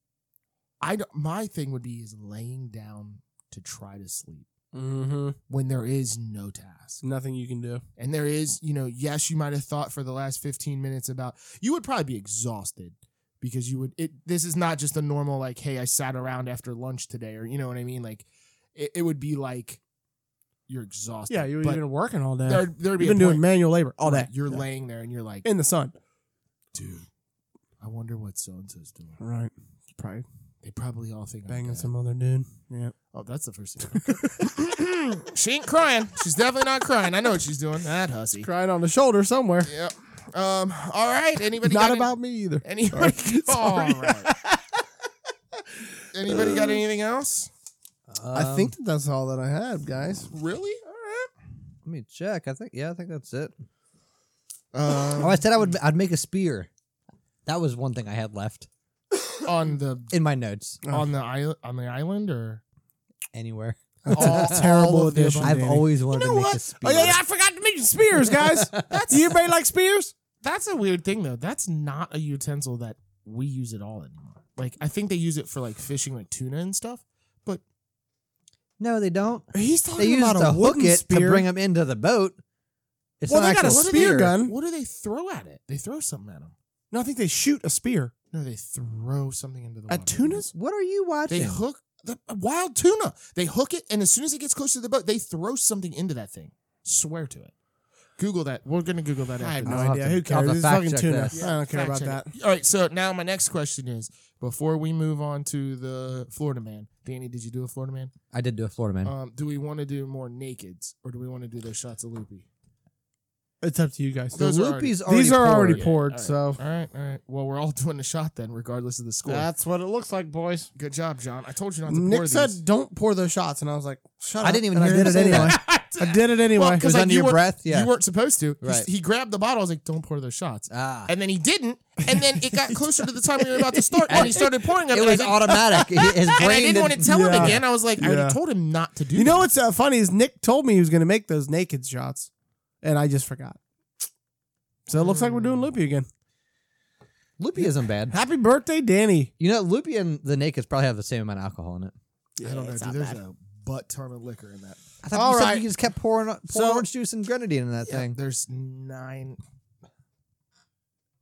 A: i don't- my thing would be is laying down to try to sleep
C: Mm-hmm.
A: when there is no task
C: Nothing you can do.
A: and there is you know yes you might have thought for the last 15 minutes about you would probably be exhausted because you would it this is not just a normal like hey i sat around after lunch today or you know what i mean like it, it would be like you're exhausted
C: Yeah, you're,
A: but
C: been working all day.
A: there, there'd be
C: You've
A: a
C: been doing
A: point
C: manual labor all
A: where
C: day.
A: you're
C: Yeah.
A: laying there and you're like
C: in the sun.
A: dude i wonder what so and so's doing
C: Right. Probably
A: they probably all think I'm
C: banging
A: dead.
C: some other dude. Yeah.
A: oh that's the first thing she ain't crying she's definitely not crying i know what she's doing that hussy
C: Crying on the shoulder somewhere.
A: yep um all right anybody got
C: Not
A: any-
C: about me either.
A: Anybody?
C: Sorry.
A: All right. Anybody
C: Uh,
A: got anything else?
C: I
B: Um,
C: think that that's all that I had, guys.
A: Really? All
B: Let me check. I think. Yeah, I think that's it.
C: Uh,
A: right.
C: Um,
B: Oh, I said I would. I'd make a spear. That was one thing I had left
A: on the
B: in my notes.
C: uh,
A: on the island on the island or
B: Anywhere.
A: all,
C: Terrible
A: all of the
C: addition.
A: above?
B: I've
C: Danny.
B: always wanted
A: You know
B: to make
A: what?
B: a
A: Oh,
B: spear.
A: yeah, yeah, I forgot to mention
C: Spears, guys. Do you anybody like spears?
A: That's a weird thing though. That's not a utensil that we use at all anymore. Like I think they use it for like fishing like tuna and stuff.
B: No, they don't.
C: He's talking
B: They use it
C: about a
B: to hook
C: wooden
B: it
C: spear.
B: to bring them into the boat. It's
C: Well,
B: not
C: they got a
B: actually
C: spear gun.
A: What do they throw at it? They throw something at them.
C: No, I think they shoot a spear
A: No, they throw something into the water.
C: at tunas.
B: What are you
A: They
B: watching?
A: hook the a wild tuna. They hook it, and as soon as it gets close to the boat, they throw something into that thing. Swear to it. Google that. We're gonna Google that.
C: I
A: After
C: have no
A: this.
B: I'll have
C: idea.
B: to-
C: Who
B: I'll have
C: cares?
B: to
C: It's
B: fact
C: fucking
B: check
C: tuna.
B: this.
C: I don't care about
A: Fact
C: that.
A: check it. All right. So now my next question is: Before we move on to the Florida man, Danny, did you do a Florida man?
B: I did do a Florida man.
A: Um, do we want to do more nakeds, or do we want to do those shots of loopy?
C: It's up to you guys.
A: Those are already-
B: Loopy's
C: These are already
B: poured.
C: poured,
A: Yeah,
C: so
A: All right, all right. Well, we're all doing a shot then, regardless of the score.
C: what it looks like, boys.
A: Good job, John. I told you not to pour
C: Ah. Nick said,
A: these.
C: "Don't pour those shots," and I was like, "Shut
B: I
C: up!"
B: didn't even
C: and
B: hear
C: I did
B: him
C: it
B: say
C: anyway.
B: that.
C: I did it anyway.
A: Well,
B: It was
A: Because, like,
B: under
A: you
B: your
A: were-
B: breath. Yeah.
A: You weren't supposed to. He-
B: Right.
A: He, grabbed the bottle. I was like, "Don't pour those shots."
B: ah.
A: and then he didn't. And then it got closer to the time we were about to start, and he started pouring them.
B: It
A: and I
B: was
A: didn't-
B: automatic. He- His brain
A: and I didn't
B: didn't-
A: want to tell him
C: Yeah.
A: again. I was like, I
C: Yeah.
A: already told him not to do.
C: You know
A: that.
C: what's uh, funny is Nick told me he was going to make those naked shots, and I just forgot. So it looks like we're doing loopy again.
B: Loopy isn't bad.
C: Happy birthday, Danny.
B: You know, Loopy and the Nakeds probably have the same amount of alcohol in it.
A: I don't know,
C: it's
A: dude.
C: not
A: There's
C: bad.
A: a butt ton of liquor in that.
B: I thought
C: All
B: you, said
C: right.
B: you just kept pouring, pouring
C: So-
B: orange juice and grenadine in that thing.
A: There's nine.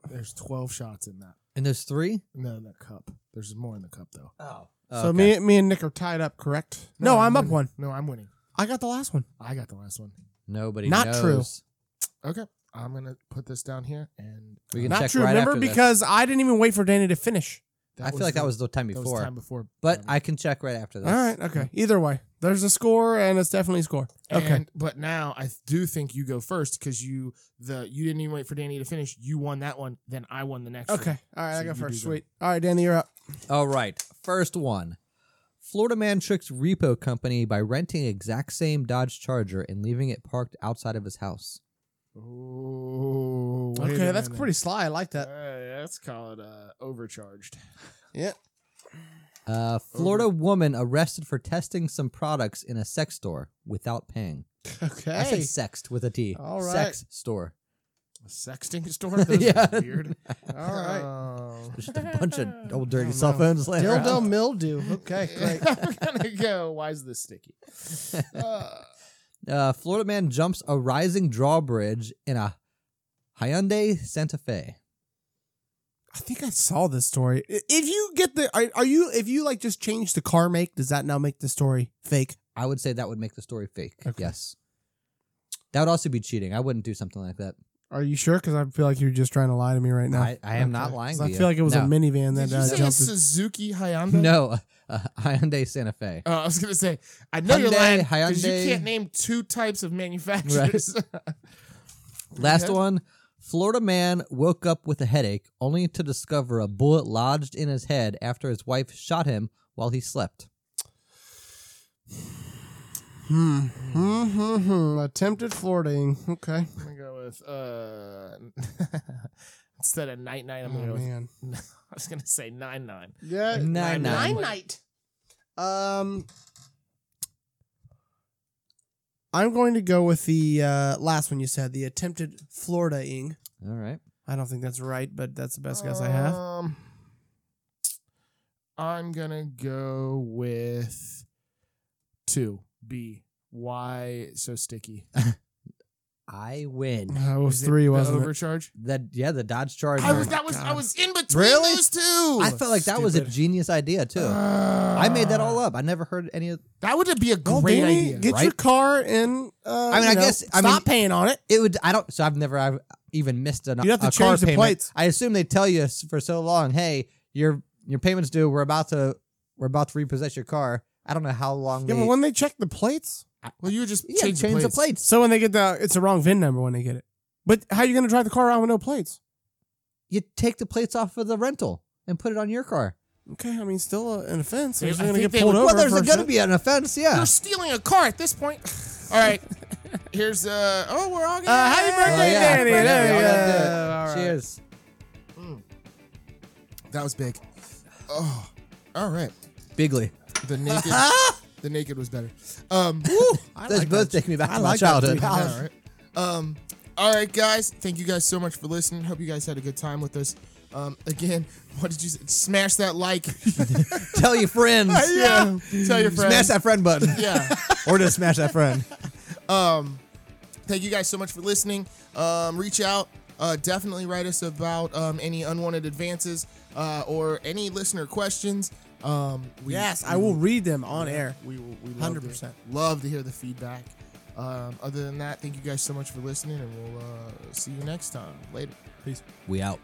A: There's twelve shots in that.
B: And there's three?
A: No, in that cup. There's more in the cup though.
B: Oh.
C: So me, me and Nick are tied up, correct? No, I'm up
A: winning.
C: one.
A: No, I'm winning.
C: I got the last one.
A: I got the last one.
B: Nobody
C: Not true.
B: knows.
A: Okay, I'm gonna put this down here, and
B: We can
C: Not
B: check
C: true.
B: right
C: Remember,
B: after this.
C: because I didn't even wait for Danny to finish.
B: I feel like that was the time
A: the- that
B: before.
A: was time before.
B: But
A: um,
B: I can check right after this.
C: All right. Okay. Either way, there's a score, and it's definitely a score. Okay.
A: And, but now I do think you go first because you the you didn't even wait for Danny to finish. You won that one, then I won the next. one.
C: okay. All right.
A: So
C: I
A: you
C: go
A: do
C: first.
A: that.
C: Sweet. All right, Danny, you're up.
B: All right. First one. Florida man tricks repo company by renting exact same Dodge Charger and leaving it parked outside of his house.
A: Oh, wait
C: okay,
A: a
C: that's
A: minute.
C: pretty sly. I like that.
A: Uh, let's call it uh, overcharged.
B: Uh, Florida woman arrested for testing some products in a sex store without paying.
C: Okay.
B: I said sexed with a T.
C: All right.
B: Sex store.
A: A sexting store. Those
B: Yeah.
A: are weird.
C: All right.
A: Oh.
B: There's just a bunch of old
C: I
B: dirty
C: don't
B: cell
C: know.
B: phones laying
C: Dildo
B: around.
C: mildew. Okay, great.
A: I'm gonna go. Why is this sticky? Uh,
B: Uh, Florida man jumps a rising drawbridge in a Hyundai Santa Fe.
C: I think I saw this story. I- If you get the, are, are you? If you like, just change the car make. Does that now make the story fake?
B: I would say that would make the story fake.
C: Okay.
B: Yes. That would also be cheating. I wouldn't do something like that.
C: Are you sure? Because I feel like you're just trying to lie to me right now.
B: I, I am not lying
C: 'Cause
B: to
C: I
B: you.
C: feel like it was
B: no.
C: a minivan
A: did
C: that
A: you
C: uh,
A: say a
C: jumped. in-
A: Suzuki Hyundai?
B: No, uh, Hyundai Santa Fe.
A: Oh, I was gonna say I know you're
B: Hyundai,
A: lying because you
B: Hyundai.
A: can't name two types of manufacturers.
B: Last
A: Okay.
B: one. Florida man woke up with a headache only to discover a bullet lodged in his head after his wife shot him while he slept.
C: Hmm. Hmm. Hmm. hmm. Attempted flirting. Okay.
A: I'm gonna go with uh, instead of night night. I'm gonna
C: Oh
A: go. With,
C: man.
A: I was gonna say nine nine.
C: Yeah.
B: Nine nine.
A: night.
C: Um, I'm going to go with the uh, last one you said, the attempted Floridaing.
B: All right.
C: I don't think that's right, but that's the best guess I have.
A: Um, I'm gonna go with two B. Why so sticky?
B: I win.
C: Uh, it was
A: Is it
C: three,
A: the
C: wasn't it?
A: overcharge?
B: That yeah, the Dodge Charger.
A: I was
C: my
A: that was I
C: God.
A: was in between
B: Oh Really?
A: those two.
B: I felt like that was a
A: Stupid.
B: genius idea too. I made that all up. I never heard any of.
A: That would be a great
C: Well, Danny,
A: idea.
C: get your
B: right?
C: car and uh,
B: I mean,
C: you
B: I
C: know,
B: guess- I
C: stop
B: mean-
C: paying on it.
B: It would. I don't. So I've never. I've even missed an.
C: You'd have to
B: a car
C: change the
B: payment.
C: plates.
B: I assume they tell you s- for so long. Hey, your your payments due. We're about to we're about to repossess your car. I don't know how long.
C: Yeah,
B: they,
C: but when they check the plates,
A: Well, you would just
B: yeah,
A: change,
B: change the
A: place.
B: plates.
C: so when they get the, it's the wrong VIN number when they get it. But how are you going to drive the car around with no plates?
B: You take the plates off of the rental and put it on your car.
C: Okay, I mean, still uh, an offense.
A: They-
C: They're
A: I
C: going to
A: think
C: get
A: they
C: pulled
A: would-
C: over.
B: well, there's
C: for
B: going to
C: shit.
B: be an offense. Yeah.
A: You're stealing a car at this point. All right. Here's uh oh we're all gonna
C: Uh, happy birthday,
B: Well, yeah,
C: Danny.
B: but yeah,
C: There
B: we all
C: you
B: gotta
C: go.
B: do it.
C: All right.
B: Cheers.
A: That was big. Oh all right.
B: Bigly. Ah!
A: The naked the naked was better. Um
C: I
B: Those
C: like
B: both
C: that.
B: take me back
C: I
B: to my
C: like that
B: childhood.
C: too.
A: all right. Um all right guys, thank you guys so much for listening. Hope you guys had a good time with us. Um again, what did you say? Smash that like.
B: Tell your friends.
A: yeah. Tell your friends.
B: Smash that friend button.
A: yeah.
B: or just smash that friend.
A: thank you guys so much for listening. Um, reach out. Uh, definitely write us about um, any unwanted advances uh, or any listener questions. Um, we,
C: Yes, I will read them on air.
A: We will. We love
C: 100%.
A: To, love to hear the feedback. Um, other than that, thank you guys so much for listening, and we'll uh, see you next time. Later. Peace.
B: We out.